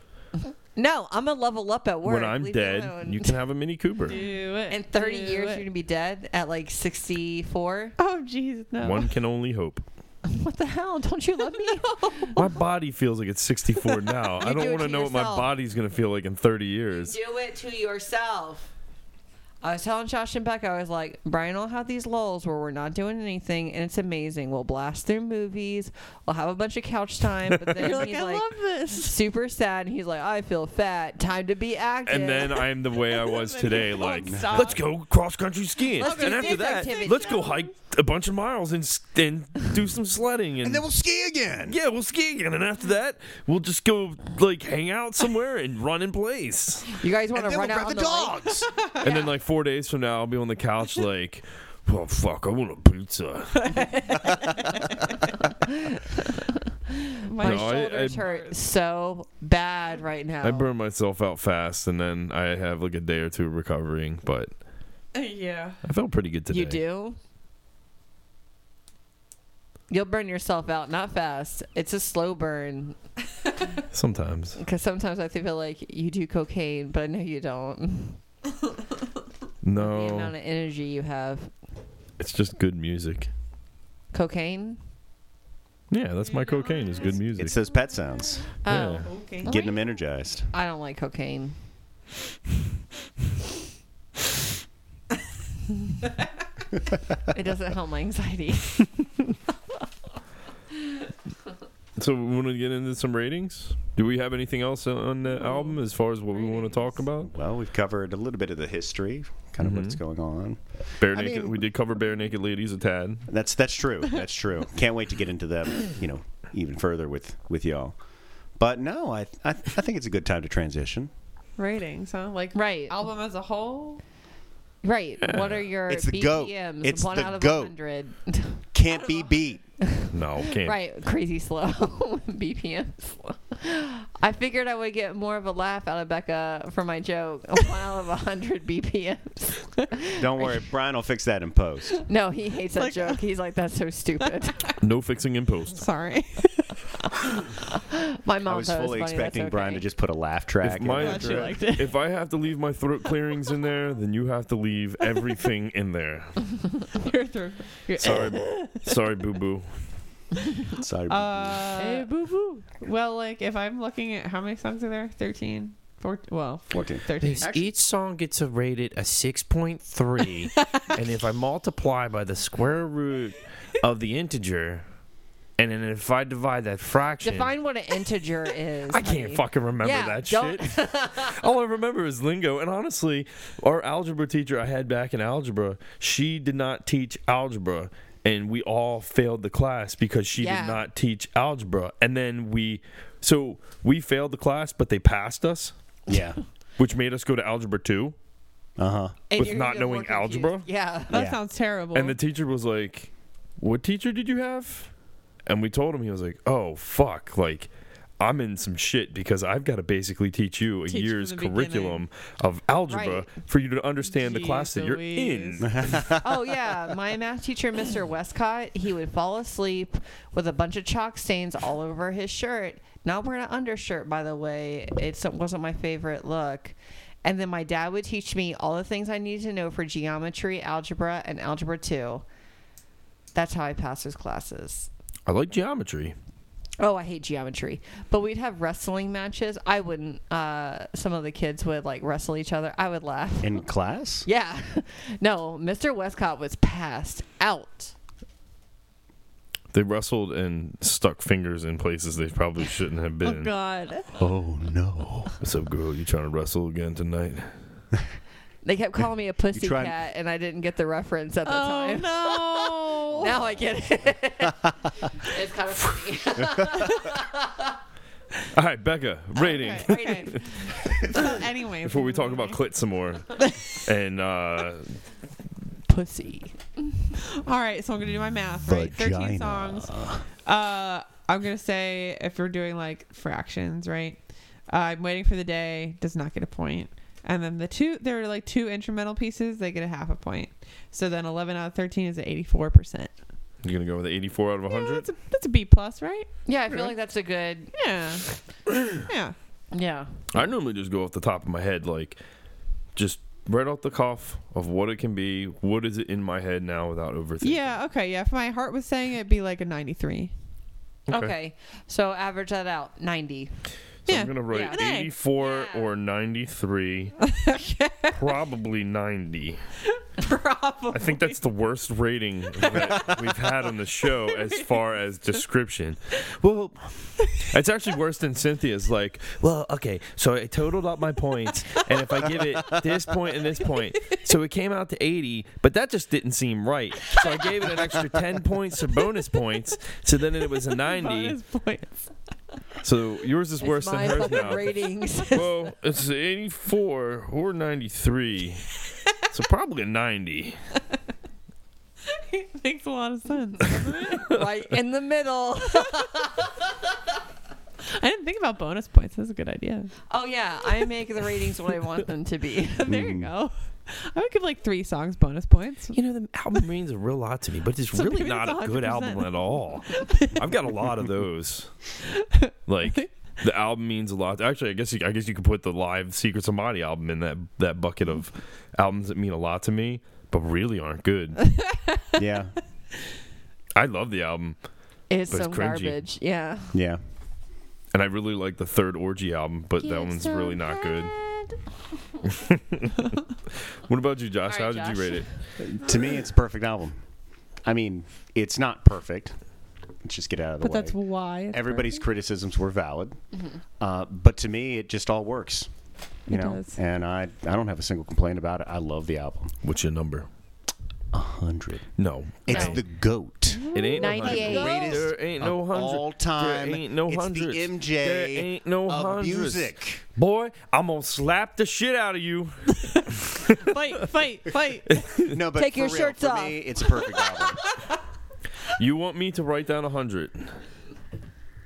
[SPEAKER 4] No, I'm gonna level up at work.
[SPEAKER 1] when I'm
[SPEAKER 4] Leave me
[SPEAKER 1] dead,
[SPEAKER 4] alone.
[SPEAKER 1] you can have a Mini Cooper.
[SPEAKER 5] Do it.
[SPEAKER 4] In 30
[SPEAKER 5] do
[SPEAKER 4] years,
[SPEAKER 5] it.
[SPEAKER 4] you're gonna be dead at like 64.
[SPEAKER 5] Oh, jeez, no.
[SPEAKER 1] One can only hope.
[SPEAKER 4] What the hell? Don't you love me?
[SPEAKER 1] My body feels like it's 64 now. I
[SPEAKER 4] You do
[SPEAKER 1] don't
[SPEAKER 4] it
[SPEAKER 1] want to
[SPEAKER 4] to
[SPEAKER 1] know what my
[SPEAKER 4] yourself.
[SPEAKER 1] body's going to feel like in 30 years.
[SPEAKER 4] Do it to yourself. I was telling Josh and Beck, I was like, Brian will have these lulls where we're not doing anything, and it's amazing. We'll blast through movies. We'll have a bunch of couch time. But then
[SPEAKER 5] You're like,
[SPEAKER 4] he's
[SPEAKER 5] I
[SPEAKER 4] like
[SPEAKER 5] love this.
[SPEAKER 4] super sad, and he's like, I feel fat. Time to be active.
[SPEAKER 1] And then I'm the way I was today. Like,
[SPEAKER 5] stop.
[SPEAKER 1] let's go cross country skiing,
[SPEAKER 4] Let's do
[SPEAKER 1] and after
[SPEAKER 4] these
[SPEAKER 1] that,
[SPEAKER 4] activities.
[SPEAKER 1] let's go hike a bunch of miles and s- and do some sledding, and,
[SPEAKER 3] And then we'll ski again.
[SPEAKER 1] yeah, we'll ski again. And after that, we'll just go like hang out somewhere and run in place.
[SPEAKER 4] you guys want
[SPEAKER 3] And
[SPEAKER 4] to
[SPEAKER 3] then we'll
[SPEAKER 4] run out
[SPEAKER 3] grab the
[SPEAKER 4] on the lake?
[SPEAKER 3] dogs.
[SPEAKER 1] And then like four days from now, I'll be on the couch like, well, fuck, I want a pizza.
[SPEAKER 4] My
[SPEAKER 1] No, I-
[SPEAKER 4] shoulders
[SPEAKER 1] I-
[SPEAKER 4] hurt so bad right now.
[SPEAKER 1] I burn myself out fast, and then I have like a day or two of recovering. But
[SPEAKER 5] Yeah.
[SPEAKER 1] I felt pretty good today.
[SPEAKER 4] You do. You'll burn yourself out, not fast. It's a slow burn
[SPEAKER 1] sometimes.
[SPEAKER 4] because sometimes I feel like you do cocaine, but I know you don't. The
[SPEAKER 1] No,
[SPEAKER 4] amount of energy you have.
[SPEAKER 1] it's just good music.
[SPEAKER 4] Cocaine?
[SPEAKER 1] Yeah, that's my cocaine. Is good music.
[SPEAKER 3] it's those pet sounds,
[SPEAKER 1] yeah.
[SPEAKER 4] Oh,
[SPEAKER 5] Okay.
[SPEAKER 4] Get-
[SPEAKER 3] getting them energized.
[SPEAKER 4] I don't like cocaine. it doesn't help my anxiety.
[SPEAKER 1] So we want to get into some ratings. Do we have anything else on the album as far as what we want to talk about?
[SPEAKER 3] Well, we've covered a little bit of the history, kind of what's going on.
[SPEAKER 1] Bare
[SPEAKER 3] I
[SPEAKER 1] naked.
[SPEAKER 3] mean-
[SPEAKER 1] we did cover bare naked ladies a tad.
[SPEAKER 3] That's that's true. That's true. Can't wait to get into them, you know, even further with with y'all. But no, I I, I think it's a good time to transition.
[SPEAKER 5] Ratings, huh? Like
[SPEAKER 4] Right.
[SPEAKER 5] album as a whole.
[SPEAKER 4] Right. What are your
[SPEAKER 3] It's the goat.
[SPEAKER 4] BPMs?
[SPEAKER 3] It's
[SPEAKER 4] One
[SPEAKER 3] the
[SPEAKER 4] out of
[SPEAKER 3] goat.
[SPEAKER 4] 100.
[SPEAKER 3] Can't be beat.
[SPEAKER 1] No, can't.
[SPEAKER 4] right. Crazy slow. BPMs. I figured I would get more of a laugh out of Becca for my joke. One out of 100 BPMs.
[SPEAKER 3] Don't worry, Brian will fix that in post.
[SPEAKER 4] no, he hates that
[SPEAKER 5] Like-
[SPEAKER 4] joke. He's like, that's so stupid.
[SPEAKER 1] No fixing in post.
[SPEAKER 5] Sorry.
[SPEAKER 4] My
[SPEAKER 3] I
[SPEAKER 4] mom
[SPEAKER 3] was
[SPEAKER 4] thought it
[SPEAKER 3] fully
[SPEAKER 4] funny,
[SPEAKER 3] expecting
[SPEAKER 4] that's
[SPEAKER 3] Brian
[SPEAKER 4] okay.
[SPEAKER 3] to just put a laugh track.
[SPEAKER 1] If, my-
[SPEAKER 5] Glad you liked it.
[SPEAKER 1] if I have to leave my throat clearings in there, then you have to leave everything in there.
[SPEAKER 5] You're through. You're-
[SPEAKER 1] Sorry, sorry, boo boo.
[SPEAKER 3] in. Sorry.
[SPEAKER 5] Uh,
[SPEAKER 4] Hey, boo boo.
[SPEAKER 5] well, like if I'm looking at how many songs are there? 13, 14, well,
[SPEAKER 3] 14.
[SPEAKER 5] 13.
[SPEAKER 6] each song gets a rated a 6.3, and if I multiply by the square root of the integer, and then if I divide that fraction,
[SPEAKER 4] Define what an integer is.
[SPEAKER 1] I can't
[SPEAKER 4] honey.
[SPEAKER 1] fucking remember
[SPEAKER 4] Yeah,
[SPEAKER 1] that
[SPEAKER 4] don't-
[SPEAKER 1] shit. All I remember is lingo. And honestly, our algebra teacher I had back in algebra, she did not teach algebra. And we all failed the class because she
[SPEAKER 4] Yeah.
[SPEAKER 1] did not teach algebra. And then we, so we failed the class, but they passed us,
[SPEAKER 3] Yeah.
[SPEAKER 1] which made us go to algebra two.
[SPEAKER 3] Uh huh.
[SPEAKER 4] And
[SPEAKER 1] With
[SPEAKER 4] you're
[SPEAKER 1] not
[SPEAKER 4] even more
[SPEAKER 1] knowing
[SPEAKER 4] confused.
[SPEAKER 1] algebra?
[SPEAKER 4] Yeah.
[SPEAKER 5] That
[SPEAKER 3] Yeah.
[SPEAKER 5] sounds terrible.
[SPEAKER 1] And the teacher was like, "What teacher did you have?" And we told him. He was like, "Oh fuck! Like, I'm in some shit because I've got to basically teach you a
[SPEAKER 5] Teach from
[SPEAKER 1] year's
[SPEAKER 5] the
[SPEAKER 1] curriculum of algebra
[SPEAKER 4] Right.
[SPEAKER 1] for you to understand the class that you're
[SPEAKER 5] Jeez
[SPEAKER 1] in."
[SPEAKER 4] oh yeah, my math teacher, Mr. Westcott, he would fall asleep with a bunch of chalk stains all over his shirt. Not wearing an undershirt, by the way. It wasn't my favorite look. And then my dad would teach me all the things I needed to know for geometry, algebra, and algebra two. That's how I passed his classes.
[SPEAKER 1] I like geometry.
[SPEAKER 4] Oh, I hate geometry. But we'd have wrestling matches. I wouldn't. Uh, some of the kids would like wrestle each other. I would laugh.
[SPEAKER 3] In class?
[SPEAKER 4] Yeah. No, Mr. Westcott was passed out.
[SPEAKER 1] They wrestled and stuck fingers in places they probably shouldn't have
[SPEAKER 5] Oh
[SPEAKER 1] been.
[SPEAKER 5] God.
[SPEAKER 3] Oh no.
[SPEAKER 1] What's up, girl? You trying to wrestle again tonight?
[SPEAKER 4] They kept calling me a pussy
[SPEAKER 3] try and-
[SPEAKER 4] cat, and I didn't get the reference at the
[SPEAKER 5] Oh
[SPEAKER 4] time.
[SPEAKER 5] no.
[SPEAKER 4] Now I get it. it's kind of funny.
[SPEAKER 1] All right, Becca, rating.
[SPEAKER 5] Okay, rating. so anyway,
[SPEAKER 1] Before we talk about clit some more, and uh,
[SPEAKER 4] Pussy.
[SPEAKER 5] All right, so I'm gonna do my math. Right, thirteen songs. Uh, I'm gonna say if we're doing like fractions, right? Uh, I'm waiting for the day does not get a point, and then the two there are like two instrumental pieces they get a half a point. So then 11 out of 13 is at 84 percent.
[SPEAKER 1] you're gonna go with 84 out of 100.
[SPEAKER 5] That's a that's a B plus, right?
[SPEAKER 4] Yeah, I feel like that's a good.
[SPEAKER 5] Yeah, yeah.
[SPEAKER 4] Yeah.
[SPEAKER 1] I normally just go off the top of my head, like just right off the cuff of what it can be. What is it in my head now without overthinking?
[SPEAKER 5] Yeah, okay, yeah. If my heart was saying it, it'd be like a 93.
[SPEAKER 4] Okay. So average that out 90.
[SPEAKER 1] So
[SPEAKER 5] Yeah.
[SPEAKER 1] I'm gonna write
[SPEAKER 5] Yeah.
[SPEAKER 4] Hey.
[SPEAKER 1] 84
[SPEAKER 4] Yeah.
[SPEAKER 1] or 93, probably 90. I
[SPEAKER 4] Probably.
[SPEAKER 1] think that's the worst rating that we've had on the show as far as description. Well, it's actually worse than Cynthia's. Like, well, okay, so I totaled up my points, and if I give it this point and this point, so it came out to 80, but that just didn't seem right. So I gave it an extra 10 points or bonus points, so then it was a 90.
[SPEAKER 5] Bonus points.
[SPEAKER 1] So yours is worse
[SPEAKER 4] it's
[SPEAKER 1] than
[SPEAKER 4] my
[SPEAKER 1] hers
[SPEAKER 4] fucking
[SPEAKER 1] now.
[SPEAKER 4] ratings.
[SPEAKER 1] Well, it's 84 or 93. So probably a 90.
[SPEAKER 5] Makes a lot of sense.
[SPEAKER 4] right in the middle.
[SPEAKER 5] I didn't think about bonus points. That's a good idea.
[SPEAKER 4] Oh yeah, I make the ratings what I want them to be.
[SPEAKER 5] there
[SPEAKER 1] Hmm.
[SPEAKER 5] you go. I would give like three songs bonus points.
[SPEAKER 6] You know, the album means a real lot to me, but it's
[SPEAKER 5] So
[SPEAKER 6] really
[SPEAKER 5] maybe
[SPEAKER 6] not
[SPEAKER 5] it's
[SPEAKER 6] a good
[SPEAKER 5] 100%.
[SPEAKER 6] album at all.
[SPEAKER 1] I've got a lot of those. Like the album means a lot. Actually, I guess you, I guess you could put the live Secret Samadhi album in that that bucket of albums that mean a lot to me, but really aren't good.
[SPEAKER 3] yeah,
[SPEAKER 1] I love the album,
[SPEAKER 4] It's
[SPEAKER 1] But it's
[SPEAKER 4] some
[SPEAKER 1] cringy.
[SPEAKER 4] garbage. Yeah.
[SPEAKER 3] yeah.
[SPEAKER 1] and I really like the Third Orgy album, but that one's really not good. What about you, Josh? How
[SPEAKER 4] All right,
[SPEAKER 1] did
[SPEAKER 4] Josh.
[SPEAKER 1] you rate it?
[SPEAKER 3] To me, it's a perfect album. I mean, it's not perfect. Let's just get out of the
[SPEAKER 5] But
[SPEAKER 3] way.
[SPEAKER 5] that's why it's
[SPEAKER 3] Everybody's
[SPEAKER 5] perfect. Mm-hmm.
[SPEAKER 3] criticisms were valid, uh, but to me, it just all works. You
[SPEAKER 5] It
[SPEAKER 3] know,
[SPEAKER 5] does.
[SPEAKER 3] and I I don't have a single complaint about it. I love the album.
[SPEAKER 1] What's your number?
[SPEAKER 3] A hundred.
[SPEAKER 1] No,
[SPEAKER 3] It's
[SPEAKER 4] No.
[SPEAKER 3] the goat.
[SPEAKER 5] Mm-hmm.
[SPEAKER 1] It ain't
[SPEAKER 2] 98.
[SPEAKER 1] no hundred. There ain't no
[SPEAKER 3] of
[SPEAKER 1] hundred.
[SPEAKER 3] all time.
[SPEAKER 1] There ain't no
[SPEAKER 3] it's
[SPEAKER 1] hundreds.
[SPEAKER 3] the MJ
[SPEAKER 6] There ain't no
[SPEAKER 3] of
[SPEAKER 6] hundreds.
[SPEAKER 3] music.
[SPEAKER 1] Boy, I'm gonna slap the shit out of you.
[SPEAKER 5] fight, fight, fight.
[SPEAKER 3] No, but
[SPEAKER 4] Take
[SPEAKER 3] for
[SPEAKER 4] your
[SPEAKER 3] real,
[SPEAKER 4] shirts
[SPEAKER 3] for
[SPEAKER 4] off.
[SPEAKER 3] Me, it's a perfect album.
[SPEAKER 1] You want me to write down a hundred?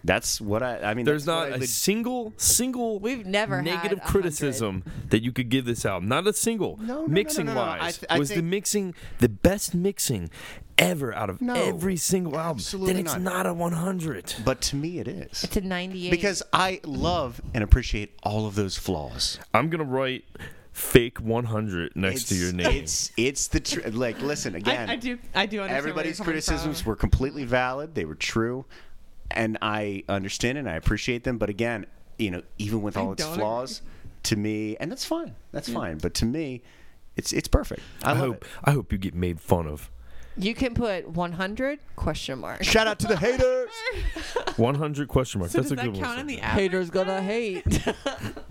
[SPEAKER 3] That's what I. I mean,
[SPEAKER 1] There's
[SPEAKER 3] that's what
[SPEAKER 1] not
[SPEAKER 3] I
[SPEAKER 1] a
[SPEAKER 3] leg-
[SPEAKER 1] single, single
[SPEAKER 4] We've never
[SPEAKER 1] negative
[SPEAKER 4] had a
[SPEAKER 1] criticism that you could give this album. Not a single.
[SPEAKER 3] no, no,
[SPEAKER 1] mixing
[SPEAKER 3] no, no, no. I
[SPEAKER 1] wise,
[SPEAKER 3] th- I
[SPEAKER 1] was the
[SPEAKER 3] think-
[SPEAKER 1] mixing the best mixing ever out of
[SPEAKER 3] No,
[SPEAKER 1] every single album?
[SPEAKER 3] absolutely
[SPEAKER 1] then it's
[SPEAKER 3] not.
[SPEAKER 1] not a 100.
[SPEAKER 3] But to me, it is.
[SPEAKER 4] hundred. It's a ninety-eight.
[SPEAKER 3] because I love and appreciate all of those flaws.
[SPEAKER 1] I'm gonna write fake 100 next to
[SPEAKER 3] It's-
[SPEAKER 1] your name.
[SPEAKER 3] It's it's the tr- like. Listen again.
[SPEAKER 5] I, I do. I do. Understand
[SPEAKER 3] Everybody's
[SPEAKER 5] where you're coming
[SPEAKER 3] criticisms
[SPEAKER 5] from.
[SPEAKER 3] were completely valid. They were true, and I understand and I appreciate them. But again, you know, even with all its
[SPEAKER 5] don't
[SPEAKER 3] flaws, to me, and that's fine. That's fine. But to me, it's it's perfect. I,
[SPEAKER 1] I
[SPEAKER 3] love
[SPEAKER 1] hope
[SPEAKER 3] it.
[SPEAKER 1] I hope you get made fun of.
[SPEAKER 4] you can put one hundred question mark.
[SPEAKER 3] Shout out to the haters.
[SPEAKER 1] 100 question mark.
[SPEAKER 5] So
[SPEAKER 1] That's
[SPEAKER 5] does
[SPEAKER 1] a
[SPEAKER 5] that
[SPEAKER 1] good
[SPEAKER 5] count
[SPEAKER 1] one.
[SPEAKER 5] in the average?
[SPEAKER 4] Haters gonna hate.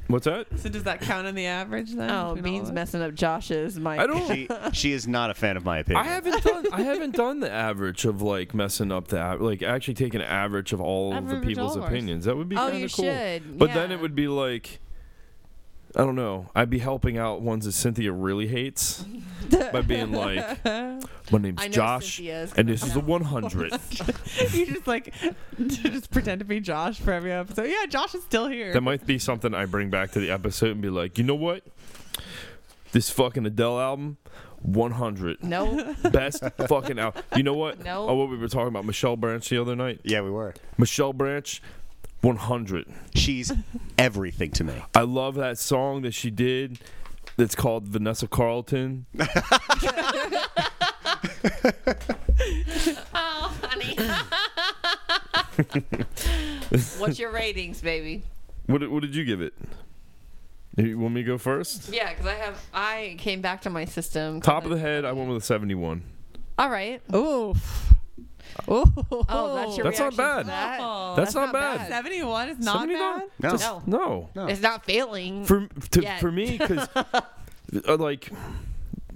[SPEAKER 1] What's that?
[SPEAKER 5] So does that count in the average then?
[SPEAKER 4] oh,
[SPEAKER 5] between all
[SPEAKER 4] Bean's
[SPEAKER 5] of us?
[SPEAKER 4] messing up Josh's mic.
[SPEAKER 1] I don't.
[SPEAKER 3] she she is not a fan of my opinion.
[SPEAKER 1] I haven't done. I haven't done the average of like messing up the av- like actually taking an average of all of
[SPEAKER 5] Average
[SPEAKER 1] the
[SPEAKER 5] of
[SPEAKER 1] people's
[SPEAKER 5] all of ours.
[SPEAKER 1] opinions. That would be
[SPEAKER 4] Oh,
[SPEAKER 1] kind
[SPEAKER 4] you
[SPEAKER 1] of cool.
[SPEAKER 4] should.
[SPEAKER 1] But then
[SPEAKER 4] yeah.
[SPEAKER 1] it would be like. I don't know. I'd be helping out ones that Cynthia really hates by being like, "My
[SPEAKER 4] I
[SPEAKER 1] name's
[SPEAKER 4] know
[SPEAKER 1] Josh,
[SPEAKER 4] Cynthia's
[SPEAKER 1] and
[SPEAKER 4] gonna
[SPEAKER 1] this is the
[SPEAKER 4] come
[SPEAKER 1] 100th."
[SPEAKER 5] you just like just pretend to be Josh for every episode. Yeah, Josh is still here.
[SPEAKER 1] that might be something I bring back to the episode and be like, "You know what? This fucking Adele album, 100
[SPEAKER 4] No,
[SPEAKER 1] best fucking album. You know what?
[SPEAKER 4] No.
[SPEAKER 1] Oh, what we were talking about Michelle Branch the other night.
[SPEAKER 3] yeah, we were.
[SPEAKER 1] Michelle Branch, 100.
[SPEAKER 3] She's everything to me.
[SPEAKER 1] I love that song that she did. That's called Vanessa Carlton.
[SPEAKER 4] what's your ratings, baby?
[SPEAKER 1] What, did- what did you give it? You want me to go first?
[SPEAKER 4] Yeah, because I have I came back to my system. 'cause
[SPEAKER 1] Top of
[SPEAKER 4] I-
[SPEAKER 1] the head, I went with a 71.
[SPEAKER 4] All right.
[SPEAKER 5] Oof. Oof.
[SPEAKER 4] Oh, that's your
[SPEAKER 1] That's not
[SPEAKER 4] reaction to
[SPEAKER 1] bad.
[SPEAKER 4] that?
[SPEAKER 5] Oh.
[SPEAKER 1] That's not bad.
[SPEAKER 5] Seventy-one is not
[SPEAKER 1] 71?
[SPEAKER 5] bad.
[SPEAKER 3] No,
[SPEAKER 4] No.
[SPEAKER 1] No,
[SPEAKER 3] No.
[SPEAKER 4] It's not failing.
[SPEAKER 1] for to,
[SPEAKER 4] Yet.
[SPEAKER 1] for me because like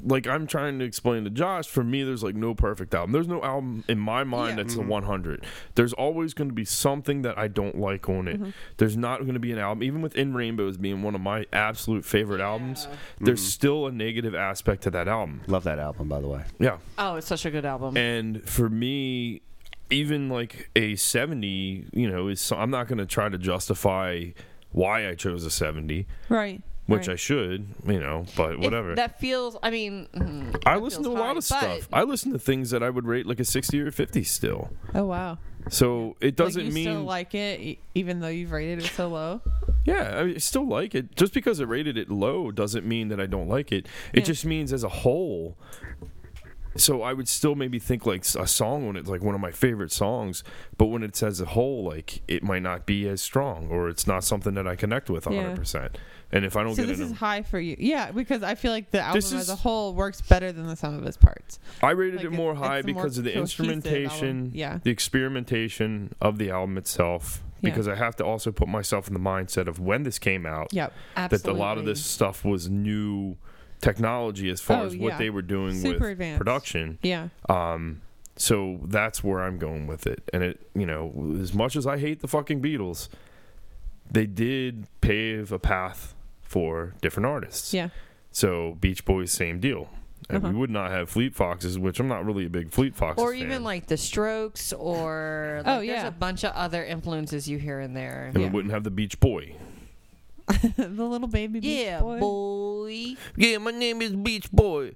[SPEAKER 1] like I'm trying to explain to Josh. For me, there's like no perfect album. There's no album in my mind
[SPEAKER 5] Yeah.
[SPEAKER 1] that's the 100. There's always going to be something that I don't like on it. There's not going to be an album, even with In Rainbows being one of my absolute favorite albums. There's still a negative aspect to that album.
[SPEAKER 3] love that album by the way.
[SPEAKER 1] Yeah.
[SPEAKER 4] oh, it's such a good album.
[SPEAKER 1] And for me, even like a 70, you know, is so, I'm not going to try to justify why I chose a 70,
[SPEAKER 5] Right.
[SPEAKER 1] which I
[SPEAKER 5] right.
[SPEAKER 1] should, you know, but
[SPEAKER 4] It-
[SPEAKER 1] whatever.
[SPEAKER 4] that feels. I mean, mm,
[SPEAKER 1] I
[SPEAKER 4] that
[SPEAKER 1] listen to a
[SPEAKER 4] feels
[SPEAKER 1] lot
[SPEAKER 4] fine,
[SPEAKER 1] of stuff. I listen to things that I would rate like a 60 or 50 still.
[SPEAKER 5] Oh wow.
[SPEAKER 1] So it doesn't
[SPEAKER 5] like, you
[SPEAKER 1] mean
[SPEAKER 5] still like it e- even though you've rated it so low.
[SPEAKER 1] Yeah, I mean, I still like it. Just because I rated it low doesn't mean that I don't like it. It
[SPEAKER 5] Yeah.
[SPEAKER 1] just means as a whole, so I would still maybe think like s- a song when it's like one of my favorite songs, but when it's as a whole, like it might not be as strong or it's not something that I connect with
[SPEAKER 5] Yeah.
[SPEAKER 1] 100%. And if I don't
[SPEAKER 5] So
[SPEAKER 1] get
[SPEAKER 5] this
[SPEAKER 1] in,
[SPEAKER 5] is high for you, yeah, because I feel like the album
[SPEAKER 1] This
[SPEAKER 5] as a
[SPEAKER 1] is-
[SPEAKER 5] whole works better than the sum of its parts.
[SPEAKER 1] I rated
[SPEAKER 5] Like,
[SPEAKER 1] it more
[SPEAKER 5] it's
[SPEAKER 1] high
[SPEAKER 5] a more
[SPEAKER 1] because of the
[SPEAKER 5] cohesive album.
[SPEAKER 1] instrumentation,
[SPEAKER 5] Yeah.
[SPEAKER 1] the experimentation of the album itself.
[SPEAKER 5] Yeah.
[SPEAKER 1] Because I have to also put myself in the mindset of when this came out,
[SPEAKER 5] Yep.
[SPEAKER 1] that a lot of this stuff was new technology as far
[SPEAKER 5] Oh,
[SPEAKER 1] as what
[SPEAKER 5] yeah.
[SPEAKER 1] they were doing
[SPEAKER 5] Super
[SPEAKER 1] with
[SPEAKER 5] advanced.
[SPEAKER 1] production.
[SPEAKER 5] Yeah.
[SPEAKER 1] Um, so that's where I'm going with it. And it, you know, as much as I hate the fucking Beatles, they did pave a path for different artists.
[SPEAKER 5] Yeah.
[SPEAKER 1] So Beach Boys, same deal. And we
[SPEAKER 5] Uh-huh.
[SPEAKER 1] would not have Fleet Foxes, which I'm not really a big Fleet Foxes
[SPEAKER 4] or
[SPEAKER 1] fan.
[SPEAKER 4] even like the Strokes, or like,
[SPEAKER 5] Oh,
[SPEAKER 4] there's
[SPEAKER 5] yeah.
[SPEAKER 4] a bunch of other influences you hear and there.
[SPEAKER 1] and
[SPEAKER 5] Yeah.
[SPEAKER 1] we wouldn't have the Beach Boy.
[SPEAKER 5] the little baby. Beach
[SPEAKER 4] Yeah,
[SPEAKER 5] Boy.
[SPEAKER 4] boy.
[SPEAKER 6] Yeah, my name is Beach Boy.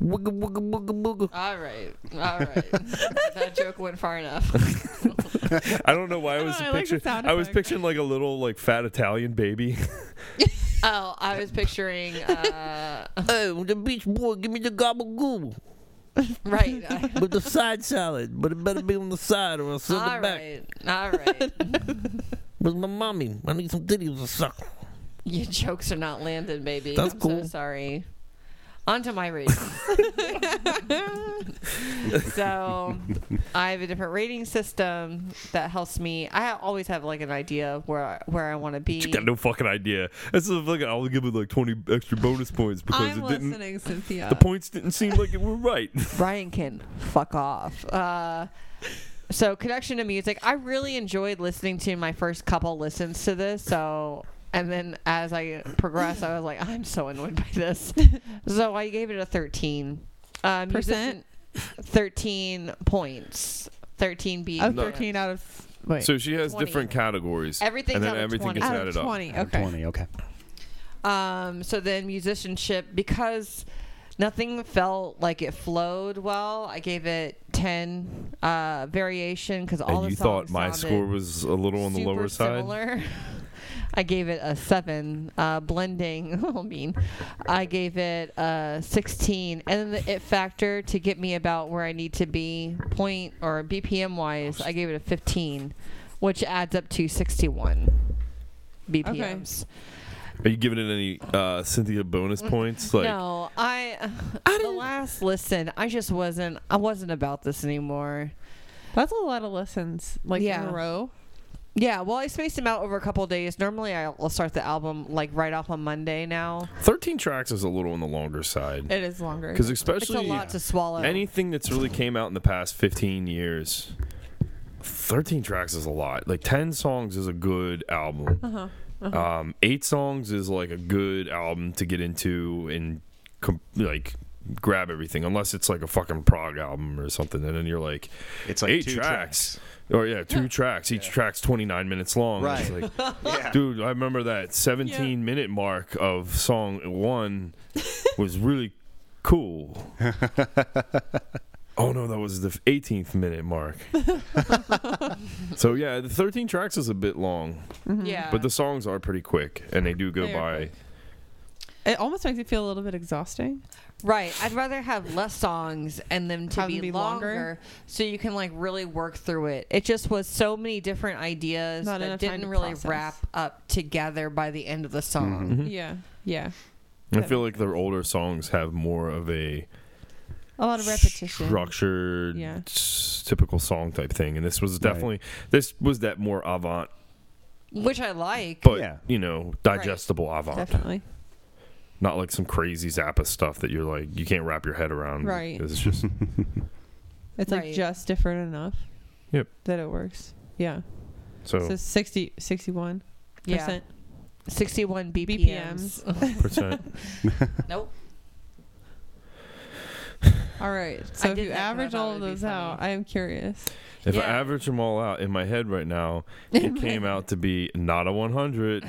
[SPEAKER 6] wooga wooga wooga wooga.
[SPEAKER 4] All right, all right. that joke went far enough.
[SPEAKER 1] I don't know why
[SPEAKER 4] Oh,
[SPEAKER 1] I was
[SPEAKER 5] I like the
[SPEAKER 1] picturing.
[SPEAKER 5] sound
[SPEAKER 1] I was
[SPEAKER 5] effect.
[SPEAKER 1] picturing like a little like fat Italian baby.
[SPEAKER 4] Oh, I was picturing. Uh,
[SPEAKER 6] Hey, with the Beach Boy, give me the gobble
[SPEAKER 4] right.
[SPEAKER 6] with the side salad, but it better be on the side or I'll send
[SPEAKER 4] all
[SPEAKER 6] it back.
[SPEAKER 4] right, all right.
[SPEAKER 6] With my mommy, I need some titties to suck.
[SPEAKER 4] Your jokes are not landed, baby.
[SPEAKER 6] That's
[SPEAKER 4] I'm
[SPEAKER 6] cool.
[SPEAKER 4] so sorry. On to my rating. so I have a different rating system that helps me. I always have like an idea of where I, where I want to be.
[SPEAKER 1] She got no fucking idea. This is like I'll give it like 20 extra bonus points because
[SPEAKER 5] I'm
[SPEAKER 1] it didn't.
[SPEAKER 5] listening, Cynthia.
[SPEAKER 1] The points didn't seem like it were right.
[SPEAKER 4] Brian can fuck off. Uh, so connection to music. I really enjoyed listening to my first couple listens to this. So and then as I progressed, I was like, I'm so annoyed by this. so I gave it a 13. Uh,
[SPEAKER 5] Percent?
[SPEAKER 4] musician- 13 points. 13 being
[SPEAKER 5] Of
[SPEAKER 1] No.
[SPEAKER 5] 13 out of wait.
[SPEAKER 1] So she has
[SPEAKER 4] 20.
[SPEAKER 1] different categories.
[SPEAKER 4] Everything's
[SPEAKER 1] and then
[SPEAKER 4] out of
[SPEAKER 1] everything
[SPEAKER 4] 20.
[SPEAKER 1] gets
[SPEAKER 5] out
[SPEAKER 1] added
[SPEAKER 5] of
[SPEAKER 1] up.
[SPEAKER 5] 20.
[SPEAKER 3] Out of
[SPEAKER 5] Okay.
[SPEAKER 3] 20, okay.
[SPEAKER 4] Um, so then musicianship because nothing felt like it flowed well. I gave it ten uh, variation because all
[SPEAKER 1] and
[SPEAKER 4] the
[SPEAKER 1] you thought
[SPEAKER 4] songs
[SPEAKER 1] my
[SPEAKER 4] sounded
[SPEAKER 1] score was a little on the
[SPEAKER 4] super
[SPEAKER 1] lower side.
[SPEAKER 4] similar. I gave it a seven. Uh, blending, I mean, I gave it a sixteen, and then the it factor to get me about where I need to be point or BPM wise, I gave it a fifteen, which adds up to sixty-one BPMs.
[SPEAKER 1] Are you giving it any uh, Cynthia bonus points? Like
[SPEAKER 4] Mm, no, I, the last listen, I just wasn't I wasn't about this anymore.
[SPEAKER 5] That's a lot of listens, like in
[SPEAKER 4] Yeah.
[SPEAKER 5] a row.
[SPEAKER 4] Yeah, well, I spaced them out over a couple of days. Normally, I'll start the album like right off on Monday. Now
[SPEAKER 1] 13 tracks is a little on the longer side
[SPEAKER 5] It is longer.
[SPEAKER 1] because
[SPEAKER 4] it's a
[SPEAKER 1] especially
[SPEAKER 4] lot to swallow.
[SPEAKER 1] anything that's really came out in the past 15 years 13 tracks is a lot like 10 songs is a good album
[SPEAKER 5] Uh-huh.
[SPEAKER 1] um, 8 songs is like a good album to get into and com- like grab everything unless it's like a fucking prog album or something and then you're like
[SPEAKER 3] It's like
[SPEAKER 1] Eight
[SPEAKER 3] two
[SPEAKER 1] tracks. oh yeah two tracks each track's 29 minutes long And it's like,
[SPEAKER 3] Yeah.
[SPEAKER 1] dude i remember that 17
[SPEAKER 5] Yeah.
[SPEAKER 1] minute mark of song one was really cool oh no that was the 18th minute mark so yeah the 13 tracks is a bit long
[SPEAKER 5] Mm-hmm.
[SPEAKER 4] yeah,
[SPEAKER 1] but the songs are pretty quick and they do go
[SPEAKER 5] They are
[SPEAKER 1] by
[SPEAKER 5] It almost makes it feel a little bit exhausting.
[SPEAKER 4] right. I'd rather have less songs and them to
[SPEAKER 5] Have them
[SPEAKER 4] be,
[SPEAKER 5] be
[SPEAKER 4] longer,
[SPEAKER 5] longer?
[SPEAKER 4] so you can like really work through it. It just was so many different ideas
[SPEAKER 5] Not
[SPEAKER 4] that
[SPEAKER 5] enough time
[SPEAKER 4] didn't
[SPEAKER 5] to
[SPEAKER 4] really
[SPEAKER 5] process.
[SPEAKER 4] wrap up together by the end of the song.
[SPEAKER 1] Hmm.
[SPEAKER 5] Yeah. Yeah.
[SPEAKER 1] i feel like their older songs have more of a
[SPEAKER 5] A lot of repetition.
[SPEAKER 1] structured
[SPEAKER 5] Yeah.
[SPEAKER 1] s- typical song type thing and this was
[SPEAKER 3] Right.
[SPEAKER 1] definitely this was that more avant Mm-hmm.
[SPEAKER 4] which I like.
[SPEAKER 1] but
[SPEAKER 3] Yeah.
[SPEAKER 1] you know digestible avant
[SPEAKER 5] Definitely.
[SPEAKER 1] not like some crazy Zappa stuff that you're like you can't wrap your head around.
[SPEAKER 5] Right.
[SPEAKER 1] It's just
[SPEAKER 5] It's
[SPEAKER 4] Right.
[SPEAKER 5] like just different enough.
[SPEAKER 1] Yep.
[SPEAKER 5] That it works. Yeah.
[SPEAKER 1] so
[SPEAKER 5] So 60, 61
[SPEAKER 4] yeah,
[SPEAKER 5] percent.
[SPEAKER 4] 61 BPMs.
[SPEAKER 5] BPMs.
[SPEAKER 1] percent.
[SPEAKER 4] nope.
[SPEAKER 5] All right. So if
[SPEAKER 4] did
[SPEAKER 5] you
[SPEAKER 4] that 'cause I
[SPEAKER 5] average
[SPEAKER 4] thought
[SPEAKER 5] all
[SPEAKER 4] it
[SPEAKER 5] of
[SPEAKER 4] would be
[SPEAKER 5] those out, I am curious.
[SPEAKER 1] If I
[SPEAKER 4] Yeah.
[SPEAKER 1] average them all out in my head right now, it came out to be not a 100.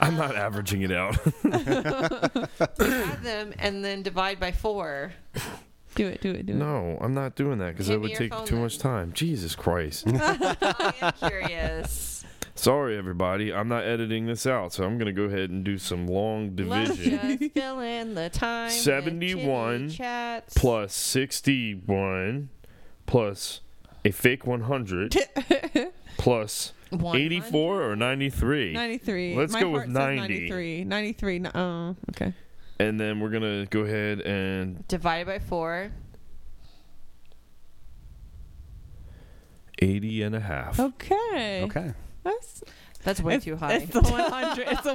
[SPEAKER 1] I'm not averaging it out.
[SPEAKER 4] Add them and then divide by four.
[SPEAKER 5] Do it. Do it. Do it.
[SPEAKER 1] No, I'm not doing that because
[SPEAKER 4] Hand
[SPEAKER 1] that
[SPEAKER 4] me
[SPEAKER 1] would
[SPEAKER 4] your
[SPEAKER 1] take
[SPEAKER 4] phone
[SPEAKER 1] too
[SPEAKER 4] then.
[SPEAKER 1] much time. Jesus Christ.
[SPEAKER 4] I am curious.
[SPEAKER 1] Sorry, everybody. I'm not editing this out, so I'm going to go ahead and do some long
[SPEAKER 4] Let's
[SPEAKER 1] division.
[SPEAKER 4] just fill in the time. with
[SPEAKER 1] 71
[SPEAKER 4] chitty-chats.
[SPEAKER 1] plus 61 plus a fake 100 plus 84 or 93
[SPEAKER 5] 93.
[SPEAKER 1] Let's
[SPEAKER 5] My
[SPEAKER 1] go with
[SPEAKER 5] heart says
[SPEAKER 1] 90.
[SPEAKER 5] 93. 93. n- Oh, okay.
[SPEAKER 1] and then we're gonna go ahead and
[SPEAKER 4] divided by four.
[SPEAKER 1] 80 and a half
[SPEAKER 5] Okay.
[SPEAKER 3] Okay.
[SPEAKER 5] That's
[SPEAKER 4] That's way too high.
[SPEAKER 5] It's the 100. It's the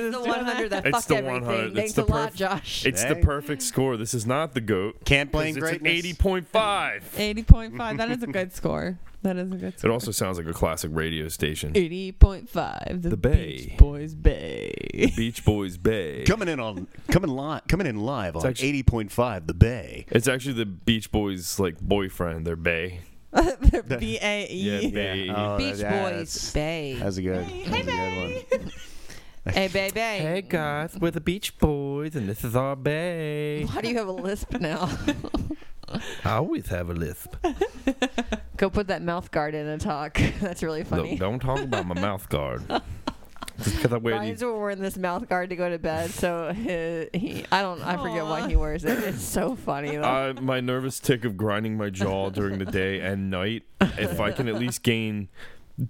[SPEAKER 4] It's the 100 that
[SPEAKER 1] It's
[SPEAKER 4] fucked
[SPEAKER 1] the
[SPEAKER 4] everything.
[SPEAKER 1] 100. It's
[SPEAKER 4] Thanks
[SPEAKER 1] the
[SPEAKER 4] a lot,
[SPEAKER 1] perf-
[SPEAKER 4] Josh.
[SPEAKER 1] it's the
[SPEAKER 3] Hey.
[SPEAKER 1] perfect score this is not the goat
[SPEAKER 3] Can't
[SPEAKER 1] 'cause
[SPEAKER 3] blame
[SPEAKER 1] it's an
[SPEAKER 3] greatness.
[SPEAKER 1] 80.5
[SPEAKER 5] 80.5. That is a good score. That is a good
[SPEAKER 1] it
[SPEAKER 5] score.
[SPEAKER 1] also sounds like a classic radio station
[SPEAKER 5] 80.5. The,
[SPEAKER 1] The
[SPEAKER 5] Beach
[SPEAKER 1] Bay.
[SPEAKER 5] Boys Bay.
[SPEAKER 1] beach boys bay
[SPEAKER 3] Coming in on coming live coming in live on
[SPEAKER 1] actually-
[SPEAKER 3] eighty point five the Bay.
[SPEAKER 1] it's actually the beach boys like boyfriend their bay
[SPEAKER 5] B A
[SPEAKER 1] yeah,
[SPEAKER 5] E.
[SPEAKER 1] bay
[SPEAKER 3] Oh,
[SPEAKER 4] Beach
[SPEAKER 3] yeah,
[SPEAKER 4] Boys,
[SPEAKER 3] that's-
[SPEAKER 4] Bay.
[SPEAKER 3] That's a good, that's a good one.
[SPEAKER 4] Hey, Bay, Bay.
[SPEAKER 6] Hey guys, we're the Beach Boys, and this is our bay.
[SPEAKER 4] Why do you have a lisp now?
[SPEAKER 6] I always have a lisp.
[SPEAKER 4] Go put that mouth guard in and talk. That's really funny.
[SPEAKER 1] Look, don't talk about my mouth guard just because i wear
[SPEAKER 4] Ryan's
[SPEAKER 1] these
[SPEAKER 4] were wearing this mouth guard to go to bed, so his, he, I don't, I forget why he wears it. It's so funny though.
[SPEAKER 1] I, my nervous tick of grinding my jaw during the day and night. If I can at least gain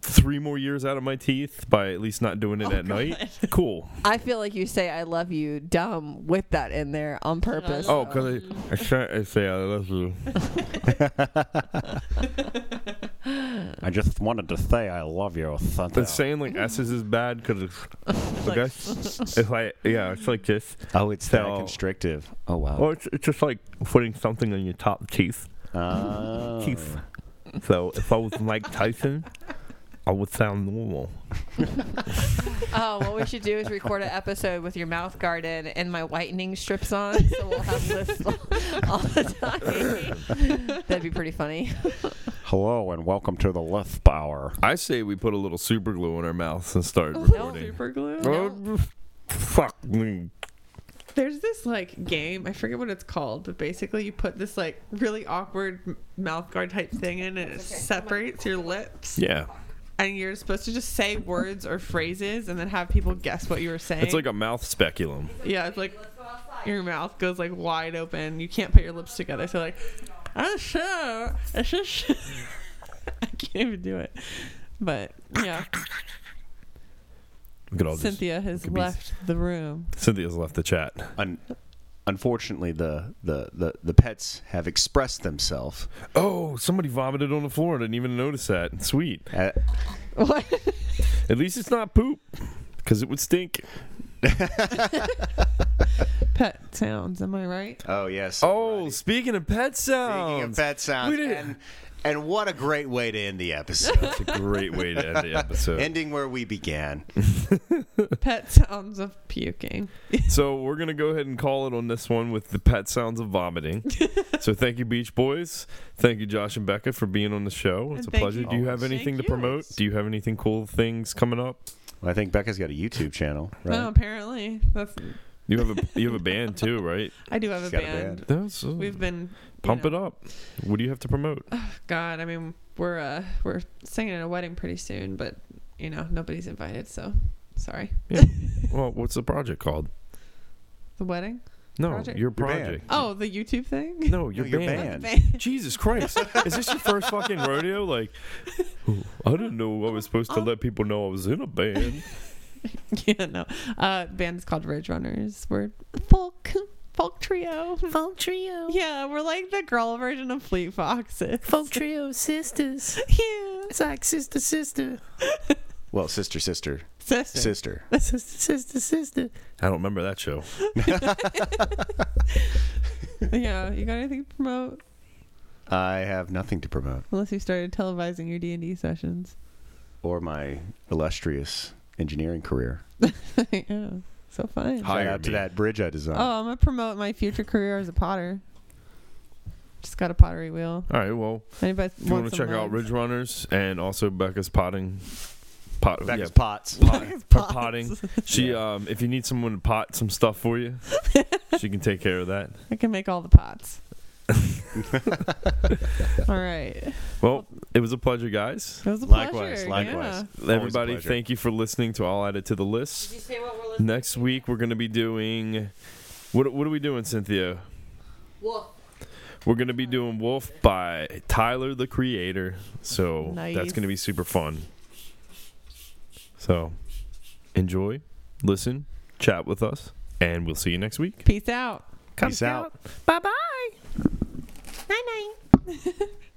[SPEAKER 1] three more years out of my teeth by at least not doing it at night, cool.
[SPEAKER 4] I feel like you say "I love you," dumb, with that in there on purpose.
[SPEAKER 1] Oh, because I, I can't say I love you.
[SPEAKER 3] I just wanted to say I love you. Santa.
[SPEAKER 1] But saying like S's is bad because it's, okay? it's like, yeah, it's like this.
[SPEAKER 3] oh, it's that
[SPEAKER 1] So-
[SPEAKER 3] constrictive. Oh wow.
[SPEAKER 1] Or it's, it's just like putting something on your top teeth.
[SPEAKER 3] Oh.
[SPEAKER 1] Teeth. So if I was Mike Tyson, I would sound normal.
[SPEAKER 4] Oh, what we should do is record an episode with your mouth guard in and my whitening strips on, so we'll have this all the time. That'd be pretty funny.
[SPEAKER 3] Hello and welcome to the Lisp Hour.
[SPEAKER 1] I say we put a little super glue in our mouths and start
[SPEAKER 5] Super glue.
[SPEAKER 1] Oh, fuck me.
[SPEAKER 5] There's this like game, I forget what it's called, but basically you put this like really awkward m- mouth guard type thing in and it separates your lips.
[SPEAKER 1] Yeah.
[SPEAKER 5] And you're supposed to just say words or phrases and then have people guess what you were saying.
[SPEAKER 1] It's like a mouth speculum.
[SPEAKER 5] yeah, it's like your mouth goes like wide open. You can't put your lips together. So like, I'm sure. I should- I can't even do it. But yeah,
[SPEAKER 1] Look at all this.
[SPEAKER 5] Cynthia has
[SPEAKER 1] could be-
[SPEAKER 5] left the room.
[SPEAKER 1] Cynthia's left the chat.
[SPEAKER 3] Un- unfortunately, the, the, the, the pets have expressed themselves.
[SPEAKER 1] Oh, somebody vomited on the floor. I didn't even notice that. Sweet.
[SPEAKER 3] Uh,
[SPEAKER 5] What?
[SPEAKER 1] At least it's not poop because it would stink.
[SPEAKER 5] Pet sounds. Am I right?
[SPEAKER 3] oh yes.
[SPEAKER 1] Oh, speaking of pet
[SPEAKER 3] Speaking of
[SPEAKER 1] sounds.
[SPEAKER 3] pet sounds,
[SPEAKER 1] We did-
[SPEAKER 3] and, and what a great way to end the episode.
[SPEAKER 1] That's a great way to end the episode.
[SPEAKER 3] Ending where we began.
[SPEAKER 5] Pet sounds of puking.
[SPEAKER 1] so we're gonna go ahead and call it on this one with the pet sounds of vomiting. so thank you, Beach Boys. Thank you, Josh and Becca, for being on the show. It's
[SPEAKER 5] And
[SPEAKER 1] a
[SPEAKER 5] thank
[SPEAKER 1] pleasure.
[SPEAKER 5] you
[SPEAKER 1] Do you have
[SPEAKER 5] always.
[SPEAKER 1] anything to
[SPEAKER 5] Thank you.
[SPEAKER 1] promote? Do you have anything cool things coming up?
[SPEAKER 3] Well, I think Becca's got a YouTube channel, right?
[SPEAKER 5] Oh, apparently that's.
[SPEAKER 1] You have a you have a band too, right?
[SPEAKER 5] I do have a
[SPEAKER 3] She's got a
[SPEAKER 5] band.
[SPEAKER 3] band.
[SPEAKER 1] That's, uh,
[SPEAKER 5] We've been
[SPEAKER 1] pump it up. What do you have to promote?
[SPEAKER 5] God, I mean, we're uh, we're singing at a wedding pretty soon, but you know nobody's invited, so sorry.
[SPEAKER 1] Well, what's the project called?
[SPEAKER 5] The wedding?
[SPEAKER 1] No,
[SPEAKER 5] Project?
[SPEAKER 1] your
[SPEAKER 3] Your band.
[SPEAKER 1] project.
[SPEAKER 5] Oh, the YouTube thing.
[SPEAKER 1] No, your,
[SPEAKER 3] No, your
[SPEAKER 1] band.
[SPEAKER 3] band.
[SPEAKER 1] Jesus Christ. Is this your first fucking rodeo? Like, I didn't know I was supposed to let people know I was in a band.
[SPEAKER 5] yeah, no. Uh, band is called Ridge Runners. We're folk, folk trio.
[SPEAKER 7] Folk trio.
[SPEAKER 5] Yeah, we're like the girl version of Fleet Foxes.
[SPEAKER 7] Folk trio sisters.
[SPEAKER 5] yeah,
[SPEAKER 7] It's like sister, sister,
[SPEAKER 3] Well, sister, sister,
[SPEAKER 5] sister.
[SPEAKER 3] sister.
[SPEAKER 7] sister, sister, sister.
[SPEAKER 1] I don't remember that show.
[SPEAKER 5] yeah, you got anything to promote?
[SPEAKER 3] I have nothing to promote,
[SPEAKER 5] Unless you started televising your D and D sessions.
[SPEAKER 3] or my illustrious engineering career.
[SPEAKER 5] yeah, so fun.
[SPEAKER 1] Hire
[SPEAKER 3] Shout out to
[SPEAKER 1] me.
[SPEAKER 3] that bridge I designed.
[SPEAKER 5] Oh, I'm gonna promote my future career as a potter. Just got a pottery wheel.
[SPEAKER 1] All right, well,
[SPEAKER 5] Anybody
[SPEAKER 1] if you want to check out Ridge Runners and also Becca's potting. Pot,
[SPEAKER 3] Becca's
[SPEAKER 1] yeah,
[SPEAKER 3] pots.
[SPEAKER 1] pot- potting. She, um, if you need someone to pot some stuff for you, she can take care of that.
[SPEAKER 5] I can make all the pots. All right.
[SPEAKER 1] Well, it was a pleasure, guys.
[SPEAKER 5] It was a
[SPEAKER 3] Likewise,
[SPEAKER 5] pleasure.
[SPEAKER 3] likewise.
[SPEAKER 5] yeah.
[SPEAKER 3] Always a
[SPEAKER 1] Everybody,
[SPEAKER 3] pleasure.
[SPEAKER 1] thank you for listening to All Added to the List.
[SPEAKER 4] you say what we're listening
[SPEAKER 1] Next week, we're going to be doing. What, what are we doing, Cynthia?
[SPEAKER 4] Wolf.
[SPEAKER 1] We're going to be doing Wolf by Tyler the Creator. So that's
[SPEAKER 5] Nice.
[SPEAKER 1] going to be super fun. So enjoy, listen, chat with us, and we'll see you next week.
[SPEAKER 5] Peace out.
[SPEAKER 3] Peace out.
[SPEAKER 7] Bye bye.
[SPEAKER 5] Night night.